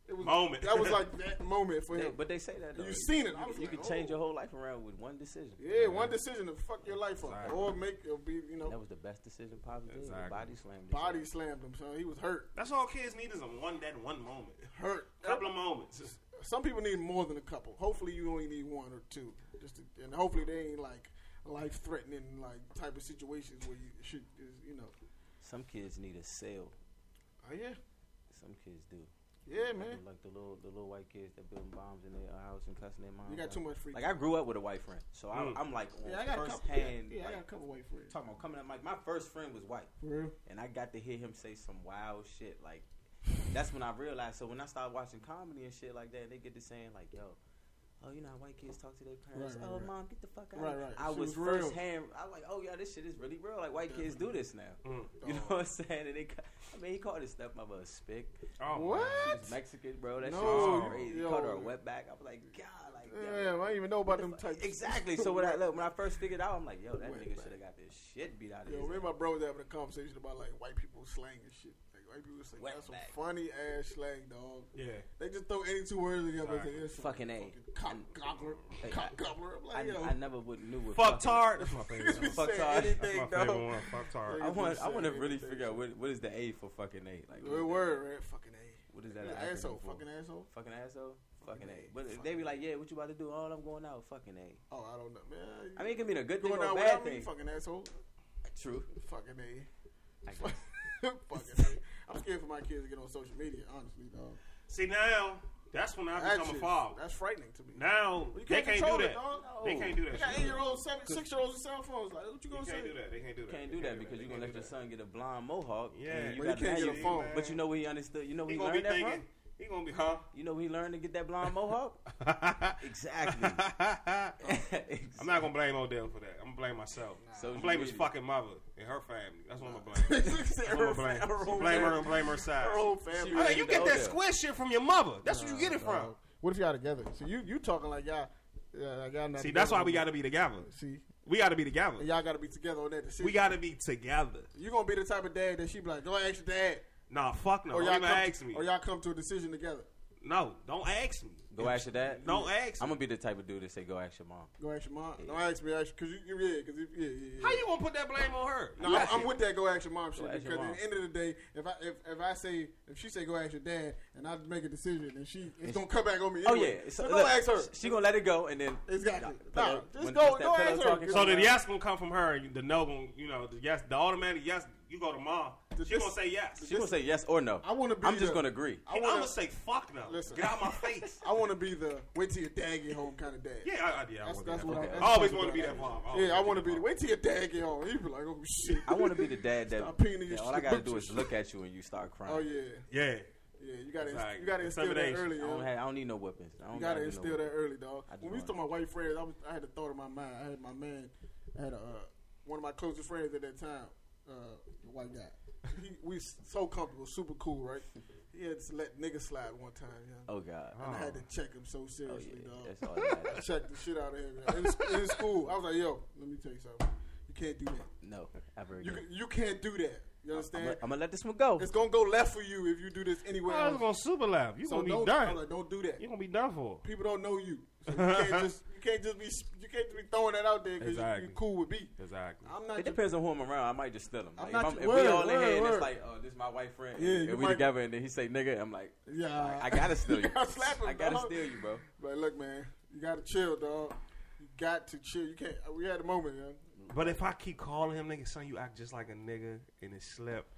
[SPEAKER 1] It was,
[SPEAKER 2] Moment.
[SPEAKER 1] That was like that moment for
[SPEAKER 4] They,
[SPEAKER 1] him.
[SPEAKER 4] but they say that though.
[SPEAKER 1] You seen it. I
[SPEAKER 4] You,
[SPEAKER 1] was
[SPEAKER 4] you
[SPEAKER 1] like,
[SPEAKER 4] could change
[SPEAKER 1] oh.
[SPEAKER 4] your whole life around with one decision.
[SPEAKER 1] yeah, one decision to fuck your life up, or make or be you know
[SPEAKER 4] That was the best decision Pops did.
[SPEAKER 2] Exactly.
[SPEAKER 4] Body slammed. his
[SPEAKER 1] body
[SPEAKER 4] ass.
[SPEAKER 1] slammed him. So he was hurt,
[SPEAKER 2] That's all kids need is a one that one moment,
[SPEAKER 1] hurt.
[SPEAKER 2] a couple of moments.
[SPEAKER 1] Some people need more than a couple. Hopefully, you only need one or two, just to, and hopefully they ain't like life threatening like type of situations where you should is, you know.
[SPEAKER 4] Some kids need a cell.
[SPEAKER 1] Oh yeah,
[SPEAKER 4] Some kids do.
[SPEAKER 1] yeah,
[SPEAKER 4] Like,
[SPEAKER 1] man.
[SPEAKER 4] the- like the little the little white kids that building bombs in their house and cussing their mom.
[SPEAKER 1] You got too much free.
[SPEAKER 4] Like I grew up with a white friend, so
[SPEAKER 2] Mm.
[SPEAKER 4] I, I'm like on
[SPEAKER 1] Yeah, I got a
[SPEAKER 4] first
[SPEAKER 1] couple.
[SPEAKER 4] hand.
[SPEAKER 1] yeah, I
[SPEAKER 4] like,
[SPEAKER 1] got a couple white friends.
[SPEAKER 4] talking about coming up, like my first friend was white.
[SPEAKER 1] For real?
[SPEAKER 4] and I got to hear him say some wild shit. Like that's when I realized. So when I started watching comedy and shit like that, and they get to saying like, "Yo, oh, you know how white kids talk to their parents?
[SPEAKER 1] Right, right,
[SPEAKER 4] oh,
[SPEAKER 1] right.
[SPEAKER 4] mom, get the fuck out!"
[SPEAKER 1] Right,
[SPEAKER 4] of here.
[SPEAKER 1] right.
[SPEAKER 4] I
[SPEAKER 1] Shit
[SPEAKER 4] was,
[SPEAKER 1] was real.
[SPEAKER 4] first hand. I was like, "Oh yeah, this shit is really real. Like white kids do this now."
[SPEAKER 2] Mm.
[SPEAKER 4] [laughs] You know
[SPEAKER 1] Dog.
[SPEAKER 4] what I'm saying? And they, ca- I mean, he called his stepmother a spick.
[SPEAKER 2] Oh,
[SPEAKER 1] What?
[SPEAKER 4] She was Mexican, bro. That
[SPEAKER 1] No,
[SPEAKER 4] shit was crazy.
[SPEAKER 1] yo.
[SPEAKER 4] He called her a wetback. I was like, God, like, yo,
[SPEAKER 1] Yeah, I didn't even know about them types.
[SPEAKER 4] [laughs] exactly. So
[SPEAKER 1] [laughs]
[SPEAKER 4] when I look, when I first figured out, I'm like, yo, that nigga
[SPEAKER 1] Wetback.
[SPEAKER 4] should have got this shit beat out of
[SPEAKER 1] Yo,
[SPEAKER 4] his
[SPEAKER 1] me and
[SPEAKER 4] ass.
[SPEAKER 1] my bro was having a conversation about like white people slang and shit. Like white people say that's some
[SPEAKER 4] Wetback.
[SPEAKER 1] funny ass slang, dog.
[SPEAKER 2] Yeah.
[SPEAKER 1] They just throw any two words together. and say, "That's some
[SPEAKER 4] Fucking A.
[SPEAKER 1] cock gobbler,
[SPEAKER 4] Hey,
[SPEAKER 1] cock
[SPEAKER 4] I-
[SPEAKER 1] gobbler. I'm
[SPEAKER 4] I,
[SPEAKER 1] like, yo,
[SPEAKER 4] I never would knew what
[SPEAKER 2] Fuck
[SPEAKER 4] fucking-
[SPEAKER 2] tard. That's my
[SPEAKER 1] [laughs]
[SPEAKER 2] favorite.
[SPEAKER 1] you
[SPEAKER 2] one.
[SPEAKER 4] fuck
[SPEAKER 1] say
[SPEAKER 4] tard.
[SPEAKER 2] That's
[SPEAKER 1] anything,
[SPEAKER 2] my
[SPEAKER 1] dog.
[SPEAKER 2] favorite one. Fuck tard.
[SPEAKER 4] I want. I
[SPEAKER 1] Say
[SPEAKER 4] want to really
[SPEAKER 1] anything.
[SPEAKER 4] figure out what what is the A for fucking A. Like
[SPEAKER 1] Good word, right? Fucking A.
[SPEAKER 4] What is that?
[SPEAKER 1] You're
[SPEAKER 4] an
[SPEAKER 1] an
[SPEAKER 4] acronym
[SPEAKER 1] asshole,
[SPEAKER 4] for?
[SPEAKER 1] fucking asshole.
[SPEAKER 4] Fucking asshole. Fucking
[SPEAKER 1] Fucking
[SPEAKER 4] A.
[SPEAKER 1] A.
[SPEAKER 4] But if
[SPEAKER 1] Fucking
[SPEAKER 4] they be like, yeah, what you about to do? Oh, I'm going out. Fucking A.
[SPEAKER 1] Oh, I don't know, man. You
[SPEAKER 4] I mean, it can mean a good thing
[SPEAKER 1] going
[SPEAKER 4] or a
[SPEAKER 1] out
[SPEAKER 4] bad
[SPEAKER 1] without me,
[SPEAKER 4] thing.
[SPEAKER 1] fucking asshole.
[SPEAKER 4] True.
[SPEAKER 1] Fucking A. [laughs]
[SPEAKER 4] I guess.
[SPEAKER 1] fucking A. I'm scared for my kids to get on social media. Honestly, dog.
[SPEAKER 2] See now, that's when I
[SPEAKER 1] That
[SPEAKER 2] become a
[SPEAKER 1] shit-
[SPEAKER 2] father.
[SPEAKER 1] That's frightening to me.
[SPEAKER 2] Now
[SPEAKER 1] You
[SPEAKER 2] they
[SPEAKER 1] can't
[SPEAKER 2] can't
[SPEAKER 1] control
[SPEAKER 2] do
[SPEAKER 1] It,
[SPEAKER 2] that.
[SPEAKER 1] dog. No.
[SPEAKER 2] They can't do that
[SPEAKER 1] They got
[SPEAKER 2] shit.
[SPEAKER 1] eight year olds, seven, six year olds with cell phones. Like, what you gonna
[SPEAKER 2] You
[SPEAKER 1] say?
[SPEAKER 2] can't
[SPEAKER 1] [laughs]
[SPEAKER 2] do that. They can't do that.
[SPEAKER 4] Can't
[SPEAKER 2] They
[SPEAKER 4] do that because
[SPEAKER 2] They
[SPEAKER 4] you're
[SPEAKER 2] can't
[SPEAKER 4] gonna let
[SPEAKER 2] do
[SPEAKER 4] your
[SPEAKER 2] that.
[SPEAKER 4] son get a blonde mohawk.
[SPEAKER 2] Yeah,
[SPEAKER 1] But
[SPEAKER 4] and you
[SPEAKER 1] he
[SPEAKER 4] got
[SPEAKER 1] can't get a phone.
[SPEAKER 4] But you know where he understood. You know where
[SPEAKER 2] He
[SPEAKER 4] he,
[SPEAKER 2] gonna be
[SPEAKER 4] learned that
[SPEAKER 2] thinking.
[SPEAKER 4] from.
[SPEAKER 2] He gonna be huh? [laughs]
[SPEAKER 4] You know where he learned to get that blonde [laughs] mohawk.
[SPEAKER 1] [laughs]
[SPEAKER 4] exactly.
[SPEAKER 2] I'm not gonna blame Odell for that. I'm gonna blame myself. I'm
[SPEAKER 4] Social
[SPEAKER 2] gonna blame his
[SPEAKER 4] media.
[SPEAKER 2] fucking mother and her family. That's what I'm gonna
[SPEAKER 1] [laughs]
[SPEAKER 2] blame.
[SPEAKER 4] [laughs]
[SPEAKER 2] I'm gonna blame.
[SPEAKER 1] Her whole
[SPEAKER 2] blame her
[SPEAKER 1] family.
[SPEAKER 2] and blame her
[SPEAKER 1] [laughs]
[SPEAKER 2] side.
[SPEAKER 1] Her whole family.
[SPEAKER 2] I mean, you
[SPEAKER 4] you
[SPEAKER 2] get
[SPEAKER 4] know
[SPEAKER 2] that
[SPEAKER 4] that.
[SPEAKER 2] square shit from your mother. That's where you get it [laughs] from.
[SPEAKER 1] Dog. Uh, What if y'all together? So you you talking like y'all? Yeah, like y'all not
[SPEAKER 2] See,
[SPEAKER 1] together
[SPEAKER 2] that's why
[SPEAKER 1] no
[SPEAKER 2] we
[SPEAKER 1] more.
[SPEAKER 2] gotta be together.
[SPEAKER 1] See,
[SPEAKER 2] We gotta be together.
[SPEAKER 1] and y'all gotta be together on that decision.
[SPEAKER 2] We gotta be together.
[SPEAKER 1] You gonna be the type of dad that she be like, go ask your dad,
[SPEAKER 2] Nah, fuck no.
[SPEAKER 1] or
[SPEAKER 2] Don't
[SPEAKER 1] y'all
[SPEAKER 2] even
[SPEAKER 1] come
[SPEAKER 2] ask
[SPEAKER 1] to,
[SPEAKER 2] me.
[SPEAKER 1] or y'all come to a decision together.
[SPEAKER 2] No, don't ask me.
[SPEAKER 4] Go ask your dad.
[SPEAKER 2] Don't ask
[SPEAKER 4] I'm
[SPEAKER 2] me.
[SPEAKER 4] gonna be the type of dude to say go ask your mom.
[SPEAKER 1] Go ask your mom. No, ask me. Ask because you, you- yeah, because yeah, yeah, yeah.
[SPEAKER 2] How you gonna put that blame on her?
[SPEAKER 1] No, I'm, I'm with that. Go ask your mom shit
[SPEAKER 4] Go ask
[SPEAKER 1] because
[SPEAKER 4] your
[SPEAKER 1] at
[SPEAKER 4] mom.
[SPEAKER 1] the end of the day, if I if, if I say if she say go ask your dad and I make a decision and she it's gonna come back on me.
[SPEAKER 4] Oh
[SPEAKER 1] Anyway.
[SPEAKER 4] yeah,
[SPEAKER 1] so,
[SPEAKER 4] so,
[SPEAKER 1] go
[SPEAKER 4] look,
[SPEAKER 1] ask her.
[SPEAKER 4] She gonna let it go, and then
[SPEAKER 1] Exactly.
[SPEAKER 4] Nah,
[SPEAKER 1] Nah,
[SPEAKER 4] but
[SPEAKER 1] just
[SPEAKER 4] when
[SPEAKER 1] go
[SPEAKER 4] it's that
[SPEAKER 1] go
[SPEAKER 4] pillow
[SPEAKER 1] ask her.
[SPEAKER 4] talking-
[SPEAKER 2] So the yes gonna come from her, and the no gonna, you know, the yes, the automatic yes. You go to mom.
[SPEAKER 1] Did
[SPEAKER 2] She
[SPEAKER 1] this-
[SPEAKER 2] gonna say yes.
[SPEAKER 4] she gonna say yes or no.
[SPEAKER 1] I wanna be
[SPEAKER 4] I'm just
[SPEAKER 1] the-
[SPEAKER 4] gonna agree.
[SPEAKER 1] I
[SPEAKER 2] I'm
[SPEAKER 1] wanna
[SPEAKER 2] gonna say fuck no.
[SPEAKER 1] Listen.
[SPEAKER 2] Get out my
[SPEAKER 1] [laughs]
[SPEAKER 2] face.
[SPEAKER 1] I want to be the wait till your dad get home kind of dad.
[SPEAKER 2] yeah, I, I, yeah, I
[SPEAKER 1] That's,
[SPEAKER 2] wanna be
[SPEAKER 1] that's
[SPEAKER 2] that
[SPEAKER 1] what I,
[SPEAKER 2] mom.
[SPEAKER 1] that's
[SPEAKER 2] I always
[SPEAKER 1] what
[SPEAKER 2] want to be that
[SPEAKER 1] I-
[SPEAKER 2] mom.
[SPEAKER 1] Yeah, I want
[SPEAKER 2] wanna
[SPEAKER 1] to be.
[SPEAKER 2] that
[SPEAKER 1] the
[SPEAKER 2] mom.
[SPEAKER 1] Wait till your dad get home. He'd be like, oh shit.
[SPEAKER 4] I want
[SPEAKER 1] [laughs]
[SPEAKER 4] to be the dad that,
[SPEAKER 1] Stop peeing in your
[SPEAKER 4] that all I
[SPEAKER 1] shit.
[SPEAKER 4] gotta do is look at you and you start crying.
[SPEAKER 1] Oh yeah,
[SPEAKER 2] Yeah,
[SPEAKER 1] yeah. You gotta
[SPEAKER 2] Exactly.
[SPEAKER 1] you gotta instill that
[SPEAKER 2] Intimidation.
[SPEAKER 1] early.
[SPEAKER 4] I
[SPEAKER 1] yo.
[SPEAKER 4] don't, have, I don't need no weapons. I don't
[SPEAKER 1] You gotta
[SPEAKER 4] gotta do
[SPEAKER 1] instill
[SPEAKER 4] no
[SPEAKER 1] that early, dog.
[SPEAKER 4] I just
[SPEAKER 1] When we was
[SPEAKER 4] wanna-
[SPEAKER 1] talking about white friends, I was I had a thought in my mind. I had my man, I had a, uh, one of my closest friends at that time, uh, the white guy. He, we s- so comfortable, super cool, right? He had to let niggas slide one time, yeah.
[SPEAKER 4] Oh God.
[SPEAKER 1] And I had to check him so
[SPEAKER 4] Oh
[SPEAKER 1] seriously,
[SPEAKER 4] yeah.
[SPEAKER 1] dog.
[SPEAKER 4] That's all. That
[SPEAKER 1] I
[SPEAKER 4] matters.
[SPEAKER 1] checked the shit out of him. yeah. In, s- in school, I was like, yo, let me tell you something. You can't do that.
[SPEAKER 4] no, ever
[SPEAKER 1] You
[SPEAKER 4] again.
[SPEAKER 1] can, you can't do that. You
[SPEAKER 4] I'm,
[SPEAKER 1] understand?
[SPEAKER 4] gonna, let this one go.
[SPEAKER 1] it's gonna go left for you if you do this anywhere
[SPEAKER 2] I
[SPEAKER 1] else.
[SPEAKER 2] was gonna super laugh. You
[SPEAKER 1] so
[SPEAKER 2] gonna be
[SPEAKER 1] don't, I was
[SPEAKER 2] done.
[SPEAKER 1] like, don't do that.
[SPEAKER 2] You gonna be done for.
[SPEAKER 1] people don't know
[SPEAKER 2] [laughs]
[SPEAKER 1] you. So you can't just you can't just be you can't just be throwing that out there because
[SPEAKER 2] Exactly.
[SPEAKER 1] you, you cool with me.
[SPEAKER 2] Exactly.
[SPEAKER 1] I'm not.
[SPEAKER 4] It
[SPEAKER 1] Your,
[SPEAKER 4] depends on who I'm around. I might just steal him.
[SPEAKER 1] I'm
[SPEAKER 4] Like,
[SPEAKER 1] not
[SPEAKER 4] if I'm,
[SPEAKER 1] your-
[SPEAKER 4] if
[SPEAKER 1] word,
[SPEAKER 4] we all in
[SPEAKER 1] word,
[SPEAKER 4] here and
[SPEAKER 1] word.
[SPEAKER 4] it's like, oh, this is my white friend.
[SPEAKER 1] Yeah,
[SPEAKER 4] and
[SPEAKER 1] you
[SPEAKER 4] we
[SPEAKER 1] might-
[SPEAKER 4] together, and then he say nigga, I'm like,
[SPEAKER 1] yeah, [laughs]
[SPEAKER 4] I gotta steal you.
[SPEAKER 1] gotta slap him,
[SPEAKER 4] I gotta
[SPEAKER 1] dog.
[SPEAKER 4] steal you, bro.
[SPEAKER 1] But look, man, you gotta chill, dog. You got to chill. You can't. We had a moment, man.
[SPEAKER 2] But if I keep calling him nigga, son, you act just like a nigga, and it slipped.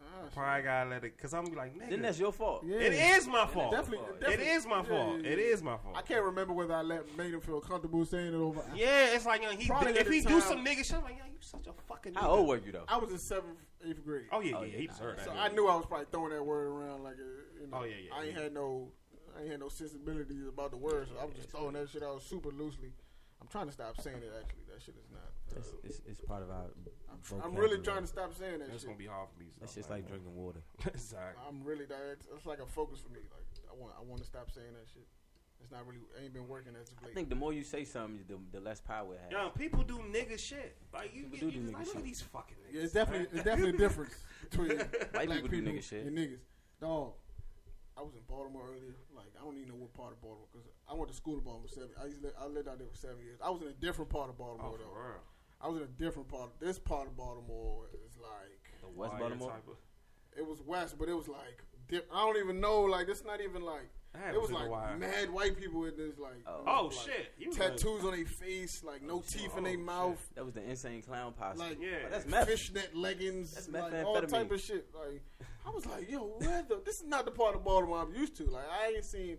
[SPEAKER 1] Ah, shit.
[SPEAKER 2] Probably gotta let it, cause I'm gonna be like nigga.
[SPEAKER 4] Then that's your fault.
[SPEAKER 1] Yeah.
[SPEAKER 2] It is my fault.
[SPEAKER 1] Definitely,
[SPEAKER 4] It
[SPEAKER 2] It
[SPEAKER 1] definitely-
[SPEAKER 2] is my
[SPEAKER 1] yeah,
[SPEAKER 2] fault.
[SPEAKER 1] yeah,
[SPEAKER 2] It
[SPEAKER 1] yeah.
[SPEAKER 2] is my fault.
[SPEAKER 1] I can't remember whether I let made him feel comfortable saying it over. I-
[SPEAKER 2] Yeah, it's like you know, he,
[SPEAKER 1] Probably
[SPEAKER 2] if
[SPEAKER 1] at
[SPEAKER 2] he
[SPEAKER 1] the
[SPEAKER 2] do
[SPEAKER 1] time-
[SPEAKER 2] some nigga shit, I'm like, yo, you such a fucking. Nigga.
[SPEAKER 4] How old were you though?
[SPEAKER 1] I, was in seventh, eighth grade,
[SPEAKER 2] Oh yeah,
[SPEAKER 4] Oh,
[SPEAKER 2] yeah,
[SPEAKER 4] yeah,
[SPEAKER 2] he
[SPEAKER 4] nah,
[SPEAKER 2] deserved that.
[SPEAKER 1] so I knew I was probably throwing that word around like, a, you know,
[SPEAKER 2] Oh, yeah, yeah,
[SPEAKER 1] I ain't
[SPEAKER 2] yeah.
[SPEAKER 1] had no, I ain't had no sensibilities about the word, so I was just throwing that shit out super loosely. I'm trying to stop saying it. Actually, that shit is not. uh,
[SPEAKER 4] It's, it's, it's part of our.
[SPEAKER 1] I'm, tr- I'm really
[SPEAKER 4] vocabulary.
[SPEAKER 1] trying to stop saying that
[SPEAKER 2] That's
[SPEAKER 1] shit.
[SPEAKER 2] gonna be hard for me. so
[SPEAKER 4] That's just like drinking water.
[SPEAKER 2] exactly.
[SPEAKER 1] I'm really that's it's like a focus for me. Like I want I want to stop saying that shit. It's not really it ain't been working as of
[SPEAKER 4] I
[SPEAKER 1] late.
[SPEAKER 4] think the more you say something, the, the less power it has.
[SPEAKER 2] Yo, people do nigga shit. Like you,
[SPEAKER 4] People
[SPEAKER 2] you,
[SPEAKER 4] do do
[SPEAKER 2] just
[SPEAKER 4] nigga
[SPEAKER 2] like, look
[SPEAKER 4] shit.
[SPEAKER 2] at these fucking niggas.
[SPEAKER 1] yeah, it's definitely it's definitely a difference between white
[SPEAKER 4] people do nigga shit.
[SPEAKER 1] and niggas. Dog, I was in Baltimore earlier. Like I don't even know what part of Baltimore because I went to school in Baltimore. Seven, I used to, li- I lived out there for seven years. I was in a different part of
[SPEAKER 2] Oh,
[SPEAKER 1] Baltimore
[SPEAKER 2] for
[SPEAKER 1] though.
[SPEAKER 2] real.
[SPEAKER 1] I was in a different part. This part of Baltimore is like
[SPEAKER 4] The West
[SPEAKER 2] Wire
[SPEAKER 4] Baltimore.
[SPEAKER 2] type of-
[SPEAKER 1] it was west, but it was like di- I don't even know. Like it's not even like
[SPEAKER 2] I haven't
[SPEAKER 1] it was
[SPEAKER 2] took a
[SPEAKER 1] like
[SPEAKER 2] while.
[SPEAKER 1] mad white people in this like
[SPEAKER 4] Oh.
[SPEAKER 2] Oh
[SPEAKER 1] like,
[SPEAKER 2] shit, you Tattoo.
[SPEAKER 1] tattoos on their face, like no teeth in
[SPEAKER 2] Oh,
[SPEAKER 1] their
[SPEAKER 2] shit.
[SPEAKER 1] mouth,
[SPEAKER 4] That was the insane clown posse.
[SPEAKER 1] like
[SPEAKER 2] Yeah.
[SPEAKER 4] that's meth.
[SPEAKER 1] fishnet leggings,
[SPEAKER 4] That's
[SPEAKER 1] like all
[SPEAKER 4] methamphetamine.
[SPEAKER 1] type of shit. Like I was like, yo, where the, this is not the part of Baltimore I'm used to. Like I ain't seen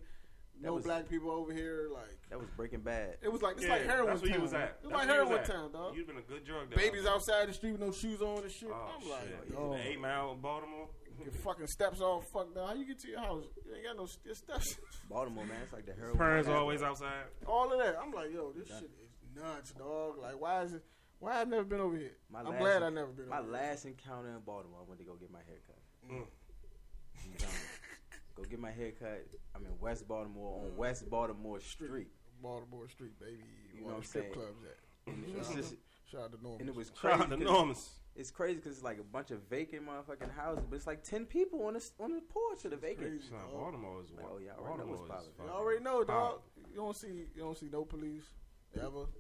[SPEAKER 4] That
[SPEAKER 1] no
[SPEAKER 4] was-
[SPEAKER 1] black people over here. Like
[SPEAKER 4] That was Breaking Bad.
[SPEAKER 1] it was like it's
[SPEAKER 2] Yeah,
[SPEAKER 1] like heroin
[SPEAKER 2] that's where
[SPEAKER 1] town.
[SPEAKER 2] you was at.
[SPEAKER 1] It was
[SPEAKER 2] That's
[SPEAKER 1] like
[SPEAKER 2] where you was
[SPEAKER 1] heroin
[SPEAKER 2] at.
[SPEAKER 1] town, dog.
[SPEAKER 2] You've been a good drug. dealer.
[SPEAKER 1] Babies outside the street with no shoes on and shit.
[SPEAKER 2] Oh
[SPEAKER 1] I'm
[SPEAKER 2] shit.
[SPEAKER 1] like,
[SPEAKER 2] You
[SPEAKER 1] yo,
[SPEAKER 2] been eight mile in Baltimore.
[SPEAKER 1] your fucking steps all fucked up. How you get to your house? You ain't got no your steps. [laughs]
[SPEAKER 4] Baltimore, man. It's like the heroin.
[SPEAKER 2] Parents always outside.
[SPEAKER 1] all of that. I'm like, yo, this shit is nuts, dog. Like, why is it? Why I've never been over here?
[SPEAKER 4] My
[SPEAKER 1] I'm
[SPEAKER 4] last-
[SPEAKER 1] glad I never been.
[SPEAKER 4] My
[SPEAKER 1] over
[SPEAKER 4] last encounter in Baltimore, I went to go get my hair cut.
[SPEAKER 2] Mm.
[SPEAKER 4] I'm telling you. go get my hair cut. I'm in West Baltimore on West Baltimore Street.
[SPEAKER 1] here. Baltimore Street, baby.
[SPEAKER 4] You know
[SPEAKER 1] Where the
[SPEAKER 4] what I'm
[SPEAKER 1] strip
[SPEAKER 4] saying?
[SPEAKER 1] clubs at?
[SPEAKER 4] And it's just
[SPEAKER 1] Shout out to Norman.
[SPEAKER 4] and it was crazy.
[SPEAKER 2] Crowd
[SPEAKER 4] 'cause-
[SPEAKER 2] enormous.
[SPEAKER 4] It's crazy because it's like a bunch of vacant motherfucking houses, but it's like ten people on the on the porch of the vacant.
[SPEAKER 1] crazy,
[SPEAKER 2] Nah,
[SPEAKER 1] dog.
[SPEAKER 2] Baltimore is
[SPEAKER 4] Like,
[SPEAKER 2] wild.
[SPEAKER 4] oh, yeah, I already know
[SPEAKER 2] Baltimore
[SPEAKER 4] what's
[SPEAKER 2] is
[SPEAKER 4] poppin'.
[SPEAKER 1] You
[SPEAKER 2] fucking-
[SPEAKER 1] already know, dog.
[SPEAKER 2] Wow.
[SPEAKER 1] You don't see you don't see no police ever.
[SPEAKER 4] Already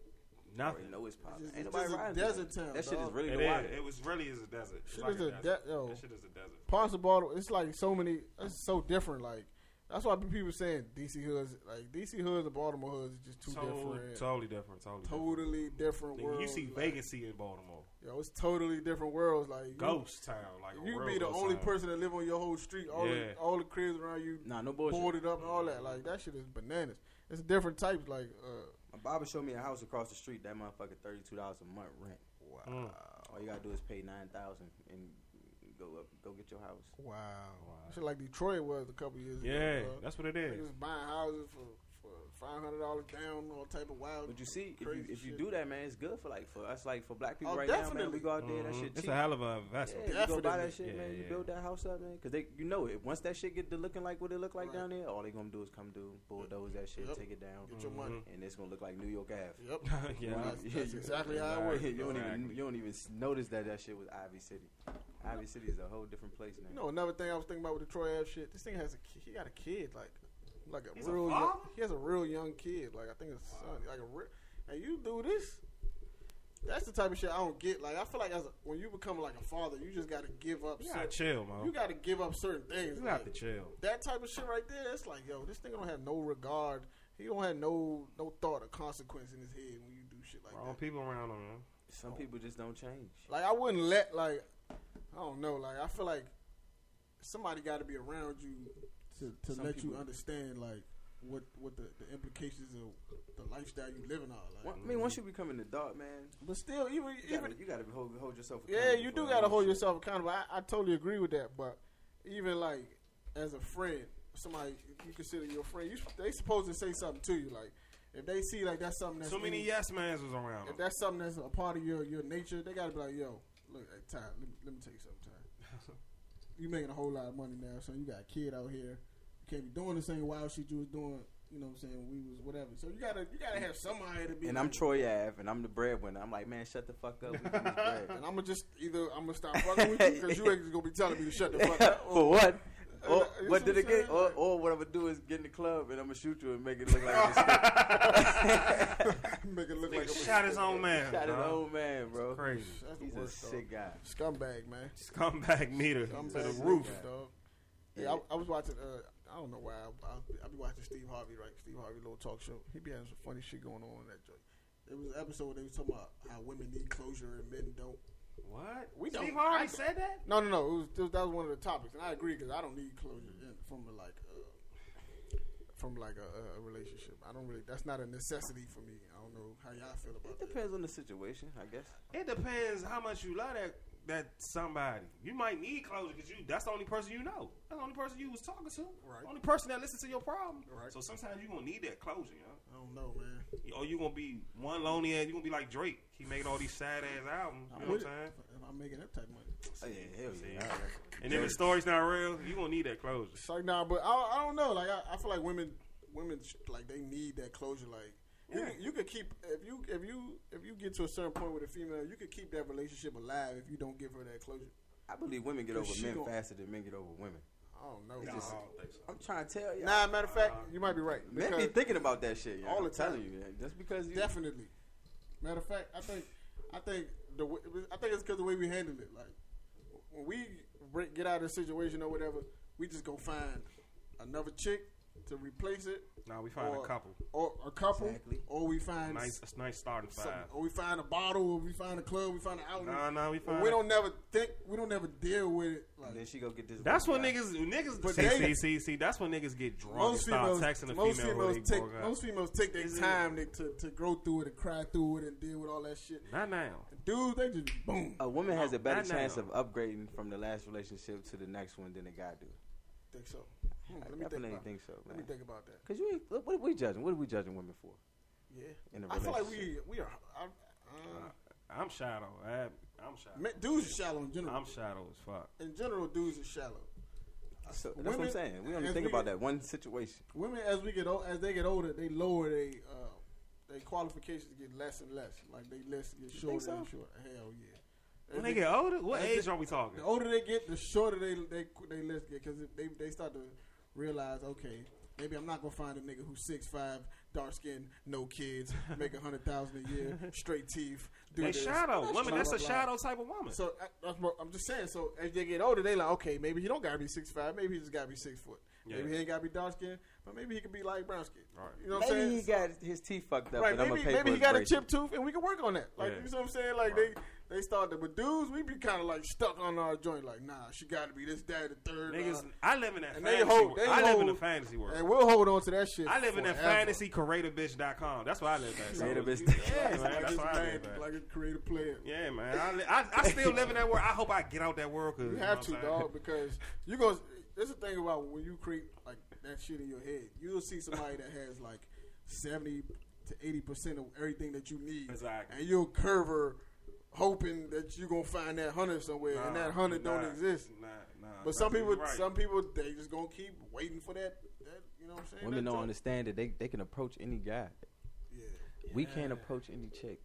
[SPEAKER 2] Nothing.
[SPEAKER 4] know it's popping.
[SPEAKER 1] It's just-
[SPEAKER 4] Ain't
[SPEAKER 1] it's
[SPEAKER 4] nobody
[SPEAKER 1] just a
[SPEAKER 4] riding with
[SPEAKER 1] desert
[SPEAKER 4] that.
[SPEAKER 1] town,
[SPEAKER 4] That shit is
[SPEAKER 1] dog.
[SPEAKER 4] really
[SPEAKER 2] It
[SPEAKER 4] the wild.
[SPEAKER 2] is. It was really is a desert. It's
[SPEAKER 1] Shit
[SPEAKER 2] like
[SPEAKER 1] is
[SPEAKER 2] a
[SPEAKER 1] a
[SPEAKER 2] desert.
[SPEAKER 1] de- yo.
[SPEAKER 2] That shit is a desert.
[SPEAKER 1] Parts of Baltimore, it's like so many. It's so different. Like that's why people saying DC hoods, like DC hoods and Baltimore hoods, is just too
[SPEAKER 2] Totally-
[SPEAKER 1] different.
[SPEAKER 2] Totally different. Totally. different.
[SPEAKER 1] totally different
[SPEAKER 2] Nigga,
[SPEAKER 1] world.
[SPEAKER 2] you see
[SPEAKER 1] like,
[SPEAKER 2] vacancy in Baltimore.
[SPEAKER 1] Yo, it's totally different worlds. Like you-
[SPEAKER 2] Ghost town. Like a
[SPEAKER 1] You
[SPEAKER 2] real
[SPEAKER 1] could be the
[SPEAKER 2] ghost
[SPEAKER 1] only
[SPEAKER 2] town.
[SPEAKER 1] person that live on your whole street. All
[SPEAKER 2] Yeah.
[SPEAKER 1] the, all the cribs around you
[SPEAKER 4] Nah, no bullshit.
[SPEAKER 1] boarded up and all that. Like that shit is bananas. It's different types. Like uh,
[SPEAKER 4] My barber showed me a house across the street. That motherfucker thirty two dollars a month rent. Wow.
[SPEAKER 2] Mm.
[SPEAKER 4] All you gotta do is pay nine thousand and go up, go get your house.
[SPEAKER 1] wow. shit like Detroit was a couple years
[SPEAKER 2] Yeah,
[SPEAKER 1] ago.
[SPEAKER 2] that's what it
[SPEAKER 1] uh,
[SPEAKER 2] is.
[SPEAKER 1] niggas buying houses for for five hundred dollars down, all type of wild.
[SPEAKER 4] But you see, if you
[SPEAKER 1] Crazy
[SPEAKER 4] if you
[SPEAKER 1] shit.
[SPEAKER 4] do that, man, it's good for like for us, like for black people
[SPEAKER 1] Oh,
[SPEAKER 4] right now, man.
[SPEAKER 1] definitely.
[SPEAKER 4] We go out there, that
[SPEAKER 2] Mhm.
[SPEAKER 4] shit cheap.
[SPEAKER 2] It's a hell of a
[SPEAKER 4] yeah,
[SPEAKER 2] investment.
[SPEAKER 4] you go buy that
[SPEAKER 1] Definitely.
[SPEAKER 4] shit, man.
[SPEAKER 2] Yeah,
[SPEAKER 4] You
[SPEAKER 2] yeah.
[SPEAKER 4] build that house up, man, because they, you know it. Once that shit get to looking like what it look like
[SPEAKER 1] Right.
[SPEAKER 4] down there, all they gonna do is come do bulldoze that shit,
[SPEAKER 1] Yep.
[SPEAKER 4] take it down,
[SPEAKER 1] Get your
[SPEAKER 2] Mm-hmm.
[SPEAKER 1] money.
[SPEAKER 4] and it's gonna look like New York Ave.
[SPEAKER 1] Yep.
[SPEAKER 2] [laughs] yeah.
[SPEAKER 1] That's,
[SPEAKER 4] Yeah,
[SPEAKER 1] that's
[SPEAKER 4] you-
[SPEAKER 1] exactly how it works.
[SPEAKER 4] you don't even
[SPEAKER 2] Exactly.
[SPEAKER 4] you don't even s- notice that that shit was Ivy City. Ivy City is a whole different place now.
[SPEAKER 1] You know, another thing I was thinking about with the Troy Ave shit. This thing has a ki- he got a kid. Like like a
[SPEAKER 2] He's a
[SPEAKER 1] real. young,
[SPEAKER 2] father?
[SPEAKER 1] he has a real young kid. Like I think it's son. Like a real. And you do this. That's the type of shit I don't get. Like I feel like as a, when you become like a father, you just got to give up.
[SPEAKER 2] You gotta
[SPEAKER 1] certain,
[SPEAKER 2] chill, man.
[SPEAKER 1] you got to give up certain things.
[SPEAKER 2] You have to
[SPEAKER 1] like,
[SPEAKER 2] chill.
[SPEAKER 1] that type of shit right there. That's like yo, this thing don't have no regard. He don't have no no thought of consequence in his head when you do shit like
[SPEAKER 2] Wrong
[SPEAKER 1] that.
[SPEAKER 2] people around him, man.
[SPEAKER 4] Some people just don't change.
[SPEAKER 1] Like I wouldn't let like I don't know. Like I feel like somebody got to be around you to, to
[SPEAKER 4] Some
[SPEAKER 1] let you
[SPEAKER 4] people-
[SPEAKER 1] understand like what what the, the implications of the lifestyle you living on. Like,
[SPEAKER 4] Well, I mean, once you become an adult, man,
[SPEAKER 1] but still, even
[SPEAKER 4] you
[SPEAKER 1] even
[SPEAKER 4] gotta, you gotta hold, hold yourself.
[SPEAKER 1] yeah,
[SPEAKER 4] accountable
[SPEAKER 1] you
[SPEAKER 4] for
[SPEAKER 1] do
[SPEAKER 4] all
[SPEAKER 1] got to
[SPEAKER 4] that
[SPEAKER 1] hold
[SPEAKER 4] shit.
[SPEAKER 1] yourself accountable. I, I totally agree with that. But even like as a friend, somebody you consider your friend, you they supposed to say something to you. Like if they see like that's something that's
[SPEAKER 2] Too many
[SPEAKER 1] in-
[SPEAKER 2] yes mans was around him.
[SPEAKER 1] if that's something that's a part of your your nature, they gotta be like, yo, look, hey, Ty, let me, let me tell you something, Ty. you making a whole lot of money now, son. You got a kid out here. You can't be doing the same wild shit you was doing. You know what I'm saying? when We was whatever. So you gotta you gotta have somebody to be.
[SPEAKER 4] And I'm Troy Ave, and I'm the breadwinner. I'm like, man, shut the fuck up. We can use bread.
[SPEAKER 1] And I'm gonna just either I'm gonna stop fucking with you
[SPEAKER 4] [laughs]
[SPEAKER 1] because you ain't just gonna be telling me to shut the fuck up.
[SPEAKER 4] for what?
[SPEAKER 1] Uh,
[SPEAKER 4] Or
[SPEAKER 1] you
[SPEAKER 4] what
[SPEAKER 1] see
[SPEAKER 4] did it
[SPEAKER 1] what I'm
[SPEAKER 4] get? Or,
[SPEAKER 1] saying?
[SPEAKER 4] or what I'm gonna do is get in the club and I'm gonna shoot you and make it look like
[SPEAKER 1] [laughs]
[SPEAKER 4] a mistake. [laughs]
[SPEAKER 1] Make it look like a
[SPEAKER 2] Nigga shot his own man.
[SPEAKER 4] Shot an
[SPEAKER 2] dog.
[SPEAKER 4] old man, bro.
[SPEAKER 2] Crazy.
[SPEAKER 1] That's
[SPEAKER 4] He's
[SPEAKER 1] the
[SPEAKER 4] a
[SPEAKER 1] worst, dog.
[SPEAKER 4] sick guy.
[SPEAKER 1] scumbag, man.
[SPEAKER 2] [laughs] Scumbag meter
[SPEAKER 1] Scumbag
[SPEAKER 2] to the
[SPEAKER 1] nigga,
[SPEAKER 2] roof.
[SPEAKER 1] dog. Yeah, I, I was watching. Uh, I don't know why. I, I, I be watching Steve Harvey, right? Steve Harvey little talk show. He be having some funny shit going on in that joint. There was an episode where they was talking about how women need closure and men don't.
[SPEAKER 2] What?
[SPEAKER 1] We
[SPEAKER 2] Steve
[SPEAKER 1] don't- I
[SPEAKER 2] Harvey
[SPEAKER 1] don't-
[SPEAKER 2] said that?
[SPEAKER 1] No, no, no. It was, it was- that was one of the topics, and I agree because I don't need closure in, from a, like uh, from like a, a relationship. I don't really. That's not a necessity for me. I don't know how y'all feel about
[SPEAKER 4] It
[SPEAKER 1] that.
[SPEAKER 4] depends on the situation, I guess.
[SPEAKER 2] It depends how much you love that that somebody. You might need closure because you that's the only person you know. That's the only person you was talking to.
[SPEAKER 1] Right.
[SPEAKER 2] The only person that listens to your problem.
[SPEAKER 1] Right.
[SPEAKER 2] So sometimes you gonna need that closure, yo.
[SPEAKER 1] I don't know, man.
[SPEAKER 2] Or you gonna be one lonely ass. You gonna be like Drake. He made all these sad ass albums. You know what I'm saying?
[SPEAKER 1] If I'm making that type of money.
[SPEAKER 4] Oh, yeah, hell yeah.
[SPEAKER 2] And if the story's not real, you gonna need that closure.
[SPEAKER 1] It's like nah, but I, I don't know. Like I, I feel like women, women sh- like they need that closure. Like you,
[SPEAKER 2] Yeah.
[SPEAKER 1] could- you could keep if you if you if you get to a certain point with a female, you could keep that relationship alive if you don't give her that closure.
[SPEAKER 4] I believe women get over
[SPEAKER 1] Cause she
[SPEAKER 4] men
[SPEAKER 1] gon-
[SPEAKER 4] faster than men get over women.
[SPEAKER 1] I don't know.
[SPEAKER 4] It's just-
[SPEAKER 1] nah,
[SPEAKER 2] don't think so.
[SPEAKER 4] I'm trying to tell you.
[SPEAKER 1] Nah, matter of fact, you might be right.
[SPEAKER 4] men be
[SPEAKER 1] because
[SPEAKER 4] thinking about that shit. Y'all.
[SPEAKER 1] All the
[SPEAKER 4] I'm telling
[SPEAKER 1] time.
[SPEAKER 4] you, man. Just because you.
[SPEAKER 1] definitely. Matter of fact, I think I think the w- I think it's because the way we handle it. Like when we break, get out of the situation or whatever, we just go find another chick to replace it.
[SPEAKER 2] Nah, we find
[SPEAKER 1] or-
[SPEAKER 2] a couple.
[SPEAKER 1] or a couple,
[SPEAKER 4] Exactly.
[SPEAKER 1] or we find
[SPEAKER 2] Nice, a nice starting
[SPEAKER 1] something,
[SPEAKER 2] five.
[SPEAKER 1] or we find a bottle, or we find a club, we find an outlet.
[SPEAKER 2] Nah, nah, we find.
[SPEAKER 1] we don't never think, we don't never deal with it. Like,
[SPEAKER 4] And then she go get this.
[SPEAKER 2] That's
[SPEAKER 4] one
[SPEAKER 2] when
[SPEAKER 4] guy.
[SPEAKER 2] niggas, niggas,
[SPEAKER 1] But
[SPEAKER 2] see,
[SPEAKER 1] they-
[SPEAKER 2] see, see, see, that's when niggas get drunk and
[SPEAKER 1] most
[SPEAKER 2] start
[SPEAKER 1] females,
[SPEAKER 2] texting the
[SPEAKER 1] most
[SPEAKER 2] female who
[SPEAKER 1] females
[SPEAKER 2] they
[SPEAKER 1] take,
[SPEAKER 2] broke up.
[SPEAKER 1] most females take their
[SPEAKER 2] Is it-
[SPEAKER 1] time to, to to grow through it and cry through it and deal with all that shit.
[SPEAKER 2] Not now.
[SPEAKER 1] Dude, they just boom.
[SPEAKER 4] A woman has a better
[SPEAKER 2] not now.
[SPEAKER 4] chance of upgrading from the last relationship to the next one than a guy do.
[SPEAKER 1] think so. Hmm,
[SPEAKER 4] I
[SPEAKER 1] let me think
[SPEAKER 4] definitely
[SPEAKER 1] about.
[SPEAKER 4] think, so,
[SPEAKER 1] let
[SPEAKER 4] man.
[SPEAKER 1] me think about that.
[SPEAKER 4] Cause you, ain't, what are we judging? What are we judging women for?
[SPEAKER 1] Yeah,
[SPEAKER 4] In a
[SPEAKER 1] I feel like we
[SPEAKER 4] relationship.
[SPEAKER 1] we are. I,
[SPEAKER 2] Uh,
[SPEAKER 1] uh,
[SPEAKER 2] I'm shallow. I, I'm shallow.
[SPEAKER 1] men- dudes are shallow in general.
[SPEAKER 2] Uh, I'm shallow as fuck.
[SPEAKER 1] in general, dudes are shallow.
[SPEAKER 4] So that's what
[SPEAKER 1] women-
[SPEAKER 4] I'm saying. We only
[SPEAKER 1] as
[SPEAKER 4] think
[SPEAKER 1] we
[SPEAKER 4] about
[SPEAKER 1] get-
[SPEAKER 4] that one situation.
[SPEAKER 1] women as we get old, as they get older, they lower they uh, they qualifications get less and less. Like they less get shorter
[SPEAKER 4] so?
[SPEAKER 1] and shorter. Hell yeah.
[SPEAKER 2] When
[SPEAKER 1] As
[SPEAKER 2] they
[SPEAKER 1] they-
[SPEAKER 2] get older, what
[SPEAKER 1] That's
[SPEAKER 2] age are we talking?
[SPEAKER 1] the older they get, the shorter they they they less get because they they start to realize okay. Maybe I'm not gonna find a nigga who's six five, dark skinned, no kids, make a hundred thousand a
[SPEAKER 2] [laughs]
[SPEAKER 1] year, straight teeth. do
[SPEAKER 2] They
[SPEAKER 1] this,
[SPEAKER 2] shadow.
[SPEAKER 1] blah,
[SPEAKER 2] Women,
[SPEAKER 1] blah,
[SPEAKER 2] that's a
[SPEAKER 1] blah.
[SPEAKER 2] shadow type of woman.
[SPEAKER 1] So I, that's what- I'm just saying. So as they get older, they like, okay, maybe he don't gotta be six five. Maybe he just gotta be six foot.
[SPEAKER 2] Yeah.
[SPEAKER 1] Maybe he ain't gotta be dark skinned, but maybe he could be like brown skin.
[SPEAKER 2] Right.
[SPEAKER 1] You know what I'm
[SPEAKER 4] Maybe
[SPEAKER 1] saying?
[SPEAKER 4] he got his teeth fucked up.
[SPEAKER 1] right.
[SPEAKER 4] and I'm
[SPEAKER 1] Maybe
[SPEAKER 4] gonna pay for
[SPEAKER 1] maybe he
[SPEAKER 4] his
[SPEAKER 1] got a
[SPEAKER 4] braces.
[SPEAKER 1] chip tooth, and we can work on that. Like
[SPEAKER 2] Yeah.
[SPEAKER 1] you know what I'm saying? Like
[SPEAKER 2] Right.
[SPEAKER 1] they they start to, but dudes, we be kind of like stuck on our joint. Like nah, she gotta be this, that, the third.
[SPEAKER 2] Niggas,
[SPEAKER 1] uh,
[SPEAKER 2] I live in that
[SPEAKER 1] and they
[SPEAKER 2] fantasy
[SPEAKER 1] hold-
[SPEAKER 2] world.
[SPEAKER 1] they
[SPEAKER 2] I live in the
[SPEAKER 1] hold-
[SPEAKER 2] fantasy
[SPEAKER 1] and
[SPEAKER 2] world.
[SPEAKER 1] we'll hold on to that shit.
[SPEAKER 2] I live in that
[SPEAKER 1] forever.
[SPEAKER 2] fantasy creatorbitch.com. That's where I live at.
[SPEAKER 4] Creator
[SPEAKER 2] So-
[SPEAKER 4] bitch.
[SPEAKER 2] Yeah, man.
[SPEAKER 1] Like
[SPEAKER 2] That's
[SPEAKER 1] it's
[SPEAKER 2] where I live
[SPEAKER 1] mad,
[SPEAKER 2] at.
[SPEAKER 1] like a creative player.
[SPEAKER 2] Yeah, man. I, li- I, I still live in that world. I hope I get out that world. Cause,
[SPEAKER 1] You
[SPEAKER 2] know
[SPEAKER 1] have
[SPEAKER 2] what
[SPEAKER 1] to,
[SPEAKER 2] I'm saying? [laughs]
[SPEAKER 1] dog, because you go. There's a thing about when you create like that shit in your head. You'll see somebody that has like seventy to eighty percent of everything that you need,
[SPEAKER 2] Exactly.
[SPEAKER 1] and you'll curve her, hoping that you're gonna find that hundred somewhere, and
[SPEAKER 2] Nah,
[SPEAKER 1] that hundred don't
[SPEAKER 2] nah,
[SPEAKER 1] exist.
[SPEAKER 2] Nah, nah,
[SPEAKER 1] But some
[SPEAKER 2] nah,
[SPEAKER 1] people,
[SPEAKER 2] you're right.
[SPEAKER 1] some people, they just gonna keep waiting for that. That you know what I'm saying?
[SPEAKER 4] Women
[SPEAKER 1] That
[SPEAKER 4] don't
[SPEAKER 1] type-
[SPEAKER 4] understand that they, they can approach any guy.
[SPEAKER 1] Yeah.
[SPEAKER 4] We can't approach any chick.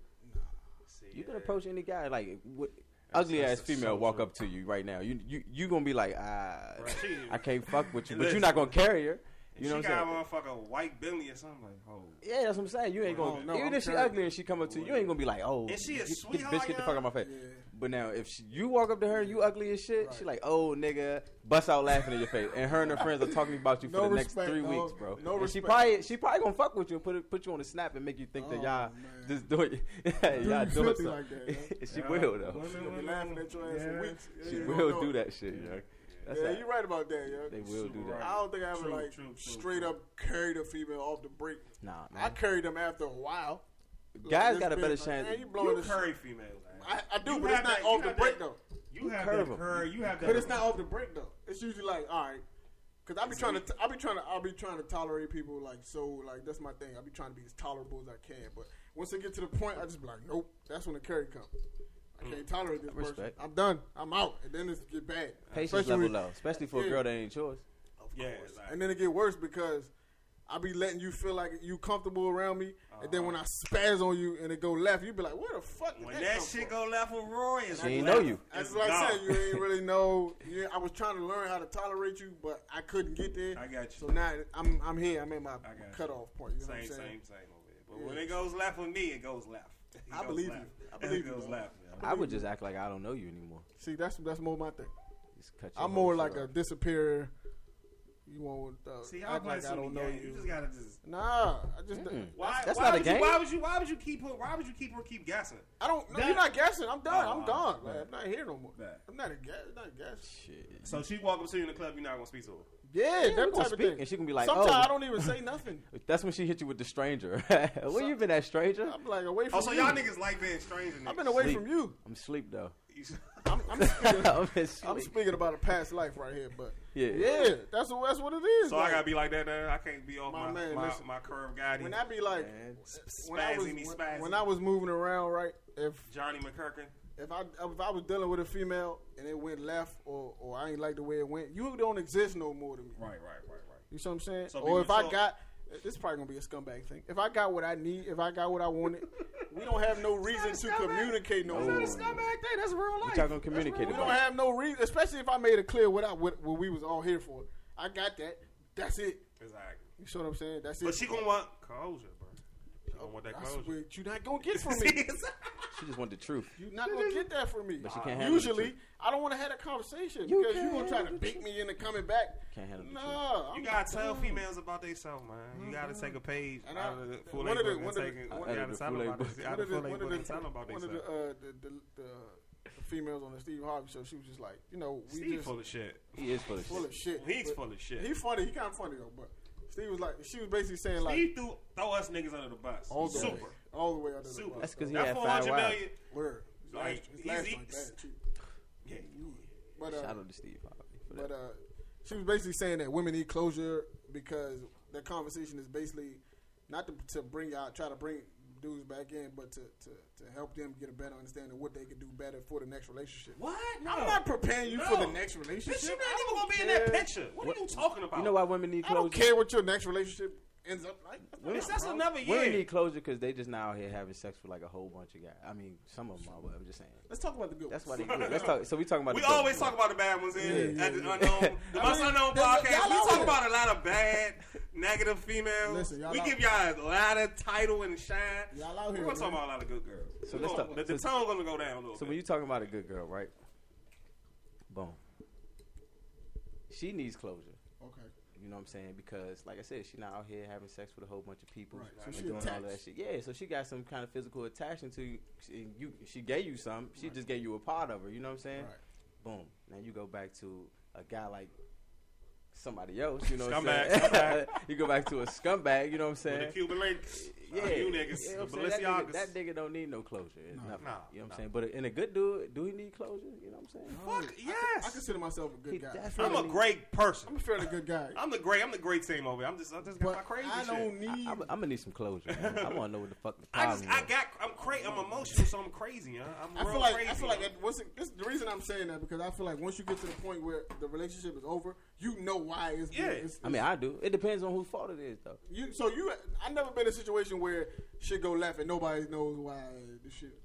[SPEAKER 2] See,
[SPEAKER 4] You can
[SPEAKER 2] yeah.
[SPEAKER 4] approach any guy like what.
[SPEAKER 2] That's-
[SPEAKER 4] Ugly
[SPEAKER 2] that's
[SPEAKER 4] ass
[SPEAKER 2] a
[SPEAKER 4] female walk
[SPEAKER 2] soldier.
[SPEAKER 4] up to you right now. You you you gonna be like ah,
[SPEAKER 2] Right.
[SPEAKER 4] I can't fuck with you, but
[SPEAKER 2] Listen.
[SPEAKER 4] you're not gonna carry her.
[SPEAKER 2] And
[SPEAKER 4] You know
[SPEAKER 2] she
[SPEAKER 4] what I'm
[SPEAKER 2] got a motherfucker white Bentley or something like, oh.
[SPEAKER 4] Yeah, that's what I'm saying. You ain't
[SPEAKER 2] Well,
[SPEAKER 4] gonna
[SPEAKER 1] no,
[SPEAKER 4] even
[SPEAKER 1] I'm
[SPEAKER 4] if she
[SPEAKER 1] trying-
[SPEAKER 4] ugly and she come up to you, you ain't gonna be like, oh,
[SPEAKER 2] And she a
[SPEAKER 4] get, get-
[SPEAKER 2] sweetheart,
[SPEAKER 4] bitch, get the fuck out my face.
[SPEAKER 1] Yeah.
[SPEAKER 4] But now if she, you walk up to her and you ugly as shit, she like, oh nigga, bust out laughing in your face, and her and her friends are talking about you for
[SPEAKER 1] No
[SPEAKER 4] the
[SPEAKER 1] respect,
[SPEAKER 4] next three
[SPEAKER 1] no-
[SPEAKER 4] weeks, bro.
[SPEAKER 1] no
[SPEAKER 4] and she
[SPEAKER 1] respect.
[SPEAKER 4] probably she probably gonna fuck with you and put it, put you on the snap and make you think that
[SPEAKER 1] Oh,
[SPEAKER 4] y'all
[SPEAKER 1] man.
[SPEAKER 4] just doing [laughs] y'all
[SPEAKER 1] you
[SPEAKER 4] doing
[SPEAKER 1] filthy
[SPEAKER 4] something.
[SPEAKER 1] like that, yo.
[SPEAKER 4] [laughs] she
[SPEAKER 2] Yeah.
[SPEAKER 4] will though.
[SPEAKER 1] She'll be laughing at your ass
[SPEAKER 2] Yeah.
[SPEAKER 1] for weeks. Yeah,
[SPEAKER 4] She
[SPEAKER 1] you don't
[SPEAKER 4] will
[SPEAKER 1] know.
[SPEAKER 4] do that shit, yo. That's
[SPEAKER 1] yeah,
[SPEAKER 4] how-
[SPEAKER 1] you're right about that, yo.
[SPEAKER 4] They will
[SPEAKER 2] Super
[SPEAKER 4] do that.
[SPEAKER 2] right.
[SPEAKER 1] I don't think I ever
[SPEAKER 2] True,
[SPEAKER 1] like
[SPEAKER 2] true, true,
[SPEAKER 1] straight
[SPEAKER 2] true.
[SPEAKER 1] up carried a female off the break.
[SPEAKER 4] Nah,
[SPEAKER 1] I
[SPEAKER 4] man.
[SPEAKER 1] carried them after a while.
[SPEAKER 4] Guys
[SPEAKER 1] this
[SPEAKER 4] got a
[SPEAKER 1] bitch
[SPEAKER 4] better
[SPEAKER 1] like,
[SPEAKER 4] chance.
[SPEAKER 1] Man, you blowing
[SPEAKER 2] You
[SPEAKER 1] this
[SPEAKER 2] curry females. man.
[SPEAKER 1] I, I do,
[SPEAKER 2] You
[SPEAKER 1] but it's
[SPEAKER 2] have
[SPEAKER 1] not
[SPEAKER 2] that- you
[SPEAKER 1] off the
[SPEAKER 2] have
[SPEAKER 1] break
[SPEAKER 2] that-
[SPEAKER 1] though.
[SPEAKER 2] You have
[SPEAKER 4] curve
[SPEAKER 2] that
[SPEAKER 4] 'em.
[SPEAKER 2] curry. You have that.
[SPEAKER 1] But it's not off the break though. It's usually like, all right, because I be trying to, I be trying to, I be trying to tolerate people like so, like that's my thing. I be trying to be as tolerable as I can. But once I get to the point, I just be like, nope. That's when the carry comes. I can't tolerate this person.
[SPEAKER 4] Mm. Respect.
[SPEAKER 1] I'm done. I'm out. And then it get bad.
[SPEAKER 4] Patience
[SPEAKER 1] Especially
[SPEAKER 4] level
[SPEAKER 1] when-
[SPEAKER 4] low, especially for a
[SPEAKER 1] Yeah.
[SPEAKER 4] girl that ain't yours.
[SPEAKER 2] Yeah,
[SPEAKER 1] course.
[SPEAKER 2] like-
[SPEAKER 1] and then it get worse because I be letting you feel like you comfortable around me, and then when I spaz on you and it go left, you be like, "Where the fuck?" Did
[SPEAKER 2] Uh-huh. When
[SPEAKER 1] that,
[SPEAKER 2] that
[SPEAKER 1] come
[SPEAKER 2] shit
[SPEAKER 1] from?
[SPEAKER 2] go left with Roy, it's
[SPEAKER 4] She ain't
[SPEAKER 2] left.
[SPEAKER 4] know you.
[SPEAKER 1] That's
[SPEAKER 2] It's
[SPEAKER 1] what I
[SPEAKER 2] gone.
[SPEAKER 1] said. You ain't really know. Yeah, I was trying to learn how to tolerate you, but I couldn't get there.
[SPEAKER 2] I got you.
[SPEAKER 1] So now I'm I'm here. I'm at my
[SPEAKER 2] I got you.
[SPEAKER 1] cutoff point. You know
[SPEAKER 2] Same,
[SPEAKER 1] what I'm
[SPEAKER 2] same,
[SPEAKER 1] saying?
[SPEAKER 2] same over here. But when it goes left with me, it goes left. It
[SPEAKER 1] I
[SPEAKER 2] goes
[SPEAKER 1] believe
[SPEAKER 2] left.
[SPEAKER 1] you. I believe
[SPEAKER 2] it
[SPEAKER 1] you,
[SPEAKER 2] goes
[SPEAKER 1] bro.
[SPEAKER 2] left.
[SPEAKER 4] I would just act like I don't know you anymore.
[SPEAKER 1] See, that's that's more my thing.
[SPEAKER 4] Just cut your
[SPEAKER 1] I'm
[SPEAKER 4] whole
[SPEAKER 1] more
[SPEAKER 4] shit
[SPEAKER 1] like
[SPEAKER 4] off.
[SPEAKER 1] a disappearer. You want uh,
[SPEAKER 2] See, I
[SPEAKER 1] act
[SPEAKER 2] play
[SPEAKER 1] like I
[SPEAKER 2] so
[SPEAKER 1] don't
[SPEAKER 2] many
[SPEAKER 1] know
[SPEAKER 2] games.
[SPEAKER 1] you.
[SPEAKER 2] You just gotta just.
[SPEAKER 1] Nah, I
[SPEAKER 4] Mm.
[SPEAKER 1] just
[SPEAKER 2] Why,
[SPEAKER 4] that's
[SPEAKER 2] why
[SPEAKER 4] not a
[SPEAKER 2] would
[SPEAKER 4] game.
[SPEAKER 2] You, why would you? Why would you keep? her- Why would you keep her? Keep gassing?
[SPEAKER 1] I don't. No,
[SPEAKER 2] That-
[SPEAKER 1] you're not guessing. I'm done.
[SPEAKER 2] Oh,
[SPEAKER 1] I'm gone. Like,
[SPEAKER 2] man.
[SPEAKER 1] I'm not here no more.
[SPEAKER 2] Man.
[SPEAKER 1] I'm not a guess. Not a guess.
[SPEAKER 4] Shit.
[SPEAKER 2] So she walk up to you in the club. You're not gonna speak to her.
[SPEAKER 1] Yeah,
[SPEAKER 4] we
[SPEAKER 1] that
[SPEAKER 4] gonna
[SPEAKER 1] type of
[SPEAKER 4] speak,
[SPEAKER 1] thing.
[SPEAKER 4] and she gonna be like,
[SPEAKER 1] sometimes
[SPEAKER 4] oh.
[SPEAKER 1] I don't even say nothing.
[SPEAKER 4] That's when she hit you with the stranger. [laughs] Where you been at, stranger?
[SPEAKER 1] I'm like away from.
[SPEAKER 2] Oh, so
[SPEAKER 1] you.
[SPEAKER 2] y'all niggas like being strange.
[SPEAKER 1] I've been away
[SPEAKER 4] Sleep.
[SPEAKER 1] from you.
[SPEAKER 4] I'm asleep though.
[SPEAKER 1] I'm, [laughs] I'm speaking.
[SPEAKER 4] [laughs] I'm asleep.
[SPEAKER 1] I'm speaking about a past life right here, but
[SPEAKER 4] Yeah.
[SPEAKER 1] yeah, that's what that's what it is.
[SPEAKER 2] [laughs] So I
[SPEAKER 1] like,
[SPEAKER 2] gotta be like that. Now. I can't be off
[SPEAKER 1] My
[SPEAKER 2] my my,
[SPEAKER 1] man,
[SPEAKER 2] my,
[SPEAKER 1] listen.
[SPEAKER 2] curve guy.
[SPEAKER 1] when I be like
[SPEAKER 4] Man.
[SPEAKER 1] when I was
[SPEAKER 2] Spazzy me
[SPEAKER 1] when,
[SPEAKER 2] spazzy.
[SPEAKER 1] when I was moving around, right? If
[SPEAKER 2] Johnny McCurkin.
[SPEAKER 1] if I if I was dealing with a female and it went left or or I ain't like the way it went, you don't exist no more to me.
[SPEAKER 2] Right, right, right, right.
[SPEAKER 1] You see what I'm saying?
[SPEAKER 2] So
[SPEAKER 1] or
[SPEAKER 2] people-
[SPEAKER 1] if I
[SPEAKER 2] so-
[SPEAKER 1] got this is probably gonna be a scumbag thing. If I got what I need, if I got what I wanted, we don't have no reason to communicate
[SPEAKER 4] Oh.
[SPEAKER 1] no more.
[SPEAKER 2] thing. That's real
[SPEAKER 4] What y'all gonna communicate
[SPEAKER 1] We don't
[SPEAKER 4] about?
[SPEAKER 1] have no reason, especially if I made it clear what I what, what we was all here for. I got that. That's it.
[SPEAKER 2] Exactly.
[SPEAKER 1] You see what I'm saying? That's
[SPEAKER 2] But
[SPEAKER 1] it.
[SPEAKER 2] she gonna want closure, bro. She gonna want that
[SPEAKER 1] I [laughs]
[SPEAKER 2] closure.
[SPEAKER 1] swear, you not gonna get
[SPEAKER 2] [laughs]
[SPEAKER 1] from me.
[SPEAKER 4] She just want the truth.
[SPEAKER 1] you not gonna get that from me.
[SPEAKER 4] But she can't handle the
[SPEAKER 1] Usually,
[SPEAKER 4] truth.
[SPEAKER 1] I don't want to have a conversation
[SPEAKER 4] You
[SPEAKER 1] because you
[SPEAKER 4] can't
[SPEAKER 1] gonna try to
[SPEAKER 4] handle the
[SPEAKER 1] beat me into coming back.
[SPEAKER 4] Can't handle the truth.
[SPEAKER 1] Nah,
[SPEAKER 2] You
[SPEAKER 1] I'm
[SPEAKER 2] gotta
[SPEAKER 1] not
[SPEAKER 2] tell
[SPEAKER 1] doing it.
[SPEAKER 2] females about themselves, man. You gotta take a page
[SPEAKER 1] And I-
[SPEAKER 2] out of the full
[SPEAKER 1] one of the-
[SPEAKER 2] book
[SPEAKER 1] one
[SPEAKER 2] and
[SPEAKER 1] of the-
[SPEAKER 2] take it. You
[SPEAKER 1] one
[SPEAKER 4] of
[SPEAKER 2] gotta
[SPEAKER 4] the
[SPEAKER 2] tell
[SPEAKER 4] Kool-Aid
[SPEAKER 2] them about
[SPEAKER 4] book.
[SPEAKER 2] this.
[SPEAKER 1] One
[SPEAKER 2] Out
[SPEAKER 1] of
[SPEAKER 2] of
[SPEAKER 1] the
[SPEAKER 2] the
[SPEAKER 1] one
[SPEAKER 2] book
[SPEAKER 1] of
[SPEAKER 2] and
[SPEAKER 1] the
[SPEAKER 2] tell them about
[SPEAKER 1] one of
[SPEAKER 2] themselves.
[SPEAKER 1] the, uh, the, the, the, the females on the Steve Harvey show. She was just like, you know, we
[SPEAKER 2] Steve
[SPEAKER 1] just
[SPEAKER 2] full of shit.
[SPEAKER 4] He is full of
[SPEAKER 1] full
[SPEAKER 4] shit.
[SPEAKER 1] of shit.
[SPEAKER 2] He's
[SPEAKER 1] But
[SPEAKER 2] full of
[SPEAKER 1] He
[SPEAKER 2] shit.
[SPEAKER 1] funny. He kind of funny though. But Steve was like, she was basically saying like,
[SPEAKER 2] He threw throw us niggas under the bus.
[SPEAKER 1] all the way,
[SPEAKER 2] Super,
[SPEAKER 1] all the way under the
[SPEAKER 2] super.
[SPEAKER 1] bus.
[SPEAKER 4] That's 'cause he
[SPEAKER 2] That
[SPEAKER 4] had
[SPEAKER 2] 400
[SPEAKER 4] five
[SPEAKER 2] million-
[SPEAKER 1] Word. His
[SPEAKER 2] Like,
[SPEAKER 1] last- his last
[SPEAKER 2] he's-
[SPEAKER 1] one bad, too.
[SPEAKER 2] Yeah, you-
[SPEAKER 1] But
[SPEAKER 4] Shout
[SPEAKER 1] uh,
[SPEAKER 4] out to Steve Harvey. for that.
[SPEAKER 1] but uh, she was basically saying that women need closure because that conversation is basically not to, to bring out, try to bring dudes back in, but to, to, to help them get a better understanding of what they could do better for the next relationship.
[SPEAKER 2] What?
[SPEAKER 1] I'm not preparing you for the
[SPEAKER 2] No.
[SPEAKER 1] next relationship.
[SPEAKER 2] Bitch, you
[SPEAKER 1] I
[SPEAKER 2] not even
[SPEAKER 1] don't
[SPEAKER 2] gonna be in
[SPEAKER 1] care.
[SPEAKER 2] that picture. What, are you talking about?
[SPEAKER 4] You know why women need
[SPEAKER 1] I don't
[SPEAKER 4] closure?
[SPEAKER 1] care what your next relationship ends up like.
[SPEAKER 2] Bitch, that's another year.
[SPEAKER 4] Women need closure because they just now out here having sex with like a whole bunch of guys. I mean, some of them are. But I'm just saying.
[SPEAKER 1] Let's talk about the good.
[SPEAKER 4] That's why
[SPEAKER 1] ones.
[SPEAKER 2] [laughs]
[SPEAKER 4] they. Yeah, let's talk. So we talking about.
[SPEAKER 2] We
[SPEAKER 4] the good
[SPEAKER 2] always
[SPEAKER 4] ones.
[SPEAKER 2] talk about the bad ones in
[SPEAKER 1] Yeah,
[SPEAKER 2] at the
[SPEAKER 1] yeah,
[SPEAKER 2] unknown, the
[SPEAKER 1] I
[SPEAKER 2] most
[SPEAKER 1] mean, there's-
[SPEAKER 2] unknown
[SPEAKER 1] y'all
[SPEAKER 2] podcast. We
[SPEAKER 1] out
[SPEAKER 2] talk
[SPEAKER 1] here.
[SPEAKER 2] about a lot of bad, negative females.
[SPEAKER 1] Listen, y'all
[SPEAKER 2] we
[SPEAKER 1] out-
[SPEAKER 2] give y'all a lot of title and shine.
[SPEAKER 1] Y'all out here,
[SPEAKER 2] We're gonna
[SPEAKER 1] man.
[SPEAKER 2] talk about a lot of good girls.
[SPEAKER 4] So
[SPEAKER 2] We
[SPEAKER 4] let's
[SPEAKER 2] gonna-
[SPEAKER 4] talk-
[SPEAKER 2] The, the
[SPEAKER 4] so-
[SPEAKER 2] tone gonna go down a little
[SPEAKER 4] So when
[SPEAKER 2] bit.
[SPEAKER 4] you talking about a good girl, right? Boom. She needs closure.
[SPEAKER 1] Okay.
[SPEAKER 4] You know what I'm saying? Because, like I said, she not out here having sex with a whole bunch of people
[SPEAKER 1] Right. So
[SPEAKER 4] and
[SPEAKER 1] she
[SPEAKER 4] doing all
[SPEAKER 1] attached.
[SPEAKER 4] that shit. Yeah, so she got some kind of physical attachment to you. She, you, she gave you some. She just gave you a part of her. You know what I'm saying?
[SPEAKER 1] Right.
[SPEAKER 4] Boom. Now you go back to a guy like somebody else. You know what I'm
[SPEAKER 2] Scumbag,
[SPEAKER 4] saying?
[SPEAKER 2] scumbag.
[SPEAKER 4] [laughs] you go back to a scumbag. You know what I'm saying?
[SPEAKER 2] With the Cuban links,
[SPEAKER 4] Yeah,
[SPEAKER 2] yeah, you niggas,
[SPEAKER 4] You know
[SPEAKER 2] the
[SPEAKER 4] what I'm saying? That, nigga,
[SPEAKER 2] Balenciagas.
[SPEAKER 4] that nigga don't need no closure. It's nothing.
[SPEAKER 2] Nah,
[SPEAKER 4] you know what
[SPEAKER 2] nah.
[SPEAKER 4] I'm saying? But in a good dude, do he need closure? You know what I'm saying?
[SPEAKER 2] Fuck
[SPEAKER 1] I
[SPEAKER 2] yes,
[SPEAKER 1] consider myself a good
[SPEAKER 4] He
[SPEAKER 1] guy.
[SPEAKER 4] definitely-
[SPEAKER 2] I'm a great person.
[SPEAKER 1] I'm a fairly good guy.
[SPEAKER 2] I'm the great. I'm the great team over. here. I'm just. I just got
[SPEAKER 1] but
[SPEAKER 2] my crazy
[SPEAKER 1] I
[SPEAKER 2] shit.
[SPEAKER 1] don't need.
[SPEAKER 4] I, am gonna need some closure. Man. I want to know what the fuck the
[SPEAKER 2] [laughs] I
[SPEAKER 4] problem
[SPEAKER 2] just. I
[SPEAKER 4] is.
[SPEAKER 2] got. I'm crazy. I'm emotional, so I'm crazy. Huh? I'm
[SPEAKER 1] I
[SPEAKER 2] real
[SPEAKER 1] feel like
[SPEAKER 2] crazy.
[SPEAKER 1] I feel like that once it, this, the reason I'm saying that because I feel like once you get to the point where the relationship is over, you know why it's
[SPEAKER 2] Yeah.
[SPEAKER 1] It's,
[SPEAKER 4] I mean, I do. It depends on whose fault it is, though.
[SPEAKER 1] you so you I never been in a situation where shit go left and nobody knows why the shit.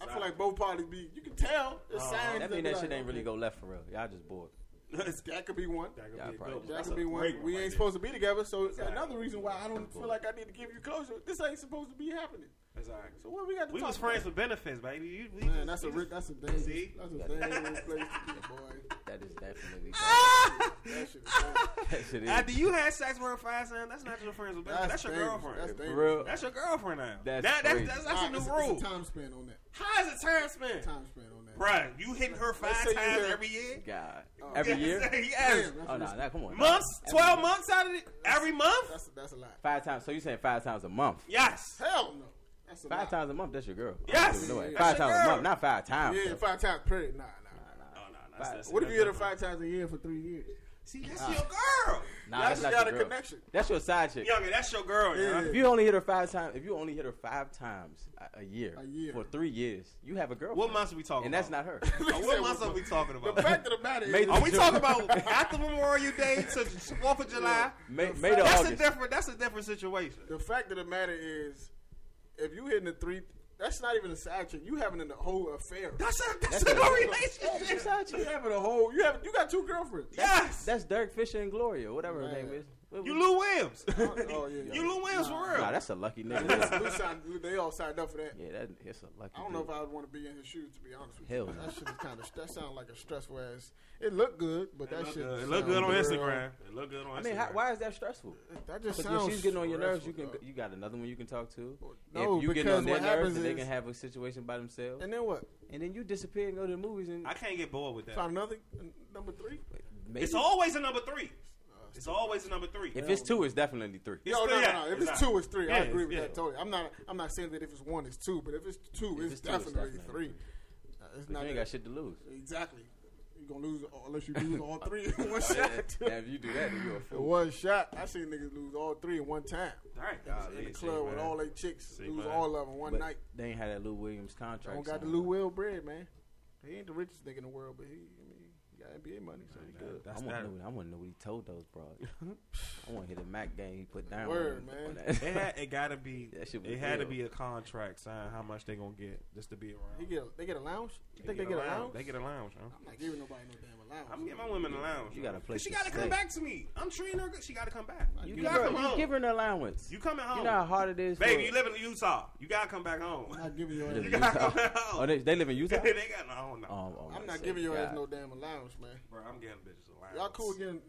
[SPEAKER 1] I feel like both parties be you can tell the signs.
[SPEAKER 4] That mean
[SPEAKER 1] be
[SPEAKER 4] Oh, that
[SPEAKER 1] like,
[SPEAKER 4] shit ain't
[SPEAKER 1] okay.
[SPEAKER 4] really go left for real. Y'all just bored.
[SPEAKER 1] [laughs] That could be one.
[SPEAKER 2] That could
[SPEAKER 4] Yeah,
[SPEAKER 2] be a
[SPEAKER 4] probably.
[SPEAKER 2] good one.
[SPEAKER 1] That
[SPEAKER 2] That's a
[SPEAKER 1] could be one.
[SPEAKER 2] great
[SPEAKER 1] We
[SPEAKER 2] right
[SPEAKER 1] ain't
[SPEAKER 2] there.
[SPEAKER 1] supposed to be together, so
[SPEAKER 2] Exactly.
[SPEAKER 1] another reason why I don't feel like I need to give you closure. This ain't supposed to be happening.
[SPEAKER 2] That's all right.
[SPEAKER 1] So what we got to
[SPEAKER 2] We
[SPEAKER 1] talk
[SPEAKER 2] was friends
[SPEAKER 1] about?
[SPEAKER 2] with benefits, baby. You, we
[SPEAKER 1] Man,
[SPEAKER 2] just-
[SPEAKER 1] that's a
[SPEAKER 2] we
[SPEAKER 1] ri-
[SPEAKER 2] just-
[SPEAKER 1] that's a dangerous
[SPEAKER 2] See?
[SPEAKER 1] that's a dangerous place to be, boy.
[SPEAKER 4] That is definitely.
[SPEAKER 2] Ah!
[SPEAKER 1] That shit is
[SPEAKER 2] [laughs]
[SPEAKER 1] dangerous.
[SPEAKER 4] [laughs] that shit is.
[SPEAKER 2] After you had sex with her five times, that's not your friends with benefits. That's, your
[SPEAKER 1] dangerous.
[SPEAKER 2] girlfriend.
[SPEAKER 1] That's
[SPEAKER 2] That's,
[SPEAKER 1] dangerous.
[SPEAKER 4] real.
[SPEAKER 2] your girlfriend now.
[SPEAKER 4] That's
[SPEAKER 2] That- that's,
[SPEAKER 4] crazy.
[SPEAKER 2] that's, that's a
[SPEAKER 1] Alright,
[SPEAKER 2] new
[SPEAKER 1] it's
[SPEAKER 2] rule.
[SPEAKER 1] It's a time span on that.
[SPEAKER 2] How is it time spent?
[SPEAKER 1] Time span on that.
[SPEAKER 2] Bruh, you hitting her
[SPEAKER 1] Let's
[SPEAKER 2] five
[SPEAKER 1] say
[SPEAKER 2] times
[SPEAKER 1] you hit-
[SPEAKER 2] every year?
[SPEAKER 4] God.
[SPEAKER 1] Oh.
[SPEAKER 4] Every
[SPEAKER 2] Yes, [laughs]
[SPEAKER 4] year?
[SPEAKER 2] yes.
[SPEAKER 1] Damn, that's
[SPEAKER 4] Oh,
[SPEAKER 1] what
[SPEAKER 4] no,
[SPEAKER 1] it's-
[SPEAKER 4] that, come on.
[SPEAKER 2] Months?
[SPEAKER 4] Every
[SPEAKER 2] Twelve
[SPEAKER 4] year.
[SPEAKER 2] months out of it? Every month?
[SPEAKER 1] That's that's a lot.
[SPEAKER 4] Five times. So you're saying five times a month?
[SPEAKER 1] [laughs]
[SPEAKER 2] Yes.
[SPEAKER 1] Hell no. That's a
[SPEAKER 4] Five
[SPEAKER 1] lot.
[SPEAKER 4] times a month, that's your girl.
[SPEAKER 2] Yes.
[SPEAKER 4] No way.
[SPEAKER 1] That's
[SPEAKER 2] your
[SPEAKER 4] Five times a
[SPEAKER 2] girl.
[SPEAKER 4] month, not five times.
[SPEAKER 1] Yeah,
[SPEAKER 4] though.
[SPEAKER 1] five times period. Nah, nah.
[SPEAKER 4] Nah,
[SPEAKER 2] Oh,
[SPEAKER 4] nah.
[SPEAKER 2] no, no, that's, that's,
[SPEAKER 1] What if
[SPEAKER 2] that's
[SPEAKER 1] you hit her
[SPEAKER 2] different.
[SPEAKER 1] five times a year for three years?
[SPEAKER 2] See, that's your girl.
[SPEAKER 4] Nah,
[SPEAKER 1] Y'all
[SPEAKER 4] that's
[SPEAKER 1] just
[SPEAKER 4] not
[SPEAKER 1] got
[SPEAKER 4] your
[SPEAKER 1] a
[SPEAKER 4] girl.
[SPEAKER 1] connection. [laughs]
[SPEAKER 4] That's your side chick.
[SPEAKER 2] Younger, that's your girl. Yeah.
[SPEAKER 1] Yeah.
[SPEAKER 4] If you only hit her five times, if you only hit her five times a, a year,
[SPEAKER 1] A year.
[SPEAKER 4] for three years, you have a girl.
[SPEAKER 2] What months are we talking
[SPEAKER 4] And
[SPEAKER 2] about?
[SPEAKER 4] that's not
[SPEAKER 1] [laughs]
[SPEAKER 4] her.
[SPEAKER 2] Oh, what months are we talking
[SPEAKER 1] The
[SPEAKER 2] about?
[SPEAKER 1] fact of the matter is,
[SPEAKER 4] Made
[SPEAKER 2] Are we talking about after Memorial Day to Fourth of July?
[SPEAKER 4] May, May to
[SPEAKER 2] That's a
[SPEAKER 4] August.
[SPEAKER 2] different. That's a different situation.
[SPEAKER 1] [laughs] the fact of the matter is, if you hitting the three, that's not even a side chick. You having the whole affair.
[SPEAKER 2] That's a that's,
[SPEAKER 4] That's
[SPEAKER 2] a,
[SPEAKER 4] a- That's
[SPEAKER 2] [laughs]
[SPEAKER 4] your
[SPEAKER 2] relationship.
[SPEAKER 4] side
[SPEAKER 1] You
[SPEAKER 4] chick.
[SPEAKER 1] having a whole. You have. You got two girlfriends.
[SPEAKER 2] Yes,
[SPEAKER 4] That's Derek Fisher and Gloria, whatever her
[SPEAKER 1] Man.
[SPEAKER 4] name is. What
[SPEAKER 2] you
[SPEAKER 4] was-
[SPEAKER 1] [laughs]
[SPEAKER 2] Lou Williams.
[SPEAKER 1] [laughs] Oh yeah. yeah.
[SPEAKER 2] you Lou Williams for real.
[SPEAKER 4] Nah, that's a lucky nigga.
[SPEAKER 1] Listen, we signed, they all signed up for that.
[SPEAKER 4] yeah, that, it's a lucky.
[SPEAKER 1] I don't know
[SPEAKER 4] dude.
[SPEAKER 1] if I would want to be in his shoes, to be honest with
[SPEAKER 4] Hell
[SPEAKER 1] you.
[SPEAKER 4] no.
[SPEAKER 1] That shit is kind of. That sounds like a stressful ass. It looked good, but that
[SPEAKER 2] look
[SPEAKER 1] shit.
[SPEAKER 2] good. It look good
[SPEAKER 1] sound
[SPEAKER 2] on
[SPEAKER 1] real-
[SPEAKER 2] Instagram. It look good on
[SPEAKER 4] I
[SPEAKER 2] Instagram.
[SPEAKER 4] mean, how, why is that stressful?
[SPEAKER 1] That just
[SPEAKER 4] Because
[SPEAKER 1] sounds.
[SPEAKER 4] when she's getting on your nerves, you can
[SPEAKER 1] stressful,
[SPEAKER 4] you got another one you can talk to.
[SPEAKER 1] No,
[SPEAKER 4] if you get
[SPEAKER 1] because
[SPEAKER 4] on their
[SPEAKER 1] what
[SPEAKER 4] nerves,
[SPEAKER 1] happens
[SPEAKER 4] then they
[SPEAKER 1] is-
[SPEAKER 4] can have a situation by themselves,
[SPEAKER 1] dog. And then what?
[SPEAKER 4] and then you disappear and go to the movies and
[SPEAKER 2] I can't get bored with that.
[SPEAKER 1] Find another number three.
[SPEAKER 4] maybe,
[SPEAKER 2] It's always a number three. It's always a number three.
[SPEAKER 4] if it's two, it's definitely three.
[SPEAKER 2] It's
[SPEAKER 1] Yo, no,
[SPEAKER 2] three,
[SPEAKER 1] no, no.
[SPEAKER 2] yeah,
[SPEAKER 1] If it's
[SPEAKER 2] exactly.
[SPEAKER 1] two, it's three. I
[SPEAKER 2] Yeah,
[SPEAKER 1] agree with
[SPEAKER 2] yeah.
[SPEAKER 1] that totally. I'm not. I'm not saying that if it's one, it's two. But if it's two,
[SPEAKER 4] If
[SPEAKER 1] it's,
[SPEAKER 4] it's two, it's
[SPEAKER 1] definitely
[SPEAKER 4] definitely
[SPEAKER 1] three.
[SPEAKER 4] three.
[SPEAKER 1] Uh, it's
[SPEAKER 4] But you
[SPEAKER 1] not
[SPEAKER 4] ain't
[SPEAKER 1] that-
[SPEAKER 4] got shit to lose.
[SPEAKER 1] exactly. You gonna lose all- unless you lose
[SPEAKER 4] [laughs]
[SPEAKER 1] all three in one shot.
[SPEAKER 4] yeah, if you do that, then you're
[SPEAKER 1] [laughs]
[SPEAKER 4] a
[SPEAKER 1] In
[SPEAKER 4] fool.
[SPEAKER 1] one shot, I seen niggas lose all three in one time.
[SPEAKER 2] All right,
[SPEAKER 1] in the club with all they chicks,
[SPEAKER 2] See,
[SPEAKER 1] lose
[SPEAKER 2] man.
[SPEAKER 1] all of them one
[SPEAKER 4] But
[SPEAKER 1] night.
[SPEAKER 4] they ain't had that Lou Williams contract.
[SPEAKER 1] Don't got the
[SPEAKER 4] signed.
[SPEAKER 1] Lou Will bread, man. He ain't the richest nigga in the world, but he, I mean, he got NBA money, so he good.
[SPEAKER 4] I
[SPEAKER 2] That's
[SPEAKER 4] want to
[SPEAKER 2] that.
[SPEAKER 4] know. I want to know what he told those
[SPEAKER 1] [laughs]
[SPEAKER 4] broads. I want to hear the Mac game he put down.
[SPEAKER 1] Word,
[SPEAKER 4] on-
[SPEAKER 1] man.
[SPEAKER 2] [laughs]
[SPEAKER 4] on
[SPEAKER 2] It
[SPEAKER 4] that.
[SPEAKER 2] had it gotta be.
[SPEAKER 4] That shit was
[SPEAKER 2] It had to
[SPEAKER 4] real.
[SPEAKER 2] be a contract sign. How much they gonna get just to be around?
[SPEAKER 1] He get, a, they get a lounge. You think they get a
[SPEAKER 2] allowed.
[SPEAKER 1] lounge?
[SPEAKER 2] They get a lounge, huh?
[SPEAKER 1] I'm not giving nobody no damn
[SPEAKER 2] I'm
[SPEAKER 1] allowance.
[SPEAKER 2] getting my women a lounge.
[SPEAKER 4] You gotta play
[SPEAKER 2] She
[SPEAKER 4] to
[SPEAKER 2] gotta come
[SPEAKER 4] stay.
[SPEAKER 2] back to me. I'm treating her good. She gotta come back.
[SPEAKER 4] you
[SPEAKER 2] You,
[SPEAKER 4] give
[SPEAKER 2] gotta
[SPEAKER 4] her,
[SPEAKER 2] come
[SPEAKER 4] you
[SPEAKER 2] home.
[SPEAKER 4] give her an allowance.
[SPEAKER 2] you coming home.
[SPEAKER 4] You know how hard it is.
[SPEAKER 2] Baby,
[SPEAKER 4] for-
[SPEAKER 2] you live in Utah. You gotta come back home.
[SPEAKER 1] I'm not giving your
[SPEAKER 4] They
[SPEAKER 1] ass.
[SPEAKER 2] [laughs]
[SPEAKER 4] live in
[SPEAKER 2] You gotta
[SPEAKER 4] Utah.
[SPEAKER 2] come back home. [laughs]
[SPEAKER 4] Oh, they, they live in
[SPEAKER 2] they
[SPEAKER 4] Utah.
[SPEAKER 2] got no. I don't know.
[SPEAKER 4] Oh, oh,
[SPEAKER 1] I'm
[SPEAKER 4] I
[SPEAKER 1] not
[SPEAKER 4] see.
[SPEAKER 1] giving your ass
[SPEAKER 4] God.
[SPEAKER 1] no damn allowance, man.
[SPEAKER 2] Bro, I'm getting bitches a lounge.
[SPEAKER 1] Y'all cool getting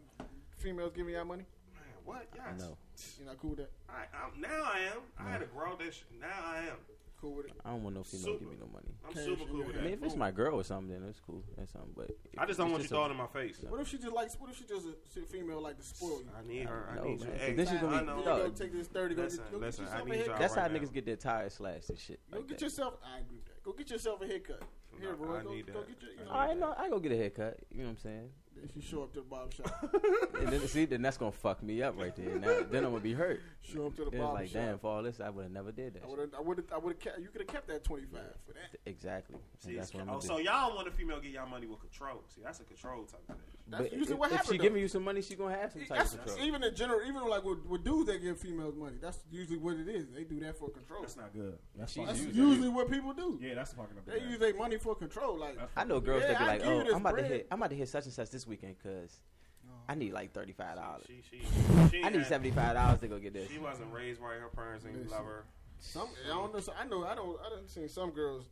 [SPEAKER 1] females giving y'all money?
[SPEAKER 2] Man, what? Yes.
[SPEAKER 4] I know.
[SPEAKER 1] You not cool with that?
[SPEAKER 2] I, I'm, now I am. I had to grow this. Shit. Now I am.
[SPEAKER 1] Cool with it?
[SPEAKER 4] I don't want no female
[SPEAKER 2] Super.
[SPEAKER 4] give me no money.
[SPEAKER 2] I'm
[SPEAKER 1] Cash
[SPEAKER 2] super
[SPEAKER 1] in
[SPEAKER 2] cool
[SPEAKER 1] your
[SPEAKER 2] with
[SPEAKER 4] I
[SPEAKER 2] that.
[SPEAKER 4] mean, if it's my girl or something, then it's cool. That's something. But if
[SPEAKER 2] I just don't
[SPEAKER 4] it's
[SPEAKER 2] want you
[SPEAKER 4] a-
[SPEAKER 2] throwing in my face.
[SPEAKER 1] What if she just likes? What if she just a she a female like to spoil you?
[SPEAKER 2] I need her. I
[SPEAKER 4] No,
[SPEAKER 2] need you.
[SPEAKER 4] man.
[SPEAKER 2] Hey,
[SPEAKER 4] This is gonna
[SPEAKER 2] I
[SPEAKER 4] be-
[SPEAKER 1] You
[SPEAKER 2] know.
[SPEAKER 4] no.
[SPEAKER 1] go take this thirty. Go
[SPEAKER 2] Listen,
[SPEAKER 1] get, go
[SPEAKER 2] listen,
[SPEAKER 1] get
[SPEAKER 2] I
[SPEAKER 1] yourself a
[SPEAKER 2] need
[SPEAKER 1] haircut.
[SPEAKER 2] y'all-
[SPEAKER 4] That's
[SPEAKER 2] right
[SPEAKER 4] how
[SPEAKER 2] now.
[SPEAKER 4] niggas get their tires slashed and shit.
[SPEAKER 1] Go
[SPEAKER 4] like
[SPEAKER 1] get
[SPEAKER 4] that.
[SPEAKER 1] yourself. I agree with that. Go get yourself a haircut. Here,
[SPEAKER 2] No,
[SPEAKER 1] bro.
[SPEAKER 2] I
[SPEAKER 1] go,
[SPEAKER 2] need
[SPEAKER 1] go
[SPEAKER 2] that.
[SPEAKER 1] get your. You
[SPEAKER 2] I
[SPEAKER 1] know,
[SPEAKER 4] I know. I go get a haircut. You know what I'm saying?
[SPEAKER 1] If you show up to the barber shop,
[SPEAKER 4] And then see, then that's gonna fuck me up right there. Now, then I'm gonna be hurt.
[SPEAKER 1] show up to the
[SPEAKER 4] Then it's
[SPEAKER 1] barber
[SPEAKER 4] like, damn,
[SPEAKER 1] shop.
[SPEAKER 4] for all this, I would have never did that.
[SPEAKER 1] I
[SPEAKER 4] shit.
[SPEAKER 1] would have. I would have. I would have. You could have kept that twenty five for that.
[SPEAKER 4] Exactly.
[SPEAKER 2] See,
[SPEAKER 4] And that's what I'm
[SPEAKER 2] oh,
[SPEAKER 4] gonna
[SPEAKER 2] so
[SPEAKER 4] do.
[SPEAKER 2] y'all want a female get y'all money with control. See, that's a control type of thing.
[SPEAKER 1] That's
[SPEAKER 4] But
[SPEAKER 1] usually
[SPEAKER 4] if,
[SPEAKER 1] what
[SPEAKER 4] if
[SPEAKER 1] happens.
[SPEAKER 4] she giving you some money, she gonna have some type of
[SPEAKER 1] that's,
[SPEAKER 4] control.
[SPEAKER 1] even in general, even like with, with dudes that give females money, that's usually what it is. They do that for control.
[SPEAKER 7] That's not good. That's,
[SPEAKER 4] She's
[SPEAKER 7] fucking-
[SPEAKER 1] That's
[SPEAKER 4] using
[SPEAKER 1] usually what people do.
[SPEAKER 7] yeah, that's fucking up.
[SPEAKER 1] They use their money for control. Like
[SPEAKER 4] I know girls
[SPEAKER 1] Yeah,
[SPEAKER 4] that be
[SPEAKER 1] I
[SPEAKER 4] like,
[SPEAKER 1] give you
[SPEAKER 4] "Oh,
[SPEAKER 1] this
[SPEAKER 4] I'm about
[SPEAKER 1] bread." Oh.
[SPEAKER 4] to hit, I'm about to hit such and such this weekend because I need like thirty five dollars.
[SPEAKER 2] She,
[SPEAKER 1] [laughs]
[SPEAKER 2] she, she,
[SPEAKER 4] I need
[SPEAKER 2] had-
[SPEAKER 4] seventy five dollars to go get this."
[SPEAKER 2] She wasn't raised right. Her parents ain't
[SPEAKER 1] Listen.
[SPEAKER 2] love her.
[SPEAKER 1] some, I don't know. I know. I don't. I done seen some girls.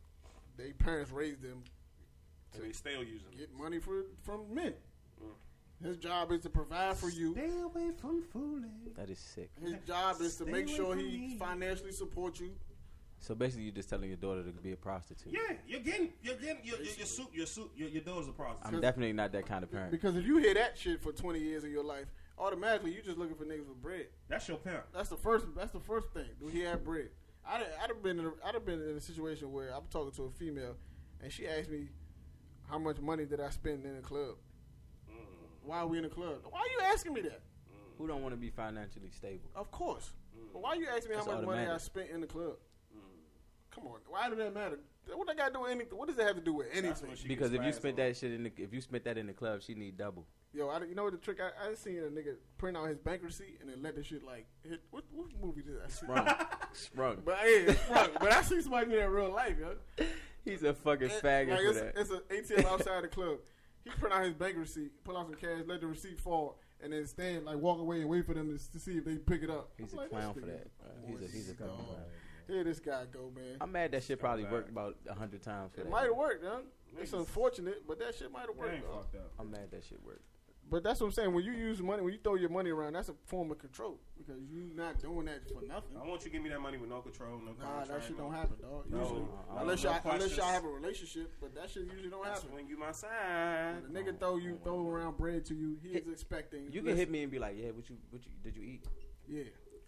[SPEAKER 1] They parents raised them
[SPEAKER 2] And they still using her.
[SPEAKER 1] get money for from men. His job is to provide for you.
[SPEAKER 7] Stay away from fooling.
[SPEAKER 4] That is sick.
[SPEAKER 1] His job is to
[SPEAKER 7] Stay
[SPEAKER 1] make
[SPEAKER 7] away
[SPEAKER 1] sure
[SPEAKER 7] from
[SPEAKER 1] he
[SPEAKER 7] me.
[SPEAKER 1] financially supports you.
[SPEAKER 4] So basically, you're just telling your daughter to be a prostitute.
[SPEAKER 2] Yeah, you're getting, you're getting, you're, you're, you're suit, your suit, your, your daughter's a prostitute.
[SPEAKER 4] I'm definitely not that kind of parent.
[SPEAKER 1] Because if you hear that shit for twenty years of your life, automatically you just looking for niggas with bread.
[SPEAKER 7] That's your pimp.
[SPEAKER 1] That's the first. That's the first thing. Do he have bread? I'd I'd have been in a, I'd have been in a situation where I'm talking to a female, and she asked me, "How much money did I spend in the club? Why are we in the club? Why are you asking me that?
[SPEAKER 4] Who don't want to be financially stable?
[SPEAKER 1] Of course. But why are you asking me
[SPEAKER 4] That's
[SPEAKER 1] how much money I
[SPEAKER 4] automatic.
[SPEAKER 1] spent in the club? Come on. Why does that matter? What I got to do with anything? What does that have to do with anything?
[SPEAKER 2] She
[SPEAKER 4] Because
[SPEAKER 2] gets
[SPEAKER 4] if you
[SPEAKER 2] fast
[SPEAKER 4] spent
[SPEAKER 2] on.
[SPEAKER 4] that shit in the, if you spent that in the club, she
[SPEAKER 1] [laughs]
[SPEAKER 4] need double.
[SPEAKER 1] Yo, I, you know what the trick? I, I seen a nigga print out his bankruptcy and then let the shit like hit. What, what movie did I see?
[SPEAKER 4] Sprung, sprung.
[SPEAKER 1] But yeah, right, [laughs] but I see somebody do that in real life, yo.
[SPEAKER 4] He's a fucking
[SPEAKER 1] And,
[SPEAKER 4] faggot
[SPEAKER 1] like,
[SPEAKER 4] for
[SPEAKER 1] it's,
[SPEAKER 4] that.
[SPEAKER 1] it's an ATM outside the club. He He print out his bank receipt, pull out some cash, let the receipt fall, and then stand like walk away and wait for them to, s- to see if they pick it up.
[SPEAKER 4] He's
[SPEAKER 1] I'm
[SPEAKER 4] a
[SPEAKER 1] like,
[SPEAKER 4] clown
[SPEAKER 1] this
[SPEAKER 4] for
[SPEAKER 1] nigga-
[SPEAKER 4] that. bruh. He's a he's a clown.
[SPEAKER 1] Here this guy go, man.
[SPEAKER 4] I'm mad that shit probably
[SPEAKER 2] bad.
[SPEAKER 4] worked about a hundred times for
[SPEAKER 1] It
[SPEAKER 4] that.
[SPEAKER 1] might have worked, huh? It's
[SPEAKER 2] Niggas.
[SPEAKER 1] unfortunate, but that shit might have
[SPEAKER 7] That
[SPEAKER 1] worked.
[SPEAKER 7] ain't
[SPEAKER 1] dog.
[SPEAKER 7] fucked up.
[SPEAKER 4] I'm mad that shit worked.
[SPEAKER 1] But that's what I'm saying. When you use money, when you throw your money around, that's a form of control because you not doing that for nothing.
[SPEAKER 2] I want you to give me that money with no control, no
[SPEAKER 1] Nah,
[SPEAKER 2] contract.
[SPEAKER 1] that shit
[SPEAKER 2] no-
[SPEAKER 1] don't happen, dog.
[SPEAKER 2] No,
[SPEAKER 1] Usually,
[SPEAKER 2] no,
[SPEAKER 1] unless
[SPEAKER 2] no
[SPEAKER 1] y'all unless
[SPEAKER 2] questions.
[SPEAKER 1] y'all have a relationship, but that shit usually don't
[SPEAKER 2] That's
[SPEAKER 1] happen.
[SPEAKER 2] when you my side.
[SPEAKER 1] When a nigga throw you throw around bread to you, he is expecting.
[SPEAKER 4] You can hit me and be like, "Yeah, what you what you did you eat?"
[SPEAKER 1] Yeah,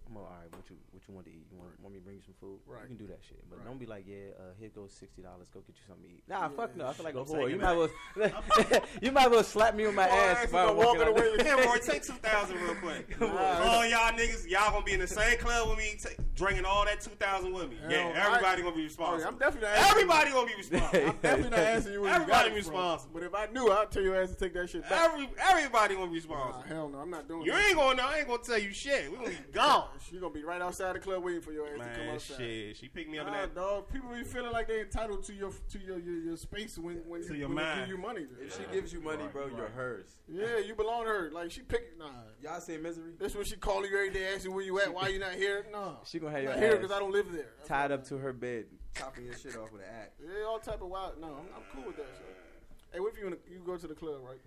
[SPEAKER 4] I'm all, all right. What you what you want to eat? You want, want me to bring you some food?
[SPEAKER 1] Right.
[SPEAKER 4] You can do that shit, but
[SPEAKER 1] Right.
[SPEAKER 4] don't be like, "Yeah, uh, here goes sixty dollars. Go get you something to eat." Nah, fuck no. I feel like a
[SPEAKER 2] I'm
[SPEAKER 4] whore. You
[SPEAKER 2] taking
[SPEAKER 4] might well [laughs] you might well slap me on my
[SPEAKER 2] Boy,
[SPEAKER 4] ass
[SPEAKER 2] ass
[SPEAKER 4] while
[SPEAKER 2] is
[SPEAKER 4] I'm walking
[SPEAKER 2] walking
[SPEAKER 4] out.
[SPEAKER 2] away with him, Roy. Take two thousand real
[SPEAKER 1] [laughs]
[SPEAKER 2] quick.
[SPEAKER 4] Come on.
[SPEAKER 2] All y'all niggas, y'all gonna be in the same club with me, ta- drinking all that two thousand with me. Yeah,
[SPEAKER 1] Hell,
[SPEAKER 2] everybody
[SPEAKER 1] I-
[SPEAKER 2] gonna be
[SPEAKER 1] All right,
[SPEAKER 2] responsible.
[SPEAKER 1] Oh, I'm definitely not asking,
[SPEAKER 2] everybody
[SPEAKER 1] [laughs]
[SPEAKER 2] gonna be responsible.
[SPEAKER 1] I'm definitely not asking you. Where you got
[SPEAKER 2] Everybody
[SPEAKER 1] it from.
[SPEAKER 2] responsible.
[SPEAKER 1] But if I knew, I'd tell your ass to take that shit back.
[SPEAKER 2] Every everybody gonna be
[SPEAKER 1] Nah,
[SPEAKER 2] responsible.
[SPEAKER 1] hell no, I'm not doing
[SPEAKER 2] You
[SPEAKER 1] that.
[SPEAKER 2] ain't gonna know. I ain't gonna tell you shit. We
[SPEAKER 1] [laughs]
[SPEAKER 2] gonna be gone.
[SPEAKER 1] You're gonna be right outside the club waiting for your ass to come
[SPEAKER 2] Man,
[SPEAKER 1] outside.
[SPEAKER 2] shit. She picked me up in
[SPEAKER 1] Nah,
[SPEAKER 2] that.
[SPEAKER 1] dog. People be feeling like they entitled to your to your your, your space when when
[SPEAKER 2] To
[SPEAKER 1] you,
[SPEAKER 2] your
[SPEAKER 1] when they
[SPEAKER 2] mind.
[SPEAKER 1] give you money.
[SPEAKER 3] If she gives you money,
[SPEAKER 7] Right,
[SPEAKER 3] bro,
[SPEAKER 7] right.
[SPEAKER 3] you're hers.
[SPEAKER 1] Yeah, you belong to her. Like she pick. Nah,
[SPEAKER 3] Y'all say misery?
[SPEAKER 1] that's when she calling you every day, asking where you at, why you not here. Nah,
[SPEAKER 4] She gonna have
[SPEAKER 1] I'm
[SPEAKER 4] your
[SPEAKER 1] not here because
[SPEAKER 4] ass
[SPEAKER 1] I don't live there.
[SPEAKER 4] tied up to her bed.
[SPEAKER 3] Chopping your shit off with an act.
[SPEAKER 1] Yeah, all type of wild. No, I'm, I'm cool with that shit. Hey, what if you in a, you go to the club, right?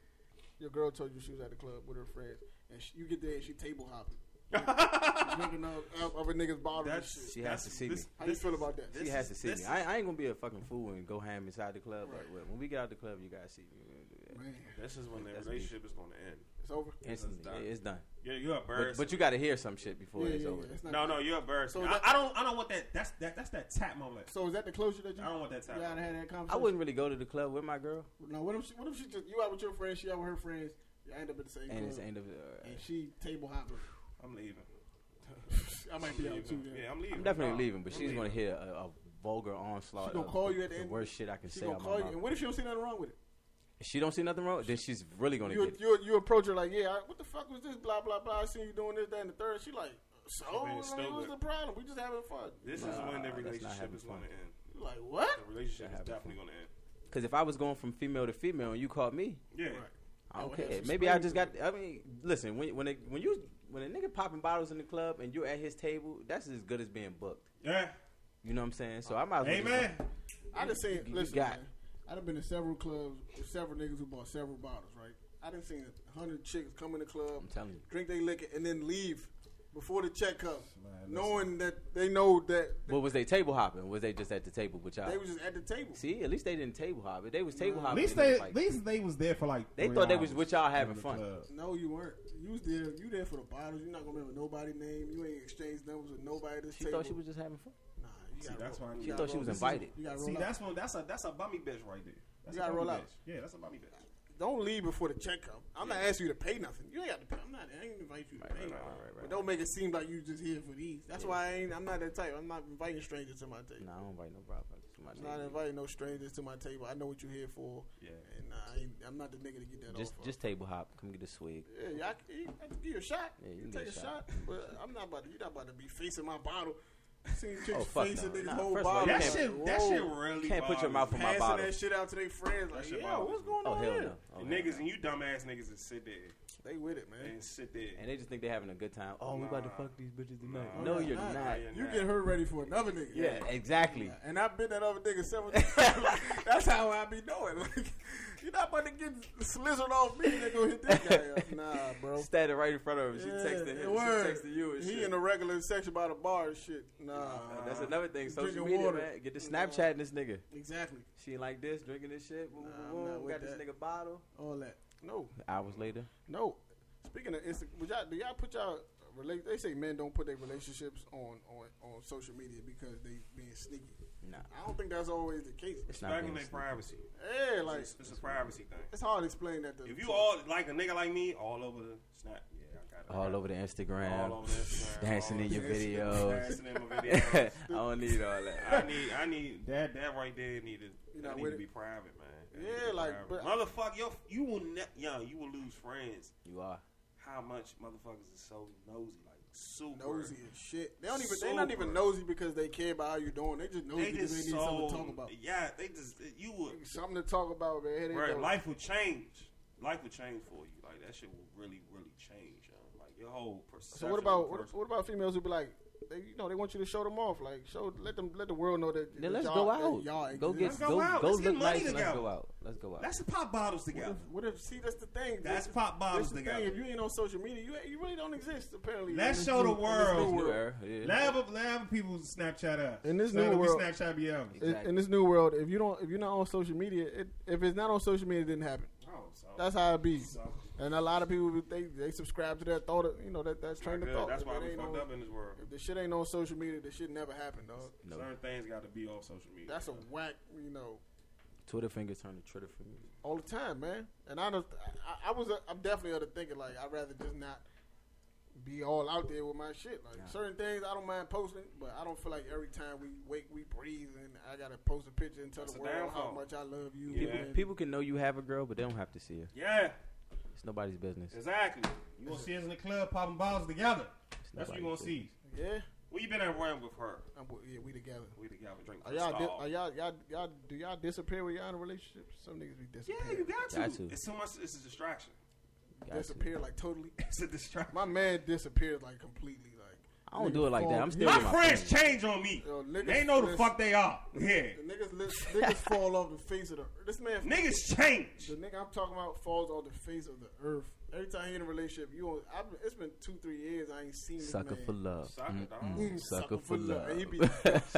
[SPEAKER 1] Your girl told you she was at the club with her friends, and she, you get there and she table
[SPEAKER 2] [laughs]
[SPEAKER 1] hopping, She drinking out out of a nigga's bottle and
[SPEAKER 2] That's,
[SPEAKER 1] shit.
[SPEAKER 4] She
[SPEAKER 2] that's,
[SPEAKER 4] has to see
[SPEAKER 2] this,
[SPEAKER 4] me.
[SPEAKER 1] How you feel about that?
[SPEAKER 4] She
[SPEAKER 2] This is-
[SPEAKER 4] has to see
[SPEAKER 2] this
[SPEAKER 4] me.
[SPEAKER 2] is-
[SPEAKER 4] I, I ain't gonna be a fucking fool and go ham inside the club.
[SPEAKER 1] Right.
[SPEAKER 4] But when we get out the club, you guys see me We're gonna do that.
[SPEAKER 1] Man,
[SPEAKER 2] This is when the
[SPEAKER 4] That's
[SPEAKER 2] relationship is gonna end.
[SPEAKER 1] it's over.
[SPEAKER 4] instantly.
[SPEAKER 2] done.
[SPEAKER 4] It's done.
[SPEAKER 2] You're, you're a
[SPEAKER 4] But,
[SPEAKER 2] bird.
[SPEAKER 4] but you got to hear some shit before
[SPEAKER 1] Yeah,
[SPEAKER 4] it's
[SPEAKER 1] yeah,
[SPEAKER 4] over.
[SPEAKER 1] yeah, it's not
[SPEAKER 2] no,
[SPEAKER 1] good.
[SPEAKER 2] no, you're a bird.
[SPEAKER 1] So
[SPEAKER 2] I,
[SPEAKER 1] that-
[SPEAKER 2] I don't. I don't want that. That's that. That's that tap moment.
[SPEAKER 1] So is that the closure that you?
[SPEAKER 2] I don't want that tap.
[SPEAKER 1] y'all had that conversation.
[SPEAKER 4] I wouldn't really go to the club with my girl,
[SPEAKER 1] No, what if she? What if she just you out with your friends? She out with her friends. You end up at the same
[SPEAKER 4] and
[SPEAKER 1] club,
[SPEAKER 4] it's the end of.
[SPEAKER 1] and
[SPEAKER 4] Uh,
[SPEAKER 1] she table hopping. [laughs]
[SPEAKER 2] I'm leaving.
[SPEAKER 1] I might be out too. Yeah.
[SPEAKER 2] Yeah, I'm leaving.
[SPEAKER 4] I'm definitely
[SPEAKER 2] Nah,
[SPEAKER 4] leaving, but
[SPEAKER 2] I'm
[SPEAKER 4] she's
[SPEAKER 2] leaving.
[SPEAKER 4] gonna hear a, a vulgar onslaught.
[SPEAKER 1] She gonna
[SPEAKER 4] of
[SPEAKER 1] call
[SPEAKER 4] the,
[SPEAKER 1] you at the
[SPEAKER 4] the
[SPEAKER 1] end.
[SPEAKER 4] worst shit I can
[SPEAKER 1] She
[SPEAKER 4] say.
[SPEAKER 1] gonna
[SPEAKER 4] Out
[SPEAKER 1] call
[SPEAKER 4] my
[SPEAKER 1] you. And
[SPEAKER 4] mouth.
[SPEAKER 1] what if she don't see nothing wrong with it?
[SPEAKER 4] If she don't see nothing wrong, then she's really gonna
[SPEAKER 1] You,
[SPEAKER 4] get.
[SPEAKER 1] you you approach her like, yeah, I- what the fuck was this? Blah blah blah. I seen you doing this, that, and the third. She like, so
[SPEAKER 2] being
[SPEAKER 1] like, what's
[SPEAKER 2] stupid.
[SPEAKER 1] the problem? We just having fun.
[SPEAKER 2] This
[SPEAKER 4] Nah,
[SPEAKER 2] is when the
[SPEAKER 4] that's not
[SPEAKER 2] relationship
[SPEAKER 4] having
[SPEAKER 2] is going to
[SPEAKER 4] fun.
[SPEAKER 2] end.
[SPEAKER 1] You like what?
[SPEAKER 2] The relationship is
[SPEAKER 4] having
[SPEAKER 2] definitely going to end.
[SPEAKER 4] Because if I was going from female to female and you caught me,
[SPEAKER 2] Yeah.
[SPEAKER 1] Right.
[SPEAKER 4] I
[SPEAKER 1] I
[SPEAKER 4] don't
[SPEAKER 1] would have
[SPEAKER 4] care.
[SPEAKER 1] some
[SPEAKER 4] Maybe I
[SPEAKER 1] screams
[SPEAKER 4] just
[SPEAKER 1] in
[SPEAKER 4] got. I mean, listen, when when it, when you when a nigga popping bottles in the club and you're at his table, that's as good as being booked.
[SPEAKER 2] Yeah.
[SPEAKER 4] You know what I'm saying? So I might as well. just-
[SPEAKER 2] Amen.
[SPEAKER 1] I just seen.
[SPEAKER 4] you
[SPEAKER 1] Listen,
[SPEAKER 4] got-
[SPEAKER 1] man, I done been to several clubs with several niggas who bought several bottles. Right. I done seen a hundred chicks come in the club,
[SPEAKER 4] I'm telling you.
[SPEAKER 1] drink their liquor, and then leave before the check comes,
[SPEAKER 7] Man,
[SPEAKER 1] knowing that they know that
[SPEAKER 4] But was they table hopping? Was they just at the table with y'all?
[SPEAKER 1] they was just at the table.
[SPEAKER 4] See, at least they didn't table hop. If they was table
[SPEAKER 7] At
[SPEAKER 4] hopping,
[SPEAKER 7] least
[SPEAKER 4] it was
[SPEAKER 7] they,
[SPEAKER 4] like-
[SPEAKER 7] at least they was there for like.
[SPEAKER 4] They
[SPEAKER 7] three
[SPEAKER 4] thought they was
[SPEAKER 7] hours
[SPEAKER 4] with y'all
[SPEAKER 7] in
[SPEAKER 4] having
[SPEAKER 7] the
[SPEAKER 4] fun.
[SPEAKER 7] club.
[SPEAKER 1] No, you weren't. You was there. You there for the bottles. You're not gonna remember nobody's name. You ain't exchanged numbers with nobody. At this
[SPEAKER 4] she
[SPEAKER 1] table.
[SPEAKER 4] thought she was just having fun.
[SPEAKER 1] Nah, you
[SPEAKER 2] See,
[SPEAKER 1] gotta
[SPEAKER 2] that's
[SPEAKER 1] roll.
[SPEAKER 2] why I
[SPEAKER 1] You
[SPEAKER 2] need-
[SPEAKER 4] She
[SPEAKER 1] gotta
[SPEAKER 4] thought she
[SPEAKER 1] roll.
[SPEAKER 4] was
[SPEAKER 1] This is-
[SPEAKER 4] invited.
[SPEAKER 1] You gotta roll
[SPEAKER 2] See,
[SPEAKER 1] out.
[SPEAKER 2] that's one. That's a that's a bummy bitch right there. That's
[SPEAKER 1] You
[SPEAKER 2] a
[SPEAKER 1] gotta
[SPEAKER 2] bummy
[SPEAKER 1] roll
[SPEAKER 2] bitch.
[SPEAKER 1] out.
[SPEAKER 2] Yeah, that's a bummy bitch.
[SPEAKER 1] Don't leave before the check come. I'm not asking you to pay nothing. You ain't got to pay. I'm not. I ain't invite you to pay.
[SPEAKER 4] right, right, right, right,
[SPEAKER 1] But don't make it seem like you just here for these. That's why I ain't. I'm not that type. I'm not inviting strangers to my table.
[SPEAKER 4] No, I don't invite no problem. to my
[SPEAKER 1] I'm not
[SPEAKER 4] nigga.
[SPEAKER 1] inviting no strangers to my table. I know what you're here for.
[SPEAKER 2] Yeah.
[SPEAKER 1] And I ain't, I'm not the nigga to get that
[SPEAKER 4] Just,
[SPEAKER 1] off. of.
[SPEAKER 4] just table hop. Come get a swig.
[SPEAKER 1] Yeah, y'all, can- you I can give you a shot.
[SPEAKER 4] Yeah,
[SPEAKER 1] you
[SPEAKER 4] you can
[SPEAKER 1] take a
[SPEAKER 4] get a
[SPEAKER 1] shot.
[SPEAKER 4] shot.
[SPEAKER 1] but I'm not about to. You're not about to be facing my bottle. Seen chicks
[SPEAKER 4] [laughs] Oh, fuck
[SPEAKER 1] facing
[SPEAKER 4] no.
[SPEAKER 1] niggas
[SPEAKER 4] Nah,
[SPEAKER 1] whole
[SPEAKER 4] first of all,
[SPEAKER 1] bottle.
[SPEAKER 4] you
[SPEAKER 2] That
[SPEAKER 4] can't-
[SPEAKER 2] shit.
[SPEAKER 1] Whoa.
[SPEAKER 2] That shit really.
[SPEAKER 4] Can't put your
[SPEAKER 2] bothers
[SPEAKER 4] mouth on
[SPEAKER 2] me.
[SPEAKER 4] my
[SPEAKER 1] passing
[SPEAKER 4] bottle.
[SPEAKER 1] that shit out to their friends. Like,
[SPEAKER 2] shit
[SPEAKER 1] yeah,
[SPEAKER 2] bothers
[SPEAKER 1] what's
[SPEAKER 2] me.
[SPEAKER 1] going
[SPEAKER 4] Oh
[SPEAKER 1] on
[SPEAKER 4] hell
[SPEAKER 1] here?
[SPEAKER 4] no. Oh,
[SPEAKER 2] And
[SPEAKER 4] hell
[SPEAKER 2] niggas
[SPEAKER 4] no.
[SPEAKER 2] and you dumbass niggas that sit there
[SPEAKER 1] They with it, man.
[SPEAKER 2] and sit there.
[SPEAKER 4] And they just think they're having a good time. Oh, we about to
[SPEAKER 2] Nah.
[SPEAKER 4] fuck these bitches tonight.
[SPEAKER 2] Nah.
[SPEAKER 4] No,
[SPEAKER 1] Nah,
[SPEAKER 4] you're
[SPEAKER 1] nah.
[SPEAKER 4] not.
[SPEAKER 2] Yeah.
[SPEAKER 1] You get her ready for another nigga.
[SPEAKER 4] Yeah, exactly.
[SPEAKER 1] [laughs] And I've been that other nigga several [laughs] times. That's how I be knowing. [laughs] Like, you're not about to get slizzled off me. They gonna hit this guy
[SPEAKER 4] [laughs]
[SPEAKER 1] up. Nah, bro.
[SPEAKER 4] Standing right in front of him, she
[SPEAKER 1] Yeah,
[SPEAKER 4] texted him.
[SPEAKER 1] word.
[SPEAKER 4] She texted you and
[SPEAKER 1] He
[SPEAKER 4] shit.
[SPEAKER 1] in the regular section by the bar and shit. Nah.
[SPEAKER 4] Uh, That's another thing. Social
[SPEAKER 1] Drinking
[SPEAKER 4] media,
[SPEAKER 1] water.
[SPEAKER 4] man. Get the
[SPEAKER 1] Nah.
[SPEAKER 4] Snapchat in this nigga.
[SPEAKER 1] Exactly.
[SPEAKER 4] She ain't like this, drinking this shit. Boom,
[SPEAKER 1] Nah, I'm
[SPEAKER 4] boom,
[SPEAKER 1] not
[SPEAKER 4] boom.
[SPEAKER 1] with
[SPEAKER 4] Got this
[SPEAKER 1] that.
[SPEAKER 4] nigga bottle.
[SPEAKER 1] All that. No.
[SPEAKER 4] Hours later,
[SPEAKER 1] No. Speaking of Insta, would y'all, do y'all put y'all relate? They say men don't put their relationships on, on on social media because they being sneaky.
[SPEAKER 4] nah,
[SPEAKER 1] I don't think that's always the case.
[SPEAKER 4] it's not.
[SPEAKER 2] Back in
[SPEAKER 4] being
[SPEAKER 2] their
[SPEAKER 4] sneaky.
[SPEAKER 2] privacy.
[SPEAKER 1] Yeah, like
[SPEAKER 2] It's, it's a privacy thing.
[SPEAKER 1] it's hard to explain that. To,
[SPEAKER 2] If you all like a nigga like me, all over the snap. Yeah, I got it.
[SPEAKER 4] All over the Instagram.
[SPEAKER 2] All over Instagram.
[SPEAKER 4] [laughs] Dancing
[SPEAKER 2] all
[SPEAKER 4] in your
[SPEAKER 2] over
[SPEAKER 4] videos. [laughs]
[SPEAKER 2] Dancing in my
[SPEAKER 4] I
[SPEAKER 2] videos.
[SPEAKER 4] don't need all that.
[SPEAKER 2] I need, I need that. That right there needed.
[SPEAKER 1] You
[SPEAKER 2] That
[SPEAKER 1] not
[SPEAKER 2] need
[SPEAKER 1] with
[SPEAKER 2] to
[SPEAKER 1] it?
[SPEAKER 2] be private, man. That
[SPEAKER 1] Yeah,
[SPEAKER 2] need to be
[SPEAKER 1] like,
[SPEAKER 2] private. motherfucker, yo, you will ne- yo, you will lose friends.
[SPEAKER 4] You are.
[SPEAKER 2] How much motherfuckers is so nosy, like super
[SPEAKER 1] nosy and shit. They don't even. They not even
[SPEAKER 2] Super.
[SPEAKER 1] nosy because they care about how you're doing. They just nosy
[SPEAKER 2] They
[SPEAKER 1] because
[SPEAKER 2] just
[SPEAKER 1] they need
[SPEAKER 2] so
[SPEAKER 1] something to talk about.
[SPEAKER 2] yeah. They just you would
[SPEAKER 1] Something to talk about, man. Here they
[SPEAKER 2] right.
[SPEAKER 1] go.
[SPEAKER 2] Life will change. life will change for you. Like that shit will really, really change. yo. Like your whole perception.
[SPEAKER 1] So what
[SPEAKER 2] of
[SPEAKER 1] about
[SPEAKER 2] the
[SPEAKER 1] what,
[SPEAKER 2] person-
[SPEAKER 1] what about females who be like, they, you know, they want you to show them off, like show let them let the world know that.
[SPEAKER 8] Then
[SPEAKER 1] that
[SPEAKER 8] let's
[SPEAKER 1] y'all-
[SPEAKER 8] go
[SPEAKER 1] that
[SPEAKER 8] out.
[SPEAKER 1] y'all
[SPEAKER 8] Go
[SPEAKER 1] exist.
[SPEAKER 8] get
[SPEAKER 2] Let's
[SPEAKER 8] go
[SPEAKER 2] go out.
[SPEAKER 8] go
[SPEAKER 2] Let's get
[SPEAKER 8] look
[SPEAKER 2] money
[SPEAKER 8] nice. Let's
[SPEAKER 2] together.
[SPEAKER 8] go out. Let's go out.
[SPEAKER 2] That's the pop bottles
[SPEAKER 1] What
[SPEAKER 2] together.
[SPEAKER 1] if, what if see that's the thing.
[SPEAKER 2] That's
[SPEAKER 1] this-
[SPEAKER 2] pop
[SPEAKER 1] That's
[SPEAKER 2] bottles
[SPEAKER 1] the thing.
[SPEAKER 2] together.
[SPEAKER 1] If you ain't on social media, you you really don't exist. Apparently,
[SPEAKER 9] Let's
[SPEAKER 1] In
[SPEAKER 9] show the
[SPEAKER 1] this new- in this new
[SPEAKER 9] world.
[SPEAKER 1] world.
[SPEAKER 9] Let other, let other people Snapchat us.
[SPEAKER 1] In this
[SPEAKER 9] Let
[SPEAKER 1] new
[SPEAKER 9] other people
[SPEAKER 1] world-
[SPEAKER 9] Snapchat be others.
[SPEAKER 1] In, in this new world, if you don't, if you're not on social media, it, if it's not on social media, it didn't happen.
[SPEAKER 9] Oh, so.
[SPEAKER 1] That's how it be.
[SPEAKER 9] so.
[SPEAKER 1] And a lot of people they they subscribe to that thought, of, you know, that that
[SPEAKER 2] Like,
[SPEAKER 1] train of
[SPEAKER 2] yeah,
[SPEAKER 1] thought.
[SPEAKER 2] That's
[SPEAKER 1] If
[SPEAKER 2] why
[SPEAKER 1] it
[SPEAKER 2] we
[SPEAKER 1] ain't
[SPEAKER 2] fucked
[SPEAKER 1] on-
[SPEAKER 2] up in this world.
[SPEAKER 1] If the shit ain't on social media, the shit never happened, dog.
[SPEAKER 4] No.
[SPEAKER 2] Certain things got to be off social media.
[SPEAKER 1] That's a whack, you know,
[SPEAKER 4] Twitter fingers turn to Twitter fingers.
[SPEAKER 1] all the time, man. And I, don't, I, I was, a, I'm definitely other thinking like I'd rather just not be all out there with my shit. Like certain things I don't mind posting, but I don't feel like every time we wake, we breathe, and I gotta post a picture and tell
[SPEAKER 2] That's
[SPEAKER 1] the
[SPEAKER 2] a
[SPEAKER 1] world how
[SPEAKER 2] downfall.
[SPEAKER 1] much I love you.
[SPEAKER 2] Yeah.
[SPEAKER 4] People,
[SPEAKER 1] and-
[SPEAKER 4] people can know you have a girl, but they don't have to see her.
[SPEAKER 2] yeah,
[SPEAKER 4] It's nobody's business.
[SPEAKER 2] exactly.
[SPEAKER 9] You gonna see us in the club popping bottles together.
[SPEAKER 4] It's
[SPEAKER 9] That's what you gonna
[SPEAKER 4] nobody's
[SPEAKER 9] see.
[SPEAKER 1] yeah,
[SPEAKER 2] We been at run with her.
[SPEAKER 1] I'm, with- yeah, we together.
[SPEAKER 2] We together drink.
[SPEAKER 1] Are Oh, y'all, di-
[SPEAKER 2] Cristal.
[SPEAKER 1] are y'all, y'all, y'all, do y'all disappear with y'all in relationships? Some niggas be
[SPEAKER 2] yeah,
[SPEAKER 1] disappear.
[SPEAKER 2] you got to.
[SPEAKER 4] Got to.
[SPEAKER 2] It's so much. It's a distraction. [laughs]
[SPEAKER 4] business. Got to.
[SPEAKER 1] disappear like totally.
[SPEAKER 2] It's a distraction.
[SPEAKER 1] My man disappeared like completely. Like
[SPEAKER 4] I don't do it like that. I'm still
[SPEAKER 9] My
[SPEAKER 4] with my
[SPEAKER 9] friends
[SPEAKER 4] family.
[SPEAKER 9] change on me.
[SPEAKER 1] Yo, niggas-
[SPEAKER 9] They know the
[SPEAKER 1] niggas-
[SPEAKER 9] fuck they are. Yeah,
[SPEAKER 1] the niggas, li- niggas fall off the face of the. This man,
[SPEAKER 9] niggas change.
[SPEAKER 1] the nigga I'm talking about falls off the face of the earth. Every time he in a relationship, you, on, I've, been- it's been two, three years I ain't seen this
[SPEAKER 4] Sucker
[SPEAKER 1] man.
[SPEAKER 4] for love.
[SPEAKER 2] Sucker,
[SPEAKER 4] Mm,
[SPEAKER 2] dog.
[SPEAKER 4] mm.
[SPEAKER 1] Mm,
[SPEAKER 4] Sucker for love.
[SPEAKER 1] And he be
[SPEAKER 4] [laughs]
[SPEAKER 2] Suck-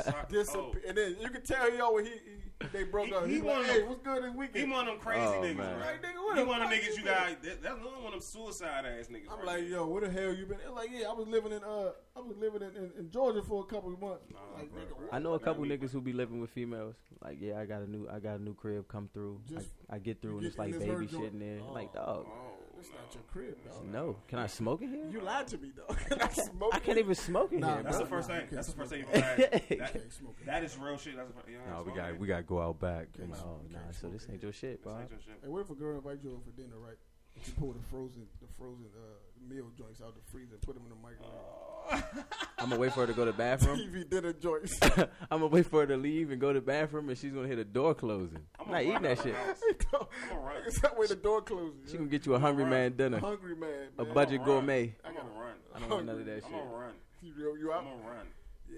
[SPEAKER 2] oh.
[SPEAKER 1] disappear, and then you can tell yo when he, he they broke
[SPEAKER 9] He-
[SPEAKER 1] up.
[SPEAKER 9] he
[SPEAKER 1] He, like,
[SPEAKER 9] wanna-
[SPEAKER 1] hey, what's good this
[SPEAKER 2] He
[SPEAKER 1] weekend?
[SPEAKER 2] one of them crazy
[SPEAKER 4] Oh,
[SPEAKER 2] niggas,
[SPEAKER 4] man.
[SPEAKER 2] right?
[SPEAKER 1] Like, nigga, where
[SPEAKER 2] he
[SPEAKER 1] the
[SPEAKER 2] one of them
[SPEAKER 1] fuck
[SPEAKER 2] niggas
[SPEAKER 1] you
[SPEAKER 2] you
[SPEAKER 1] been?
[SPEAKER 2] got. That, that's one of them suicide ass niggas.
[SPEAKER 1] I'm
[SPEAKER 2] right
[SPEAKER 1] like,
[SPEAKER 2] there.
[SPEAKER 1] yo, where the hell you been? It's like, yeah, I was living in uh, I was living in, in, in Georgia for a couple of months.
[SPEAKER 2] Nah,
[SPEAKER 1] like,
[SPEAKER 2] bruh,
[SPEAKER 1] nigga,
[SPEAKER 2] bruh.
[SPEAKER 1] what?
[SPEAKER 4] I know a
[SPEAKER 2] Like,
[SPEAKER 4] couple
[SPEAKER 2] I mean-
[SPEAKER 4] niggas who be living with females. Like, yeah, I got a new, I got a new crib. Come through.
[SPEAKER 1] Just-
[SPEAKER 4] I, I get through and
[SPEAKER 1] get-
[SPEAKER 4] it's like
[SPEAKER 1] and it's her
[SPEAKER 4] baby
[SPEAKER 1] joint.
[SPEAKER 4] shit in there. Like, dog,
[SPEAKER 2] Oh,
[SPEAKER 1] That's
[SPEAKER 2] no.
[SPEAKER 1] not your crib, dog.
[SPEAKER 4] no. Can I smoke in here?
[SPEAKER 1] You lied to me, [laughs] dog. Can I smoke?
[SPEAKER 4] I can't
[SPEAKER 1] it?
[SPEAKER 4] even smoke in
[SPEAKER 1] Nah,
[SPEAKER 4] here.
[SPEAKER 2] That's
[SPEAKER 4] bro.
[SPEAKER 2] the first
[SPEAKER 1] Nah,
[SPEAKER 2] thing.
[SPEAKER 1] you
[SPEAKER 2] That's the
[SPEAKER 1] can't
[SPEAKER 2] first thing.
[SPEAKER 1] smoke [laughs]
[SPEAKER 2] you gotta ask.
[SPEAKER 4] You
[SPEAKER 2] That-
[SPEAKER 1] can't smoke it.
[SPEAKER 2] That is real shit. That's what, you
[SPEAKER 4] No,
[SPEAKER 2] know,
[SPEAKER 4] we
[SPEAKER 2] got.
[SPEAKER 4] got we got to go out back.
[SPEAKER 1] Can't
[SPEAKER 4] No,
[SPEAKER 1] smoke,
[SPEAKER 4] Oh, nah.
[SPEAKER 1] can't
[SPEAKER 4] So
[SPEAKER 1] smoke
[SPEAKER 4] this
[SPEAKER 1] in
[SPEAKER 4] ain't your shit, bro.
[SPEAKER 1] Hey, what if a girl invite you over for dinner, right? You pull the frozen, the frozen uh, meal joints out the freezer, put them in the microwave.
[SPEAKER 2] Oh,
[SPEAKER 4] I'm gonna wait for her to go to the bathroom. [laughs]
[SPEAKER 1] TV dinner joints. [laughs]
[SPEAKER 4] I'm gonna wait for her to leave and go to the bathroom, and she's gonna hear the door closing. I'm not eating that shit.
[SPEAKER 2] [laughs] I'm alright.
[SPEAKER 1] it's that way the door closes.
[SPEAKER 4] She gonna get you a hungry man dinner,
[SPEAKER 1] Hungry man,
[SPEAKER 4] a
[SPEAKER 1] man.
[SPEAKER 4] budget
[SPEAKER 2] Alright.
[SPEAKER 4] gourmet.
[SPEAKER 2] I'm gonna run.
[SPEAKER 4] I don't want none of that
[SPEAKER 2] I'm
[SPEAKER 4] shit.
[SPEAKER 2] gonna run.
[SPEAKER 1] You, you- you
[SPEAKER 2] I'm
[SPEAKER 1] out?
[SPEAKER 2] gonna run.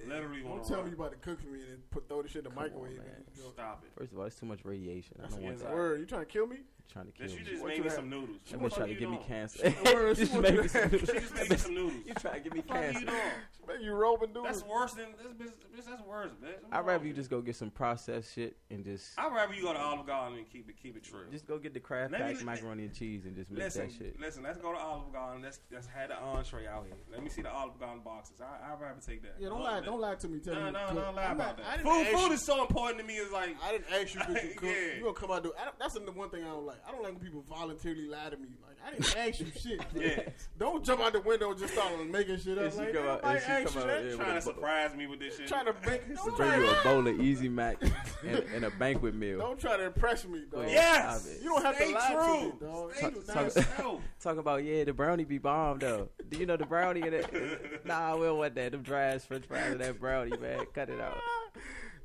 [SPEAKER 2] Literally
[SPEAKER 1] Don't
[SPEAKER 2] want to
[SPEAKER 1] tell me
[SPEAKER 2] run.
[SPEAKER 1] you about to cook for me and then put throw the shit in the microwave.
[SPEAKER 4] man.
[SPEAKER 1] You know,
[SPEAKER 2] Stop it.
[SPEAKER 4] First of all, it's too much radiation. I
[SPEAKER 2] That's
[SPEAKER 4] don't want
[SPEAKER 2] against
[SPEAKER 4] that.
[SPEAKER 2] our-
[SPEAKER 1] Word, you trying to kill me?
[SPEAKER 4] Trying to kill
[SPEAKER 2] That she
[SPEAKER 4] me.
[SPEAKER 2] just
[SPEAKER 1] What
[SPEAKER 2] made
[SPEAKER 1] you
[SPEAKER 2] me
[SPEAKER 1] had?
[SPEAKER 2] some noodles.
[SPEAKER 4] She
[SPEAKER 2] What
[SPEAKER 4] gonna
[SPEAKER 2] the fuck
[SPEAKER 4] try
[SPEAKER 2] are
[SPEAKER 4] to give
[SPEAKER 2] you
[SPEAKER 4] me
[SPEAKER 2] doing?
[SPEAKER 4] cancer. [laughs]
[SPEAKER 1] Word, she
[SPEAKER 4] just
[SPEAKER 1] wanna-
[SPEAKER 4] made me some noodles. [laughs]
[SPEAKER 2] She just made me some noodles.
[SPEAKER 4] you trying to give me
[SPEAKER 2] What the fuck are you
[SPEAKER 4] cancer?
[SPEAKER 2] doing?
[SPEAKER 1] Man, you Roman dude.
[SPEAKER 2] That's worse than this. Bitch, bitch, that's worse, bitch.
[SPEAKER 4] I'd rather you just go get some processed shit and just
[SPEAKER 2] I'd rather you go to Olive Garden and keep it keep it true.
[SPEAKER 4] just go get the Kraft
[SPEAKER 2] Let me-
[SPEAKER 4] pack macaroni and cheese and just make
[SPEAKER 2] Listen,
[SPEAKER 4] that shit.
[SPEAKER 2] listen. Let's go to Olive Garden. Let's let's have the entree out here. Let me see the Olive Garden boxes. I I'd rather take that.
[SPEAKER 1] Yeah, don't
[SPEAKER 2] Oh,
[SPEAKER 1] lie.
[SPEAKER 2] that-
[SPEAKER 1] Don't lie to me. Tell me.
[SPEAKER 2] No,
[SPEAKER 1] you
[SPEAKER 2] no,
[SPEAKER 1] cook.
[SPEAKER 2] don't lie
[SPEAKER 1] I'm
[SPEAKER 2] about
[SPEAKER 1] not- I
[SPEAKER 2] that.
[SPEAKER 1] didn't
[SPEAKER 2] Food,
[SPEAKER 1] ask you-
[SPEAKER 2] food is so important to me. It's like
[SPEAKER 1] I didn't ask you if
[SPEAKER 2] [laughs]
[SPEAKER 1] you cook.
[SPEAKER 2] Yeah.
[SPEAKER 1] You gonna come out do? I don't, that's the one thing I don't like. I don't like when people voluntarily lie to me. Like I didn't ask you shit.
[SPEAKER 2] [laughs] Yeah.
[SPEAKER 1] Don't jump out the window and just start making shit
[SPEAKER 4] And
[SPEAKER 1] up.
[SPEAKER 4] she
[SPEAKER 1] Like,
[SPEAKER 4] come out-
[SPEAKER 1] nobody
[SPEAKER 4] and she
[SPEAKER 1] asked
[SPEAKER 4] come
[SPEAKER 1] you
[SPEAKER 4] out,
[SPEAKER 1] that.
[SPEAKER 4] yeah.
[SPEAKER 2] trying to surprise me with this shit.
[SPEAKER 1] Trying to make. Don't try,
[SPEAKER 4] Bring you a bowl of Easy Mac and, and a banquet meal.
[SPEAKER 1] don't try to impress me, dog.
[SPEAKER 4] Go ahead.
[SPEAKER 2] yes,
[SPEAKER 4] Stop it.
[SPEAKER 1] You don't have
[SPEAKER 2] Stay
[SPEAKER 1] to lie
[SPEAKER 2] true.
[SPEAKER 1] to me, dog.
[SPEAKER 2] Stay
[SPEAKER 4] Talk-
[SPEAKER 2] to
[SPEAKER 4] talk-
[SPEAKER 2] yourself.
[SPEAKER 4] Talk about yeah, the brownie be bomb though. Do you know the brownie? In it? Nah, we don't want that. Them dry ass French fries and that brownie, man. Cut it out.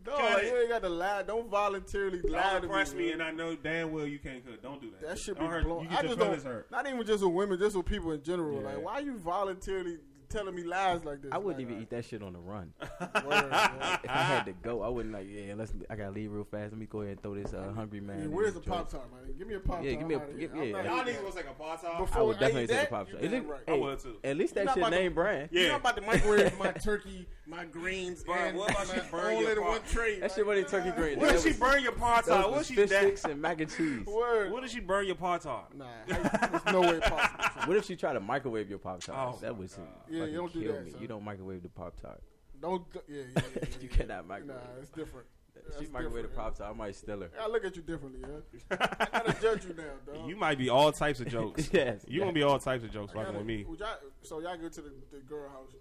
[SPEAKER 1] No,
[SPEAKER 2] Cut
[SPEAKER 1] like,
[SPEAKER 2] it.
[SPEAKER 1] you ain't got to lie. Don't voluntarily lie
[SPEAKER 2] Don't
[SPEAKER 1] to
[SPEAKER 2] impress me,
[SPEAKER 1] me.
[SPEAKER 2] and
[SPEAKER 1] man.
[SPEAKER 2] I know damn well you can't cook. Don't do that.
[SPEAKER 1] that should be
[SPEAKER 2] Don't hurt-
[SPEAKER 1] blown.
[SPEAKER 9] you get
[SPEAKER 1] I
[SPEAKER 9] your
[SPEAKER 1] just
[SPEAKER 9] feelings
[SPEAKER 1] don't.
[SPEAKER 9] hurt.
[SPEAKER 1] Not even just with women, just with people in general.
[SPEAKER 4] Yeah.
[SPEAKER 1] Like, why you voluntarily telling me lies like this?
[SPEAKER 4] I wouldn't
[SPEAKER 1] Like,
[SPEAKER 4] even eat that shit on the run.
[SPEAKER 1] word, man.
[SPEAKER 4] If I had to go, I wouldn't like yeah. Let's. I gotta leave real fast. Let me go ahead and throw this uh, hungry man.
[SPEAKER 1] Yeah,
[SPEAKER 4] in
[SPEAKER 1] where's the
[SPEAKER 4] this
[SPEAKER 1] pop
[SPEAKER 4] joint.
[SPEAKER 1] tart, man? Give me a pop tart.
[SPEAKER 4] Yeah, give me a- give- yeah.
[SPEAKER 2] Y'all niggas was like a pot top.
[SPEAKER 1] Before
[SPEAKER 4] I would definitely
[SPEAKER 1] eat
[SPEAKER 4] take
[SPEAKER 1] that,
[SPEAKER 4] a pop shot.
[SPEAKER 1] you
[SPEAKER 4] At
[SPEAKER 1] damn
[SPEAKER 4] least-
[SPEAKER 1] right.
[SPEAKER 2] I would too.
[SPEAKER 4] At least
[SPEAKER 1] You're
[SPEAKER 4] that
[SPEAKER 1] not
[SPEAKER 4] shit
[SPEAKER 1] about to-
[SPEAKER 4] name brand.
[SPEAKER 1] You're
[SPEAKER 2] Yeah.
[SPEAKER 1] not about to microwave my turkey, my greens,
[SPEAKER 2] Bruh,
[SPEAKER 1] and
[SPEAKER 2] what about she
[SPEAKER 1] my [laughs]
[SPEAKER 2] burn
[SPEAKER 1] all
[SPEAKER 2] your
[SPEAKER 1] in
[SPEAKER 2] pot-
[SPEAKER 1] one tray.
[SPEAKER 4] That shit wasn't turkey green.
[SPEAKER 2] What
[SPEAKER 4] That
[SPEAKER 2] did she
[SPEAKER 4] was-
[SPEAKER 2] burn your pot
[SPEAKER 4] that
[SPEAKER 2] top?
[SPEAKER 4] was
[SPEAKER 2] What
[SPEAKER 4] the
[SPEAKER 2] she
[SPEAKER 4] fish
[SPEAKER 2] that?
[SPEAKER 4] sticks and mac and cheese.
[SPEAKER 1] Word.
[SPEAKER 2] What did she burn your pot top?
[SPEAKER 1] Nah, there's no way possible.
[SPEAKER 4] What if she tried to microwave your pop tart?
[SPEAKER 2] Oh
[SPEAKER 4] that
[SPEAKER 2] my
[SPEAKER 4] would seem
[SPEAKER 1] Yeah,
[SPEAKER 4] fucking
[SPEAKER 1] you don't do
[SPEAKER 4] kill
[SPEAKER 1] that,
[SPEAKER 4] me.
[SPEAKER 1] son.
[SPEAKER 4] You don't microwave the pop tart.
[SPEAKER 1] Don't. go- Yeah,
[SPEAKER 4] [laughs]
[SPEAKER 1] yeah, yeah, yeah,
[SPEAKER 4] You
[SPEAKER 1] yeah.
[SPEAKER 4] cannot microwave.
[SPEAKER 1] Nah, it's different.
[SPEAKER 4] She
[SPEAKER 1] That's
[SPEAKER 4] microwave the
[SPEAKER 1] different.
[SPEAKER 4] pop tart. I might steal her.
[SPEAKER 1] I look at you differently, yeah. I
[SPEAKER 4] [laughs]
[SPEAKER 1] gotta judge you now, dog.
[SPEAKER 2] You might be all types of jokes.
[SPEAKER 4] Yes.
[SPEAKER 2] You gonna be all types of jokes
[SPEAKER 1] I gotta-
[SPEAKER 2] fucking with me.
[SPEAKER 1] Would y'all, so y'all go to the, the girl house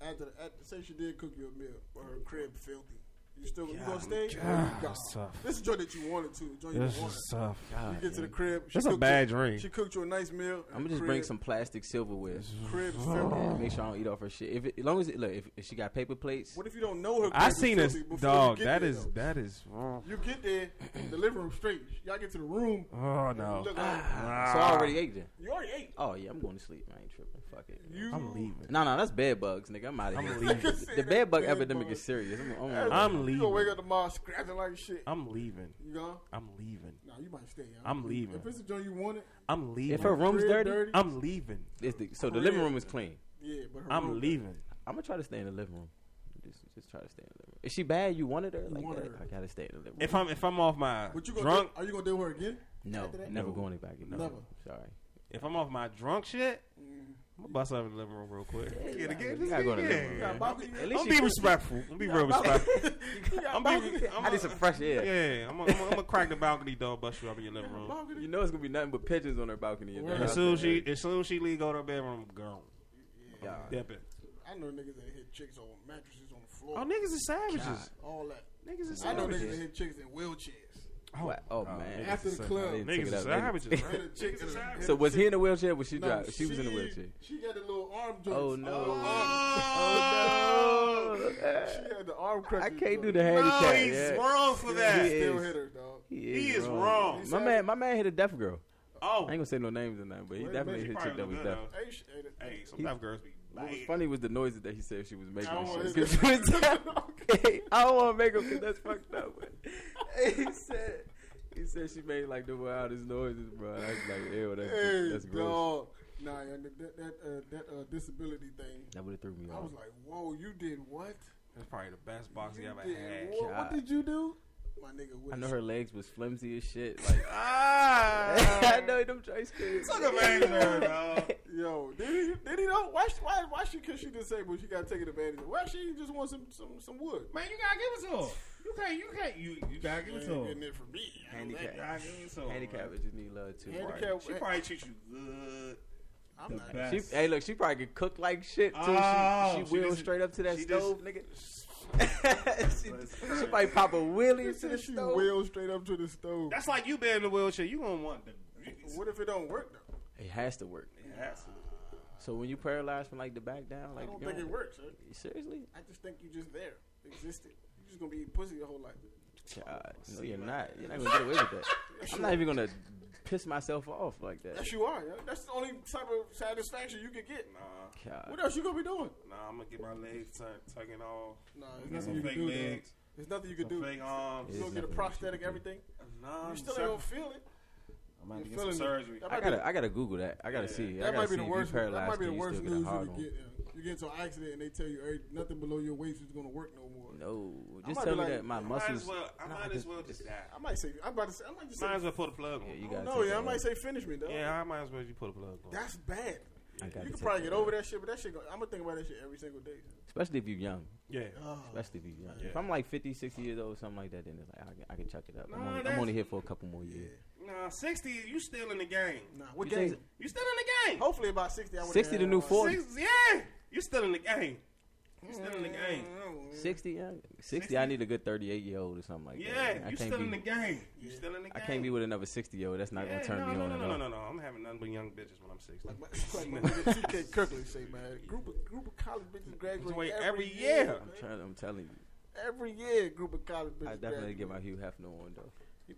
[SPEAKER 1] after. The, at, say she did cook you a meal, or her crib filthy. You still you gonna stay? God,
[SPEAKER 8] it's tough.
[SPEAKER 1] This is a joint that you wanted to. a Joint you
[SPEAKER 8] This
[SPEAKER 1] wanted.
[SPEAKER 8] is tough.
[SPEAKER 1] You get to the crib. she
[SPEAKER 8] That's a
[SPEAKER 1] cooked
[SPEAKER 8] bad
[SPEAKER 1] you,
[SPEAKER 8] dream.
[SPEAKER 1] She cooked you a nice meal.
[SPEAKER 4] I'm gonna just bring some plastic silverware.
[SPEAKER 1] crib. is
[SPEAKER 8] [laughs]
[SPEAKER 4] Yeah,
[SPEAKER 1] filthy.
[SPEAKER 4] make sure I don't eat off her shit. If it, as long as it, look, if, if she got paper plates,
[SPEAKER 1] What if you don't know her? crib
[SPEAKER 8] [laughs] I
[SPEAKER 1] is
[SPEAKER 8] seen this
[SPEAKER 1] filthy before you
[SPEAKER 8] dog.
[SPEAKER 1] get
[SPEAKER 8] That
[SPEAKER 1] there,
[SPEAKER 8] is
[SPEAKER 1] though?
[SPEAKER 8] that is. Oh,
[SPEAKER 1] You get there, [clears throat] the living room straight. Y'all get to the room.
[SPEAKER 8] oh
[SPEAKER 1] and
[SPEAKER 8] no. Ah.
[SPEAKER 1] You, look like-
[SPEAKER 4] Ah, so I already ate then.
[SPEAKER 1] you already ate.
[SPEAKER 4] Oh yeah, I'm going to sleep. I ain't tripping. Fuck it.
[SPEAKER 1] You.
[SPEAKER 8] I'm leaving.
[SPEAKER 4] No, no, that's bed bugs, nigga. I'm out of here. [laughs] the bed bug epidemic is serious. I'm, I'm,
[SPEAKER 1] Hey,
[SPEAKER 8] I'm
[SPEAKER 1] You gonna wake
[SPEAKER 8] leaving.
[SPEAKER 1] up tomorrow scratching like shit.
[SPEAKER 8] I'm leaving.
[SPEAKER 1] You gone?
[SPEAKER 8] I'm leaving.
[SPEAKER 1] Nah, you might stay. huh?
[SPEAKER 8] I'm leaving.
[SPEAKER 1] If it's a joint you wanted,
[SPEAKER 8] I'm leaving.
[SPEAKER 4] if her room's
[SPEAKER 1] crib
[SPEAKER 4] dirty,
[SPEAKER 1] dirty?
[SPEAKER 8] I'm leaving.
[SPEAKER 4] it's the, so the living room is clean.
[SPEAKER 1] yeah, but her room-
[SPEAKER 8] I'm leaving.
[SPEAKER 4] I'm gonna try to stay in the living room. Just, just try to stay in the living room. Is she bad? You wanted her? Like
[SPEAKER 1] wanted
[SPEAKER 4] that?
[SPEAKER 1] her.
[SPEAKER 4] I gotta stay in the living room.
[SPEAKER 8] If I'm if I'm off my
[SPEAKER 1] What you gonna
[SPEAKER 8] drunk,
[SPEAKER 1] Do? Are you gonna deal with her again?
[SPEAKER 4] no,
[SPEAKER 1] after that?
[SPEAKER 4] never going back again.
[SPEAKER 1] Never.
[SPEAKER 4] Sorry.
[SPEAKER 8] if I'm off my drunk shit,
[SPEAKER 4] Mm.
[SPEAKER 8] I'm gonna bust out of the living room real quick. Get
[SPEAKER 4] you gotta-
[SPEAKER 8] again,
[SPEAKER 4] you
[SPEAKER 8] this
[SPEAKER 4] gotta go to
[SPEAKER 8] nigga,
[SPEAKER 4] the
[SPEAKER 8] yeah.
[SPEAKER 4] living room.
[SPEAKER 1] Got balcony?
[SPEAKER 4] At least
[SPEAKER 8] I'm
[SPEAKER 4] she
[SPEAKER 8] be
[SPEAKER 4] cool.
[SPEAKER 8] respectful. I'm be real respectful.
[SPEAKER 4] [laughs]
[SPEAKER 8] I'm be. I'm
[SPEAKER 4] I need some fresh air.
[SPEAKER 8] Yeah, I'm gonna crack the balcony door, bust you up in your living room.
[SPEAKER 1] Balcony?
[SPEAKER 4] You know it's gonna be nothing but pigeons on her balcony. and
[SPEAKER 1] Word.
[SPEAKER 4] they're
[SPEAKER 8] As
[SPEAKER 4] out
[SPEAKER 8] soon as
[SPEAKER 4] there.
[SPEAKER 8] she, as soon as she leave, go to her bedroom, I'm gone.
[SPEAKER 4] God.
[SPEAKER 8] Dip it.
[SPEAKER 1] I know niggas that hit chicks on mattresses on the floor.
[SPEAKER 8] Oh, niggas is savages.
[SPEAKER 1] all that.
[SPEAKER 8] Niggas is
[SPEAKER 1] I know
[SPEAKER 8] savages.
[SPEAKER 1] niggas that hit chicks in
[SPEAKER 4] [laughs]
[SPEAKER 1] wheelchairs.
[SPEAKER 4] Oh, oh man.
[SPEAKER 1] After the club.
[SPEAKER 4] They took
[SPEAKER 8] Niggas
[SPEAKER 4] it
[SPEAKER 8] is
[SPEAKER 4] out.
[SPEAKER 8] [laughs]
[SPEAKER 4] They-
[SPEAKER 8] savages.
[SPEAKER 1] Hit a
[SPEAKER 8] right?
[SPEAKER 1] chick in a- hit
[SPEAKER 4] So
[SPEAKER 1] a
[SPEAKER 4] was
[SPEAKER 1] chick-
[SPEAKER 4] he in a wheelchair? Was she
[SPEAKER 1] No,
[SPEAKER 4] driving? She was in a wheelchair.
[SPEAKER 1] She got a little arm joint.
[SPEAKER 4] Oh no!
[SPEAKER 1] arm-
[SPEAKER 4] Oh no!
[SPEAKER 1] She had the arm crutches.
[SPEAKER 4] I can't do
[SPEAKER 1] joint.
[SPEAKER 4] the handicap.
[SPEAKER 2] No, he's
[SPEAKER 4] yeah.
[SPEAKER 2] wrong for
[SPEAKER 1] She
[SPEAKER 2] that.
[SPEAKER 4] He
[SPEAKER 1] still
[SPEAKER 4] is.
[SPEAKER 1] hit her, dog.
[SPEAKER 2] He is wrong.
[SPEAKER 4] My man, my man hit a deaf girl. I
[SPEAKER 2] Oh,
[SPEAKER 4] ain't gonna say no names or nothing, but he
[SPEAKER 1] Wait,
[SPEAKER 4] definitely
[SPEAKER 1] wait,
[SPEAKER 4] hit a
[SPEAKER 2] probably
[SPEAKER 4] chick that
[SPEAKER 2] look
[SPEAKER 4] was
[SPEAKER 2] good,
[SPEAKER 4] deaf.
[SPEAKER 2] though.
[SPEAKER 1] Hey, she ate it.
[SPEAKER 2] Hey, some tough girls be.
[SPEAKER 4] What was
[SPEAKER 2] lying.
[SPEAKER 4] funny was the noises that he said she was making.
[SPEAKER 1] I don't
[SPEAKER 4] and
[SPEAKER 1] wanna- [laughs]
[SPEAKER 4] shit. 'Cause she was deaf. [laughs] I don't want to make him because that's fucked up. [laughs] But he said, he said she made like the wildest noises, bro. I was like, ew, that's,
[SPEAKER 1] Hey,
[SPEAKER 4] that's gross.
[SPEAKER 1] dog. Nah, and that that uh, that uh, disability thing.
[SPEAKER 4] That would have threw me
[SPEAKER 1] I
[SPEAKER 4] off.
[SPEAKER 1] was like, whoa, you did what?
[SPEAKER 2] That's probably the best box he
[SPEAKER 1] You
[SPEAKER 2] ever
[SPEAKER 1] did
[SPEAKER 2] had.
[SPEAKER 1] what? What
[SPEAKER 4] God.
[SPEAKER 1] did you do? My nigga,
[SPEAKER 4] I
[SPEAKER 1] what
[SPEAKER 4] know her legs was flimsy as
[SPEAKER 1] [laughs]
[SPEAKER 4] shit. Like [laughs] I
[SPEAKER 2] Ah,
[SPEAKER 4] know them choice kids.
[SPEAKER 2] look at
[SPEAKER 4] [laughs]
[SPEAKER 2] man, dog.
[SPEAKER 1] Yo, did he? Did he know? Why? she- Why? Why she? Cause she disabled. She got taken advantage. of. Why she just want some some some wood?
[SPEAKER 9] Man, you gotta give it to her. You can't. You can't. You you gotta give
[SPEAKER 1] You
[SPEAKER 9] it to
[SPEAKER 1] ain't
[SPEAKER 9] her.
[SPEAKER 1] getting it from me. I know
[SPEAKER 9] You
[SPEAKER 4] Handicap.
[SPEAKER 9] gotta give it to her.
[SPEAKER 4] Handicap is just need love too.
[SPEAKER 1] that.
[SPEAKER 4] Right.
[SPEAKER 1] Handicap.
[SPEAKER 2] She probably treats you good.
[SPEAKER 1] I'm
[SPEAKER 9] The
[SPEAKER 1] not.
[SPEAKER 9] best.
[SPEAKER 4] She, hey, look, she probably could cook like shit too.
[SPEAKER 9] Oh,
[SPEAKER 4] she she,
[SPEAKER 9] she
[SPEAKER 4] wheels
[SPEAKER 9] just-
[SPEAKER 4] straight up to that
[SPEAKER 2] she
[SPEAKER 4] stove, [laughs] nigga. she, she probably pop a
[SPEAKER 1] She
[SPEAKER 4] wheelie to the
[SPEAKER 1] said she
[SPEAKER 4] stove.
[SPEAKER 1] wheeled straight up to the stove.
[SPEAKER 2] That's like you being in the wheelchair. You gonna want the.
[SPEAKER 1] What if it don't work though?
[SPEAKER 4] It has to work. So when you paralyzed from like the back down,
[SPEAKER 1] I
[SPEAKER 4] like
[SPEAKER 1] don't
[SPEAKER 4] you
[SPEAKER 1] think it
[SPEAKER 4] don't-
[SPEAKER 1] works. Sir.
[SPEAKER 4] Seriously,
[SPEAKER 1] I just think you just there, existed. You just gonna be eating pussy your whole life.
[SPEAKER 4] God, no, you're not. You're not gonna get away with that. I'm not even gonna piss myself off like that.
[SPEAKER 1] Yes, you are. Yo. That's the only type of satisfaction you can get.
[SPEAKER 2] Nah,
[SPEAKER 4] God.
[SPEAKER 1] What else you gonna be doing?
[SPEAKER 2] nah. I'm gonna get my legs tuck- tucking off.
[SPEAKER 1] Nah,
[SPEAKER 9] Get
[SPEAKER 1] there's nothing
[SPEAKER 9] some
[SPEAKER 1] you can
[SPEAKER 9] fake
[SPEAKER 1] do. dog.
[SPEAKER 9] legs.
[SPEAKER 1] There's nothing you can
[SPEAKER 2] Some
[SPEAKER 1] do.
[SPEAKER 2] fake arms.
[SPEAKER 1] You gonna get a
[SPEAKER 4] nothing.
[SPEAKER 1] prosthetic everything.
[SPEAKER 2] Nah,
[SPEAKER 1] You
[SPEAKER 2] I'm
[SPEAKER 1] still ain't
[SPEAKER 2] sucking.
[SPEAKER 1] gonna feel it.
[SPEAKER 9] I'm about to get
[SPEAKER 1] You're
[SPEAKER 9] some
[SPEAKER 1] feeling it.
[SPEAKER 9] surgery.
[SPEAKER 1] That
[SPEAKER 4] I
[SPEAKER 1] might be
[SPEAKER 4] gotta, I gotta Google that. I gotta see. I
[SPEAKER 1] That
[SPEAKER 4] gotta
[SPEAKER 1] might
[SPEAKER 4] see
[SPEAKER 1] be the
[SPEAKER 4] if
[SPEAKER 1] worst.
[SPEAKER 4] You
[SPEAKER 1] That
[SPEAKER 4] paralyzed,
[SPEAKER 1] might be the
[SPEAKER 4] can you
[SPEAKER 1] worst
[SPEAKER 4] still get a
[SPEAKER 1] news
[SPEAKER 4] hard
[SPEAKER 1] you can
[SPEAKER 4] on?
[SPEAKER 1] get. yeah. You get into an accident and they tell you "Hey, nothing below your waist is gonna work no more.
[SPEAKER 4] No,
[SPEAKER 1] I
[SPEAKER 4] just
[SPEAKER 1] might
[SPEAKER 4] tell
[SPEAKER 1] be
[SPEAKER 4] me
[SPEAKER 1] like,
[SPEAKER 4] that my
[SPEAKER 2] I might as
[SPEAKER 4] muscles.
[SPEAKER 2] well. I
[SPEAKER 4] Nah,
[SPEAKER 2] might
[SPEAKER 4] I
[SPEAKER 2] as
[SPEAKER 4] just-
[SPEAKER 2] well just die.
[SPEAKER 1] I might say. I'm about to say. I might just say.
[SPEAKER 2] Might as well pull the plug
[SPEAKER 4] Yeah,
[SPEAKER 2] on.
[SPEAKER 4] you
[SPEAKER 1] I
[SPEAKER 4] gotta.
[SPEAKER 1] don't know.
[SPEAKER 4] take
[SPEAKER 1] Yeah, I
[SPEAKER 4] that
[SPEAKER 1] might
[SPEAKER 4] one.
[SPEAKER 1] say finish me though.
[SPEAKER 2] Yeah, I might as well just pull the plug on.
[SPEAKER 1] That's bad.
[SPEAKER 4] I gotta
[SPEAKER 1] You can
[SPEAKER 4] take
[SPEAKER 1] probably
[SPEAKER 4] that
[SPEAKER 1] get
[SPEAKER 4] one.
[SPEAKER 1] over that shit, but that shit. Go, I'm gonna think about that shit every single day.
[SPEAKER 4] Especially if you're young.
[SPEAKER 2] Yeah.
[SPEAKER 4] Especially if you're young. If
[SPEAKER 2] Yeah.
[SPEAKER 4] I'm like 50, 60 years old, something like that, then it's like I can, I can chuck it up. I'm,
[SPEAKER 2] Nah,
[SPEAKER 4] only, I'm
[SPEAKER 2] that's-
[SPEAKER 4] only here for a couple more years.
[SPEAKER 2] Nah, sixty. You still in the game.
[SPEAKER 1] Nah, what
[SPEAKER 4] You
[SPEAKER 1] game?
[SPEAKER 4] think-
[SPEAKER 2] You still in the game.
[SPEAKER 1] Hopefully about sixty. I would've
[SPEAKER 4] 60
[SPEAKER 1] had
[SPEAKER 4] the new
[SPEAKER 1] one.
[SPEAKER 4] 40.
[SPEAKER 2] Six, yeah, you still in the game. You still in the game.
[SPEAKER 1] Mm,
[SPEAKER 4] 60, yeah? 60, I need a good 38 year old or something like that.
[SPEAKER 2] Yeah,
[SPEAKER 4] I
[SPEAKER 2] you
[SPEAKER 4] can't
[SPEAKER 2] still
[SPEAKER 4] be,
[SPEAKER 2] in the game. You still in the game.
[SPEAKER 4] I can't be with another 60 year old. That's not
[SPEAKER 2] Yeah,
[SPEAKER 4] gonna turn
[SPEAKER 2] no,
[SPEAKER 4] me
[SPEAKER 2] no,
[SPEAKER 4] on
[SPEAKER 2] no,
[SPEAKER 4] at
[SPEAKER 2] no,
[SPEAKER 4] all.
[SPEAKER 2] no, no, no. I'm having nothing but young bitches when I'm sixty.
[SPEAKER 1] Like my, [laughs] like my nigga TK Kirkland say, man. Group of group of college bitches graduate
[SPEAKER 2] Wait,
[SPEAKER 1] every,
[SPEAKER 2] every
[SPEAKER 1] year.
[SPEAKER 2] year.
[SPEAKER 4] I'm trying. I'm telling you,
[SPEAKER 1] Every year, group of college bitches.
[SPEAKER 4] I definitely
[SPEAKER 1] graduate.
[SPEAKER 4] get my Hugh Hefner on though.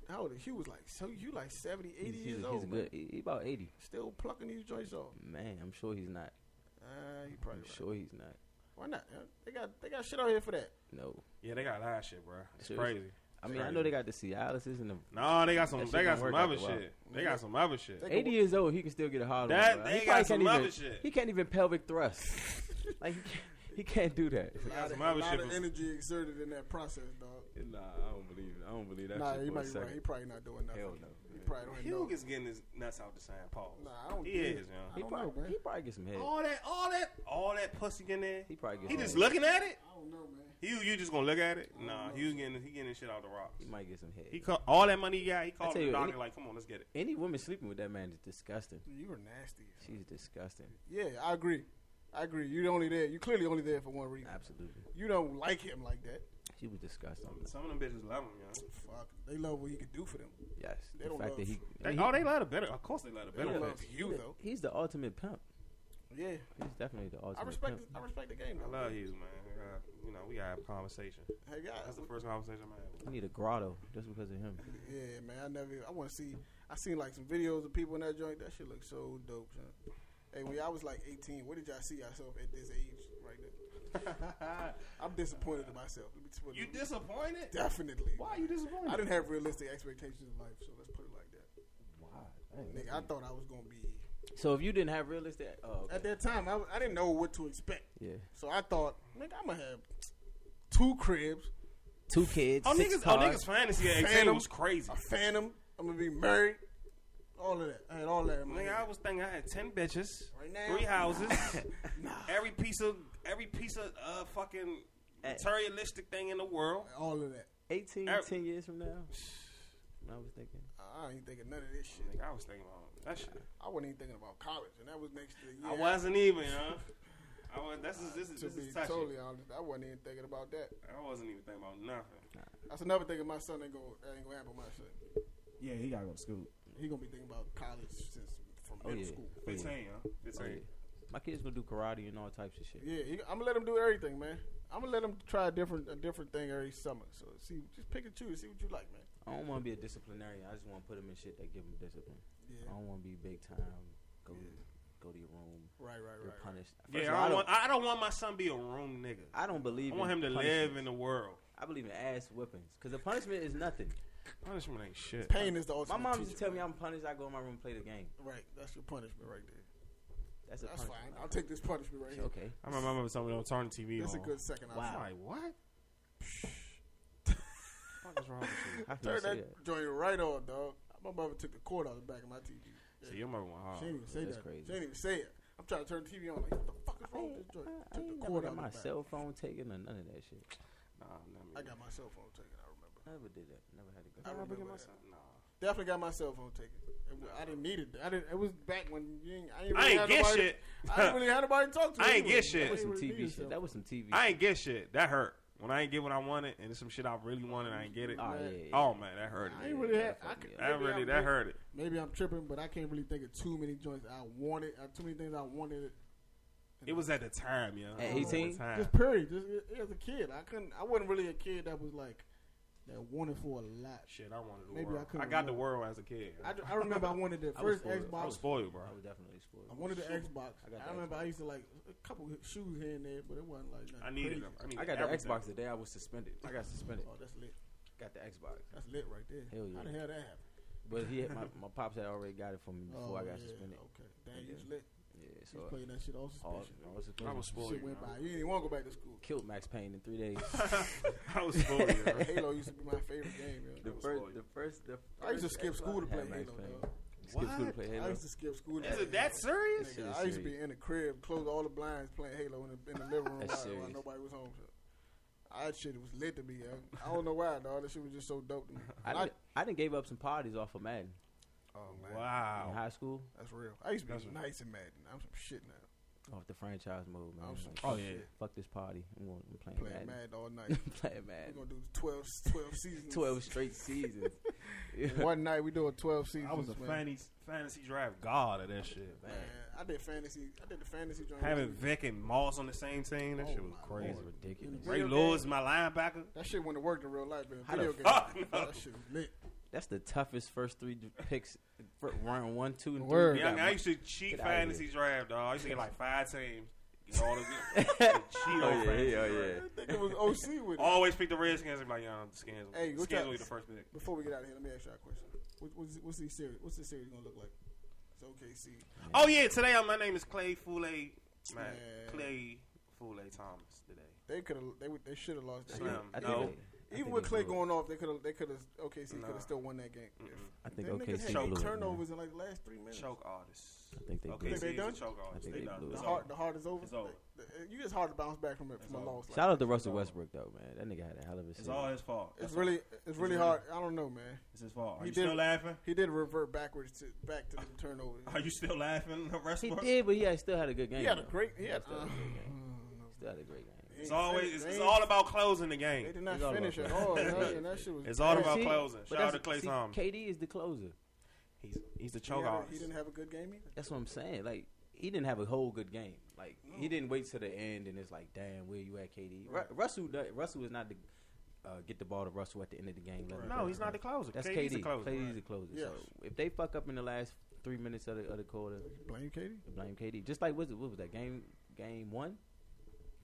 [SPEAKER 1] How old? is He He was like so. You like 70, 80
[SPEAKER 4] He's, he's,
[SPEAKER 1] years
[SPEAKER 4] he's
[SPEAKER 1] old. man.
[SPEAKER 4] good. He, he about 80.
[SPEAKER 1] Still plucking these joints off.
[SPEAKER 4] Man, I'm sure he's not.
[SPEAKER 1] Uh, you
[SPEAKER 4] I'm
[SPEAKER 1] probably right.
[SPEAKER 4] sure he's not.
[SPEAKER 1] Why not? huh? They got they got shit out here for that.
[SPEAKER 4] No.
[SPEAKER 2] Yeah, they got a lot of shit, bro. It's
[SPEAKER 4] Seriously?
[SPEAKER 2] crazy.
[SPEAKER 4] I
[SPEAKER 2] It's
[SPEAKER 4] mean, I
[SPEAKER 2] crazy.
[SPEAKER 4] know they got the Cialis and the
[SPEAKER 2] No, they got some.
[SPEAKER 4] That shit
[SPEAKER 2] They got
[SPEAKER 4] don't
[SPEAKER 2] some
[SPEAKER 4] work
[SPEAKER 2] other
[SPEAKER 4] after a while.
[SPEAKER 2] shit. They got some other shit.
[SPEAKER 1] They
[SPEAKER 4] 80 years old, he can still get a hard on.
[SPEAKER 2] That-
[SPEAKER 4] bruh.
[SPEAKER 2] they got
[SPEAKER 4] he probably
[SPEAKER 2] some
[SPEAKER 4] can't
[SPEAKER 2] other
[SPEAKER 4] even,
[SPEAKER 2] shit.
[SPEAKER 4] He can't even pelvic thrust.
[SPEAKER 2] [laughs]
[SPEAKER 4] like he can't, he can't do that.
[SPEAKER 1] A lot,
[SPEAKER 2] some
[SPEAKER 1] of,
[SPEAKER 2] other
[SPEAKER 1] a lot
[SPEAKER 2] shit
[SPEAKER 1] of
[SPEAKER 2] was-
[SPEAKER 1] energy exerted in that process, dog.
[SPEAKER 4] Nah, I don't believe it. I don't believe that
[SPEAKER 1] nah, he might be right. He probably not doing nothing.
[SPEAKER 4] Hell no.
[SPEAKER 1] He probably don't
[SPEAKER 2] Hugh
[SPEAKER 1] know.
[SPEAKER 2] is getting his nuts out the sand. Paul.
[SPEAKER 1] Nah, I don't
[SPEAKER 2] He
[SPEAKER 1] get
[SPEAKER 2] is,
[SPEAKER 1] it.
[SPEAKER 2] man.
[SPEAKER 1] I
[SPEAKER 4] He
[SPEAKER 1] don't
[SPEAKER 4] probably,
[SPEAKER 1] know, man.
[SPEAKER 4] he probably gets some head.
[SPEAKER 1] Oh.
[SPEAKER 2] All that, all that, all that pussy in there.
[SPEAKER 4] He probably gets.
[SPEAKER 2] He
[SPEAKER 4] some
[SPEAKER 2] just
[SPEAKER 4] head.
[SPEAKER 2] looking at it.
[SPEAKER 1] I don't know, man.
[SPEAKER 2] Hugh, you just gonna look at it? Nah, Hugh getting he getting his shit out the rocks.
[SPEAKER 4] He might get some
[SPEAKER 2] He
[SPEAKER 4] head.
[SPEAKER 2] call, all that money he got. He
[SPEAKER 4] I
[SPEAKER 2] called
[SPEAKER 4] tell
[SPEAKER 2] the
[SPEAKER 4] you,
[SPEAKER 2] doctor
[SPEAKER 4] any-
[SPEAKER 2] like, "Come on, let's get it."
[SPEAKER 4] Any woman sleeping with that man is disgusting.
[SPEAKER 1] You were nasty.
[SPEAKER 4] She's disgusting.
[SPEAKER 1] Yeah, I agree. I agree. You're only there. You're clearly only there for one reason.
[SPEAKER 4] Absolutely.
[SPEAKER 1] You don't like him like that.
[SPEAKER 4] She was disgusting.
[SPEAKER 2] Some of them bitches love him, yo.
[SPEAKER 1] Fuck, they love what you can do for them.
[SPEAKER 4] Yes,
[SPEAKER 1] They
[SPEAKER 4] the
[SPEAKER 1] don't
[SPEAKER 4] fact that
[SPEAKER 1] love-
[SPEAKER 4] he,
[SPEAKER 2] They,
[SPEAKER 4] he-
[SPEAKER 2] oh, they love the better. Of course, they love the
[SPEAKER 1] They
[SPEAKER 2] better.
[SPEAKER 1] don't love you though.
[SPEAKER 4] he's the ultimate pimp.
[SPEAKER 1] Yeah,
[SPEAKER 4] He's definitely the ultimate
[SPEAKER 1] I respect.
[SPEAKER 4] pimp.
[SPEAKER 1] The, I respect the game.
[SPEAKER 2] I
[SPEAKER 1] Though.
[SPEAKER 2] love you, man. Uh, you know, we gotta have a conversation.
[SPEAKER 1] Hey
[SPEAKER 2] That's
[SPEAKER 1] guys,
[SPEAKER 2] the first conversation I'm having.
[SPEAKER 4] You need a grotto just because of him.
[SPEAKER 1] yeah, man. I never. I want to see. I seen like some videos of people in that joint. That shit looks so dope. Son. Hey, when I was like 18, where did y'all see yourself at this age right now? I'm disappointed in myself. Let me just
[SPEAKER 2] [laughs]
[SPEAKER 1] put it-
[SPEAKER 2] You disappointed?
[SPEAKER 1] definitely.
[SPEAKER 2] Why are you disappointed?
[SPEAKER 1] I didn't have realistic expectations in life, so let's put it like that.
[SPEAKER 7] Wow. dang,
[SPEAKER 1] Nigga, I thought I was gonna be
[SPEAKER 4] So if you didn't have realistic, oh, okay.
[SPEAKER 1] at that time. I, was- I didn't know what to expect,
[SPEAKER 4] yeah,
[SPEAKER 1] so I thought, nigga, I'm gonna have two cribs,
[SPEAKER 4] two kids.
[SPEAKER 2] Oh
[SPEAKER 4] six
[SPEAKER 2] niggas, oh
[SPEAKER 4] cars.
[SPEAKER 2] niggas, fantasy at 18
[SPEAKER 1] Phantom.
[SPEAKER 2] was crazy.
[SPEAKER 1] a phantom. I'm gonna be married. All of that. I had all that. in my
[SPEAKER 2] Nigga, I
[SPEAKER 1] head.
[SPEAKER 2] was thinking I had 10 bitches,
[SPEAKER 1] Right now?
[SPEAKER 2] three houses,
[SPEAKER 1] [laughs]
[SPEAKER 2] every piece of every piece of uh, fucking
[SPEAKER 1] Eh.
[SPEAKER 2] materialistic thing in the world.
[SPEAKER 1] all of that.
[SPEAKER 4] 18,
[SPEAKER 2] Every-
[SPEAKER 4] 10 years from now. I was thinking.
[SPEAKER 1] I ain't thinking none of this shit.
[SPEAKER 2] Nigga, I was thinking about that shit.
[SPEAKER 1] I wasn't even thinking about college, and that was next to the year.
[SPEAKER 2] I wasn't even, you know. I was. That's is this is
[SPEAKER 1] To
[SPEAKER 2] this
[SPEAKER 1] be
[SPEAKER 2] is touchy.
[SPEAKER 1] totally honest, I wasn't even thinking about that.
[SPEAKER 2] I wasn't even thinking about nothing.
[SPEAKER 1] That's another thing. that My son ain't gonna that ain't gonna happen. with My son,
[SPEAKER 7] Yeah, he gotta go to school.
[SPEAKER 1] he gonna be thinking about college since from
[SPEAKER 4] Oh,
[SPEAKER 1] middle
[SPEAKER 4] yeah.
[SPEAKER 1] school.
[SPEAKER 4] Oh, yeah.
[SPEAKER 2] 15, huh? 15.
[SPEAKER 4] Oh, yeah. My kids gonna do karate and all types of shit.
[SPEAKER 1] Yeah, I'm gonna let him do everything, man. I'm gonna let him try a different a different thing every summer. So see, just pick and choose, see what you like, man.
[SPEAKER 4] I don't want to be a disciplinarian. I just want to put them in shit that give them discipline. I
[SPEAKER 1] Yeah,
[SPEAKER 4] don't want to be big time. Go, go to your room.
[SPEAKER 1] right, right,
[SPEAKER 4] You're
[SPEAKER 1] right.
[SPEAKER 4] punished. First of
[SPEAKER 2] Yeah,
[SPEAKER 4] all,
[SPEAKER 2] I don't, want, I don't want my son to be a room nigga.
[SPEAKER 4] I don't believe.
[SPEAKER 2] I want
[SPEAKER 4] in
[SPEAKER 2] him to
[SPEAKER 4] punishments.
[SPEAKER 2] live in the world.
[SPEAKER 4] I believe in ass whippings because the punishment is nothing.
[SPEAKER 2] Punishment ain't shit.
[SPEAKER 1] Pain is the
[SPEAKER 4] My
[SPEAKER 1] ultimate.
[SPEAKER 4] mom
[SPEAKER 1] teacher,
[SPEAKER 4] used to tell me
[SPEAKER 1] man.
[SPEAKER 4] I'm punished. I go in my room and play the game.
[SPEAKER 1] right. That's your punishment right there.
[SPEAKER 4] That's a
[SPEAKER 1] That's fine.
[SPEAKER 4] punishment.
[SPEAKER 1] I'll take this punishment right here.
[SPEAKER 4] Okay. Oh.
[SPEAKER 2] I remember my mother told me don't turn the TV
[SPEAKER 1] That's a
[SPEAKER 2] on.
[SPEAKER 1] good second option.
[SPEAKER 4] Wow.
[SPEAKER 2] I'm like, [laughs] what? What is wrong with you?
[SPEAKER 4] How can you
[SPEAKER 1] Turn
[SPEAKER 4] say
[SPEAKER 1] that [laughs]
[SPEAKER 4] that?
[SPEAKER 1] joint right on, dog. My mother took the cord out of the back of my TV.
[SPEAKER 2] So your mother went
[SPEAKER 1] she
[SPEAKER 2] hard.
[SPEAKER 1] didn't even say
[SPEAKER 4] Oh, that's
[SPEAKER 1] that.
[SPEAKER 4] crazy.
[SPEAKER 1] She didn't even say it. I'm trying to turn the TV on. Like, what the fuck is
[SPEAKER 4] I
[SPEAKER 1] wrong
[SPEAKER 4] ain't,
[SPEAKER 1] with this joint?
[SPEAKER 4] I, I
[SPEAKER 1] took
[SPEAKER 4] ain't
[SPEAKER 1] the cord
[SPEAKER 4] never
[SPEAKER 1] out
[SPEAKER 4] got
[SPEAKER 1] of
[SPEAKER 4] my
[SPEAKER 1] the back.
[SPEAKER 4] cell phone taken or none of that shit.
[SPEAKER 2] Nah, not me.
[SPEAKER 1] I got my cell phone taken. I remember.
[SPEAKER 4] I never did that. Never had to go.
[SPEAKER 1] I
[SPEAKER 2] I
[SPEAKER 1] remember
[SPEAKER 2] remember getting my
[SPEAKER 1] that.
[SPEAKER 2] son. Nah.
[SPEAKER 1] Definitely got my cell phone taken. It wa- I didn't need it. I didn't. It was back when you ain't, I ain't
[SPEAKER 2] I
[SPEAKER 1] really
[SPEAKER 2] ain't
[SPEAKER 1] had
[SPEAKER 2] get
[SPEAKER 1] nobody.
[SPEAKER 2] shit.
[SPEAKER 1] I ain't really had nobody to talk to.
[SPEAKER 2] [laughs] I ain't
[SPEAKER 1] anyway.
[SPEAKER 2] get shit.
[SPEAKER 4] That was some
[SPEAKER 1] Really needed
[SPEAKER 4] TV
[SPEAKER 1] cell
[SPEAKER 4] shit. That was some TV.
[SPEAKER 2] I
[SPEAKER 4] shit.
[SPEAKER 2] ain't get shit. That hurt. When I ain't get what I wanted and it's some shit I really wanted, I ain't get it.
[SPEAKER 4] Oh, yeah, yeah.
[SPEAKER 2] Oh man, that hurt.
[SPEAKER 1] I
[SPEAKER 2] It.
[SPEAKER 1] ain't really had.
[SPEAKER 4] that
[SPEAKER 1] I
[SPEAKER 4] fucked
[SPEAKER 1] could,
[SPEAKER 4] me up.
[SPEAKER 2] That
[SPEAKER 1] maybe
[SPEAKER 2] really
[SPEAKER 1] I'm-
[SPEAKER 2] that hurt it.
[SPEAKER 1] Maybe I'm tripping, but I can't really think of too many joints I wanted. Uh, too many things I wanted.
[SPEAKER 2] It was at the time, yo.
[SPEAKER 4] At 18?
[SPEAKER 2] The time.
[SPEAKER 1] Just period. Just uh, as a kid, I couldn't. I wasn't really a kid that was like that wanted for a lot.
[SPEAKER 2] Shit, I wanted the
[SPEAKER 1] Maybe I
[SPEAKER 2] world. I,
[SPEAKER 1] couldn't
[SPEAKER 2] got the
[SPEAKER 1] remember.
[SPEAKER 2] world as a kid.
[SPEAKER 1] I, ju- I remember I wanted the
[SPEAKER 4] [laughs] I was
[SPEAKER 1] first
[SPEAKER 4] spoiled.
[SPEAKER 1] Xbox.
[SPEAKER 2] I was spoiled, bro.
[SPEAKER 4] I was definitely spoiled.
[SPEAKER 1] I wanted the Xbox. I,
[SPEAKER 4] I got the
[SPEAKER 1] remember
[SPEAKER 4] Xbox.
[SPEAKER 1] I used to like a couple of shoes here and there, but it wasn't like nothing
[SPEAKER 2] I needed
[SPEAKER 1] crazy.
[SPEAKER 2] them. I, needed
[SPEAKER 4] I got
[SPEAKER 2] everything.
[SPEAKER 4] the Xbox the day I was suspended. I got suspended.
[SPEAKER 1] Oh, that's lit.
[SPEAKER 4] Got the Xbox.
[SPEAKER 1] That's lit right there.
[SPEAKER 4] Hell yeah.
[SPEAKER 1] How the hell that happened?
[SPEAKER 4] But he had, my, my pops had already got it for me before I got
[SPEAKER 2] Oh,
[SPEAKER 4] suspended.
[SPEAKER 1] Okay. Damn,
[SPEAKER 4] And
[SPEAKER 1] you was
[SPEAKER 4] then-
[SPEAKER 1] lit.
[SPEAKER 4] Yeah,
[SPEAKER 1] You
[SPEAKER 4] so uh,
[SPEAKER 1] was Oh, playing that shit all
[SPEAKER 4] all,
[SPEAKER 1] suspension.
[SPEAKER 4] all
[SPEAKER 2] I
[SPEAKER 4] suspension.
[SPEAKER 2] was spoiled.
[SPEAKER 1] shit
[SPEAKER 2] yo.
[SPEAKER 1] went by. You didn't want to go back to school.
[SPEAKER 4] [laughs] killed Max Payne in three
[SPEAKER 1] [laughs]
[SPEAKER 4] days.
[SPEAKER 2] [laughs] I was spoiled. yo.
[SPEAKER 1] Halo used to be my favorite game. Yo.
[SPEAKER 4] the
[SPEAKER 2] was
[SPEAKER 4] first,
[SPEAKER 2] spoiled.
[SPEAKER 4] the first, the first.
[SPEAKER 1] I used to skip
[SPEAKER 4] Xbox
[SPEAKER 1] school to
[SPEAKER 4] had
[SPEAKER 1] play
[SPEAKER 4] Max
[SPEAKER 1] Halo.
[SPEAKER 4] Payne.
[SPEAKER 1] Dog.
[SPEAKER 4] Skip school to play
[SPEAKER 1] I
[SPEAKER 4] Halo.
[SPEAKER 1] used to skip school. to
[SPEAKER 2] Is
[SPEAKER 1] play
[SPEAKER 2] it that
[SPEAKER 1] Halo.
[SPEAKER 2] serious?
[SPEAKER 4] shit
[SPEAKER 1] Nigga,
[SPEAKER 4] is
[SPEAKER 1] I used to
[SPEAKER 4] serious.
[SPEAKER 1] be in the crib, close all the blinds, playing Halo in the, in the living room
[SPEAKER 4] That's
[SPEAKER 1] while, while
[SPEAKER 4] serious.
[SPEAKER 1] nobody was home. So. I that shit was lit to me. Yo. I don't know why, dog. That shit was just so dope to me.
[SPEAKER 4] [laughs] I,
[SPEAKER 1] I-
[SPEAKER 4] done- I didn't gave up some parties off of Madden
[SPEAKER 1] oh man,
[SPEAKER 4] in
[SPEAKER 2] Wow.
[SPEAKER 4] high school
[SPEAKER 1] that's real. I used to be
[SPEAKER 2] That's real.
[SPEAKER 1] nice and mad. I'm some shit now.
[SPEAKER 4] off the franchise mode, man.
[SPEAKER 1] I'm some
[SPEAKER 4] Like,
[SPEAKER 1] oh,
[SPEAKER 2] yeah.
[SPEAKER 1] shit.
[SPEAKER 4] fuck this party. I'm, going, I'm playing
[SPEAKER 1] Playing
[SPEAKER 4] Madden. [laughs]
[SPEAKER 1] mad all night.
[SPEAKER 4] playing
[SPEAKER 1] We're
[SPEAKER 4] Madden.
[SPEAKER 1] gonna do 12,
[SPEAKER 4] [laughs]
[SPEAKER 1] 12 seasons.
[SPEAKER 4] Twelve straight
[SPEAKER 1] [laughs]
[SPEAKER 4] seasons. [laughs]
[SPEAKER 1] One night we doing twelve seasons.
[SPEAKER 2] I was a
[SPEAKER 1] man.
[SPEAKER 2] fantasy fantasy draft god of that shit.
[SPEAKER 1] Man, I did fantasy. I did the fantasy joint.
[SPEAKER 2] Having
[SPEAKER 1] with you.
[SPEAKER 2] Vic and Moss on the same team, that
[SPEAKER 1] Oh
[SPEAKER 2] shit was
[SPEAKER 1] my
[SPEAKER 2] crazy.
[SPEAKER 4] It's ridiculous.
[SPEAKER 2] Ray
[SPEAKER 1] Video
[SPEAKER 2] Lewis, my linebacker.
[SPEAKER 1] That shit wouldn't have worked in real life, but in
[SPEAKER 4] How
[SPEAKER 1] video
[SPEAKER 4] the
[SPEAKER 1] games,
[SPEAKER 2] fuck [laughs] no?
[SPEAKER 1] that shit was lit.
[SPEAKER 4] That's the toughest first three d- picks. fir- Round one, two, and
[SPEAKER 1] Word.
[SPEAKER 4] three.
[SPEAKER 2] Yeah, I, mean, I used to cheat
[SPEAKER 4] Get outta
[SPEAKER 2] fantasy draft, dog. I used to get like five teams. Get all the get,
[SPEAKER 4] [laughs]
[SPEAKER 2] cheat
[SPEAKER 4] Oh,
[SPEAKER 2] on fantasy draft.
[SPEAKER 1] I think it [laughs] was OC with it.
[SPEAKER 2] [laughs] Always pick the Redskins. I'm like, yeah, the skins.
[SPEAKER 1] Hey,
[SPEAKER 2] skins
[SPEAKER 1] what's up?
[SPEAKER 2] will be the first pick.
[SPEAKER 1] Before we get out of here, let me ask y'all a question. What, what's, what's the series? What's the series gonna look like? It's OKC.
[SPEAKER 2] Oh yeah, today uh, my name is Clay Foulé. Man,
[SPEAKER 1] Man.
[SPEAKER 2] Clay Foulé Thomas today.
[SPEAKER 1] They could have. They, would- they should have lost that.
[SPEAKER 2] Slim.
[SPEAKER 1] game.
[SPEAKER 4] I think
[SPEAKER 2] No.
[SPEAKER 4] they- I
[SPEAKER 1] Even
[SPEAKER 4] think
[SPEAKER 1] with
[SPEAKER 4] they
[SPEAKER 1] Clay
[SPEAKER 4] blew it.
[SPEAKER 1] going off, they could have. They could have. OKC could
[SPEAKER 2] Nah.
[SPEAKER 1] have still won that game.
[SPEAKER 2] Mm-mm.
[SPEAKER 4] I think
[SPEAKER 1] Them niggas
[SPEAKER 4] OKC
[SPEAKER 1] had
[SPEAKER 4] blew it. man.
[SPEAKER 1] turnovers in like the last three minutes.
[SPEAKER 2] Choke artists.
[SPEAKER 4] I think they
[SPEAKER 2] Okay,
[SPEAKER 4] blew
[SPEAKER 1] Think
[SPEAKER 4] it.
[SPEAKER 1] they
[SPEAKER 2] they done.
[SPEAKER 1] done?
[SPEAKER 2] Choke
[SPEAKER 4] I
[SPEAKER 2] artists.
[SPEAKER 4] think
[SPEAKER 2] They
[SPEAKER 4] they
[SPEAKER 2] done.
[SPEAKER 4] blew
[SPEAKER 2] It's
[SPEAKER 1] The
[SPEAKER 4] it.
[SPEAKER 2] over.
[SPEAKER 1] heart. The heart is over.
[SPEAKER 2] It's over.
[SPEAKER 1] The- the- you just hard to bounce back from it
[SPEAKER 2] It's
[SPEAKER 1] from a
[SPEAKER 2] over.
[SPEAKER 1] loss. like
[SPEAKER 4] Shout out
[SPEAKER 1] that.
[SPEAKER 4] to Russell
[SPEAKER 2] all.
[SPEAKER 4] Westbrook though, man. That nigga had a hell of a
[SPEAKER 2] It's
[SPEAKER 4] season.
[SPEAKER 2] all his fault.
[SPEAKER 1] It's
[SPEAKER 2] That's
[SPEAKER 1] really. It's really
[SPEAKER 2] really-
[SPEAKER 1] hard. I don't know, man.
[SPEAKER 2] all. It's his fault. Are
[SPEAKER 1] He
[SPEAKER 2] you still
[SPEAKER 1] did-
[SPEAKER 2] laughing? [laughs]
[SPEAKER 1] He did revert backwards to back to the turnovers.
[SPEAKER 2] Are you still laughing, [laughs]
[SPEAKER 4] He
[SPEAKER 2] Westbrook?
[SPEAKER 4] did, but he had, still had a good game.
[SPEAKER 1] He had a
[SPEAKER 4] though.
[SPEAKER 1] great. He had.
[SPEAKER 4] Still
[SPEAKER 1] Uh,
[SPEAKER 4] had a
[SPEAKER 1] I
[SPEAKER 4] great game.
[SPEAKER 1] don't know.
[SPEAKER 4] Still had a great game.
[SPEAKER 2] It's
[SPEAKER 1] They-
[SPEAKER 2] always it's,
[SPEAKER 1] they-
[SPEAKER 2] it's all about closing the
[SPEAKER 1] They
[SPEAKER 2] game.
[SPEAKER 1] did not
[SPEAKER 4] It's all
[SPEAKER 1] finish
[SPEAKER 4] about
[SPEAKER 1] at all.
[SPEAKER 4] [laughs]
[SPEAKER 1] man, and that shit was.
[SPEAKER 2] It's all
[SPEAKER 4] Yeah,
[SPEAKER 2] about
[SPEAKER 4] see?
[SPEAKER 2] closing.
[SPEAKER 4] But
[SPEAKER 2] Shout out to
[SPEAKER 4] that's-
[SPEAKER 2] Clay
[SPEAKER 4] see,
[SPEAKER 2] Thompson.
[SPEAKER 4] KD is the closer.
[SPEAKER 2] He's he's the
[SPEAKER 1] he, had
[SPEAKER 2] choke
[SPEAKER 1] a,
[SPEAKER 2] artist.
[SPEAKER 1] he didn't have a good game either.
[SPEAKER 4] That's what I'm saying. Like he didn't have a whole good game. Like he didn't wait till the end, and it's like, damn, where you at, KD? Ru- Russell, do- Russell is not the uh, get the ball to Russell at the end of the game. let him
[SPEAKER 2] No,
[SPEAKER 4] go.
[SPEAKER 2] he's not the closer.
[SPEAKER 4] That's
[SPEAKER 2] KD's
[SPEAKER 4] KD.
[SPEAKER 2] the
[SPEAKER 4] KD's
[SPEAKER 2] closer.
[SPEAKER 4] the closer. So
[SPEAKER 1] Yes.
[SPEAKER 4] if they fuck up in the last three minutes of the, of the quarter,
[SPEAKER 1] Blame Katie.
[SPEAKER 4] blame KD. Just like what's it, what was that game? Game one.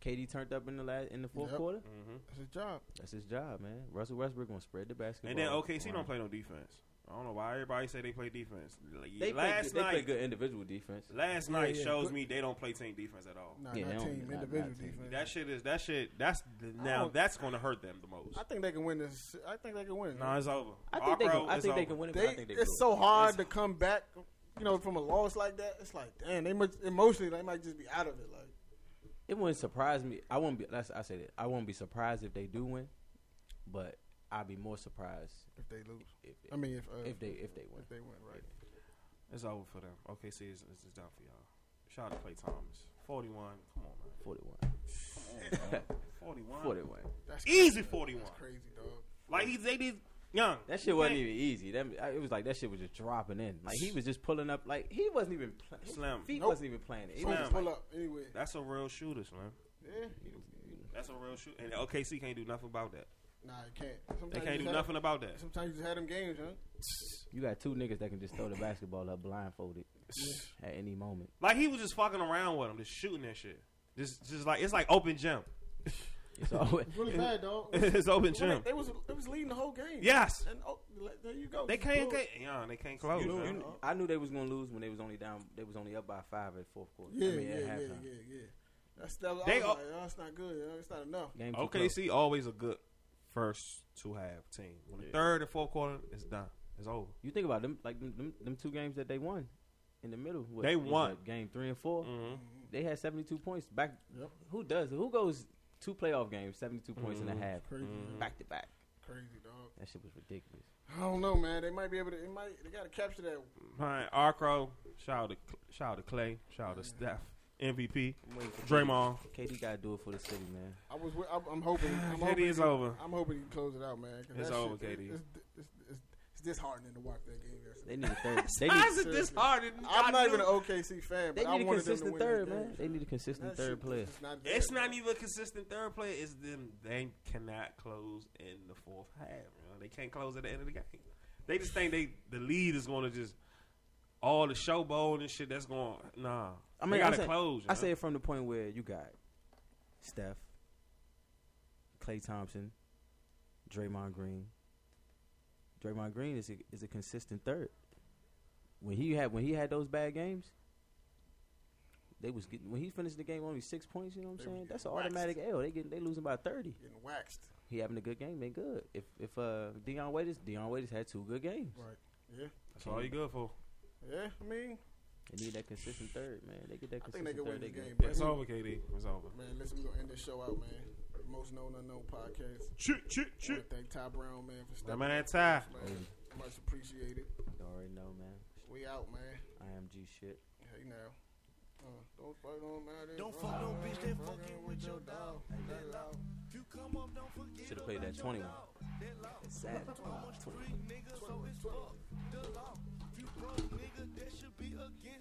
[SPEAKER 4] KD turned up in the last in the fourth
[SPEAKER 1] Yep.
[SPEAKER 4] quarter.
[SPEAKER 2] Mhm.
[SPEAKER 1] That's his job.
[SPEAKER 4] That's his job, man. Russell Westbrook gonna spread the basketball.
[SPEAKER 2] And then OKC
[SPEAKER 4] around.
[SPEAKER 2] don't play no defense. I don't know why everybody say they play defense.
[SPEAKER 4] They play,
[SPEAKER 2] last
[SPEAKER 4] good, they play
[SPEAKER 2] night,
[SPEAKER 4] good individual defense.
[SPEAKER 2] last
[SPEAKER 1] Yeah,
[SPEAKER 2] night
[SPEAKER 1] yeah,
[SPEAKER 2] shows
[SPEAKER 1] but-
[SPEAKER 2] me they don't play team defense at all.
[SPEAKER 1] Nah,
[SPEAKER 4] Yeah,
[SPEAKER 1] not
[SPEAKER 4] they don't-
[SPEAKER 1] team.
[SPEAKER 4] not-
[SPEAKER 1] Individual
[SPEAKER 4] not team.
[SPEAKER 1] defense.
[SPEAKER 2] That shit is that shit. That's now
[SPEAKER 4] Oh.
[SPEAKER 1] don't-
[SPEAKER 2] that's going to hurt them the most.
[SPEAKER 1] I think they can win this. I think they can win.
[SPEAKER 2] No, it's over.
[SPEAKER 4] I think they
[SPEAKER 2] All-Pro,
[SPEAKER 4] can. I
[SPEAKER 2] it's
[SPEAKER 4] think they
[SPEAKER 2] over.
[SPEAKER 4] can win it. but
[SPEAKER 1] They,
[SPEAKER 4] I think they
[SPEAKER 1] it's
[SPEAKER 4] blew it.
[SPEAKER 1] so hard to come back, you know, from a loss like that. It's like, damn, they must, emotionally they might just be out of it. Like,
[SPEAKER 4] It wouldn't surprise me. I wouldn't be. That's I said it. I wouldn't be surprised if they do win, but I'd be more surprised
[SPEAKER 1] if they lose,
[SPEAKER 4] if
[SPEAKER 1] I mean, if uh,
[SPEAKER 4] if they if they win.
[SPEAKER 1] if they win, right?
[SPEAKER 2] It's over for them. OKC is, is, is down for y'all. Shout out to Clay Thomas. 41. Come on, man.
[SPEAKER 4] Forty-one.
[SPEAKER 2] 41.
[SPEAKER 4] Forty-one.
[SPEAKER 1] That's crazy.
[SPEAKER 2] Easy 41.
[SPEAKER 1] That's crazy, dog.
[SPEAKER 2] Like, he, they did young.
[SPEAKER 4] That shit wasn't even easy. That I- it was like that shit was just dropping in. Like he was just pulling up. Like he wasn't even pl- his
[SPEAKER 2] Slim.
[SPEAKER 4] Feet
[SPEAKER 1] Nope.
[SPEAKER 4] wasn't even playing it. He
[SPEAKER 1] So
[SPEAKER 4] was
[SPEAKER 2] Slim.
[SPEAKER 1] just pull up anyway.
[SPEAKER 2] That's a real shooter, man.
[SPEAKER 1] Yeah,
[SPEAKER 2] That's a real shooter. And OKC can't do nothing about that.
[SPEAKER 1] nah, you can't. Sometimes
[SPEAKER 2] They
[SPEAKER 1] you
[SPEAKER 2] can't do
[SPEAKER 1] just have-
[SPEAKER 2] nothing about
[SPEAKER 4] [laughs]
[SPEAKER 2] that.
[SPEAKER 1] Sometimes you just had them games, huh?
[SPEAKER 4] you got two niggas that can just throw the basketball up blindfolded at any moment.
[SPEAKER 2] Like, he was just fucking around with him, just shooting that shit. Just, just like, it's like open gym. [laughs]
[SPEAKER 1] [laughs]
[SPEAKER 4] It's always,
[SPEAKER 1] Really bad, dog.
[SPEAKER 2] it's
[SPEAKER 1] Well,
[SPEAKER 2] open gym.
[SPEAKER 1] They, they was they was leading the whole game.
[SPEAKER 2] Yes.
[SPEAKER 1] And oh, like, there you go.
[SPEAKER 2] They
[SPEAKER 1] You
[SPEAKER 2] can't,
[SPEAKER 1] blew
[SPEAKER 2] can't
[SPEAKER 1] it.
[SPEAKER 2] young, they can't close,
[SPEAKER 4] You-
[SPEAKER 2] man.
[SPEAKER 4] you- I knew they was gonna lose when they was only down. They was only up by five at fourth quarter.
[SPEAKER 1] Yeah,
[SPEAKER 4] I mean,
[SPEAKER 1] yeah,
[SPEAKER 4] at
[SPEAKER 1] yeah, yeah,
[SPEAKER 4] halftime.
[SPEAKER 1] yeah, That's that. Was,
[SPEAKER 2] They
[SPEAKER 1] I was
[SPEAKER 2] all- Mm-hmm.
[SPEAKER 1] like, oh, it's not good. yo. It's not enough.
[SPEAKER 4] Game too close.
[SPEAKER 2] OKC always a good first two half team. When the third and fourth quarter, it's done. It's over.
[SPEAKER 4] You think about them, like them, them, them two games that they won in the middle. What,
[SPEAKER 2] They
[SPEAKER 4] was
[SPEAKER 2] won.
[SPEAKER 4] that game three and 4
[SPEAKER 2] Mm-hmm.
[SPEAKER 4] They had seventy two points back.
[SPEAKER 1] Yep.
[SPEAKER 4] Who does? Who goes two playoff games, seventy two points
[SPEAKER 2] Mm-hmm.
[SPEAKER 4] and a half,
[SPEAKER 1] Crazy, man.
[SPEAKER 4] back to back?
[SPEAKER 1] crazy dog.
[SPEAKER 4] That shit was ridiculous.
[SPEAKER 1] I don't know, man. They might be able to. It might. They got to capture that.
[SPEAKER 2] Alright, Arcro, shout out to shout out to Clay, shout out to Steph, MVP, Draymond.
[SPEAKER 4] KD got to do it for the city, man.
[SPEAKER 1] I was. With, I'm, I'm hoping.
[SPEAKER 2] [sighs]
[SPEAKER 1] I'm
[SPEAKER 2] KD
[SPEAKER 1] hoping
[SPEAKER 2] is
[SPEAKER 1] he-
[SPEAKER 2] over.
[SPEAKER 1] I'm hoping he can close it out, man. 'cause
[SPEAKER 2] It's
[SPEAKER 1] that
[SPEAKER 2] over,
[SPEAKER 1] shit-
[SPEAKER 2] KD.
[SPEAKER 1] It's, it's, it's, it's disheartening to watch that game. yesterday.
[SPEAKER 4] They need a third.
[SPEAKER 1] [laughs]
[SPEAKER 4] They need,
[SPEAKER 1] it this hard? I'm not even an OKC fan,
[SPEAKER 4] they
[SPEAKER 1] but I
[SPEAKER 4] need a
[SPEAKER 1] wanted them to
[SPEAKER 4] consistent
[SPEAKER 1] win. that
[SPEAKER 4] third,
[SPEAKER 1] game.
[SPEAKER 4] man. They need a
[SPEAKER 1] That
[SPEAKER 4] consistent third
[SPEAKER 1] shit
[SPEAKER 4] player.
[SPEAKER 1] is just not
[SPEAKER 2] It's
[SPEAKER 1] there,
[SPEAKER 2] not
[SPEAKER 1] man.
[SPEAKER 2] even a consistent third play. It's them they cannot close in the fourth half. You know? They can't close at the end of the game. They just think they the lead is going to just all the showboat and shit. That's going nah.
[SPEAKER 4] I
[SPEAKER 2] they
[SPEAKER 4] mean, I
[SPEAKER 2] gotta
[SPEAKER 4] said-
[SPEAKER 2] close.
[SPEAKER 4] I say it from the point where you got Steph, Clay Thompson, Draymond Green. Draymond Green is a, is a consistent third. When he had when he had those bad games, they was getting, when he finished the game only six points. You know what
[SPEAKER 1] They
[SPEAKER 4] I'm
[SPEAKER 1] was
[SPEAKER 4] saying? That's an
[SPEAKER 1] getting
[SPEAKER 4] automatic L. They getting they losing by thirty.
[SPEAKER 1] Getting waxed.
[SPEAKER 4] He having a good game, they good. If if uh Deion Waiters Deion Waiters had two good games,
[SPEAKER 1] Right. Yeah.
[SPEAKER 2] that's all you good for.
[SPEAKER 1] Yeah. I mean,
[SPEAKER 4] they need that consistent third man. They get that
[SPEAKER 1] I
[SPEAKER 4] consistent
[SPEAKER 1] think they can win
[SPEAKER 4] third.
[SPEAKER 1] the
[SPEAKER 4] they
[SPEAKER 1] game. but-
[SPEAKER 4] good.
[SPEAKER 2] It's over, KD. It's over.
[SPEAKER 1] Man, listen, we're gonna end this show out, man. Most known unknown podcast.
[SPEAKER 2] Shoot,
[SPEAKER 1] I
[SPEAKER 2] shoot,
[SPEAKER 1] wanna
[SPEAKER 2] shoot.
[SPEAKER 1] thank Ty Brown, man, for
[SPEAKER 2] That
[SPEAKER 1] stepping
[SPEAKER 2] man,
[SPEAKER 1] up.
[SPEAKER 2] that tie.
[SPEAKER 1] Man, Much appreciated.
[SPEAKER 4] You already know, man.
[SPEAKER 1] We out, man.
[SPEAKER 4] I am G shit.
[SPEAKER 1] Hey now. Uh, don't fuck no man.
[SPEAKER 10] Don't fuck no bitch that fucking with your dog.
[SPEAKER 1] That loud.
[SPEAKER 10] You come up, don't forget.
[SPEAKER 4] Should have played that 21. That's sad.
[SPEAKER 10] Nigga, so it's fuck the law. You broke, nigga, that should be against.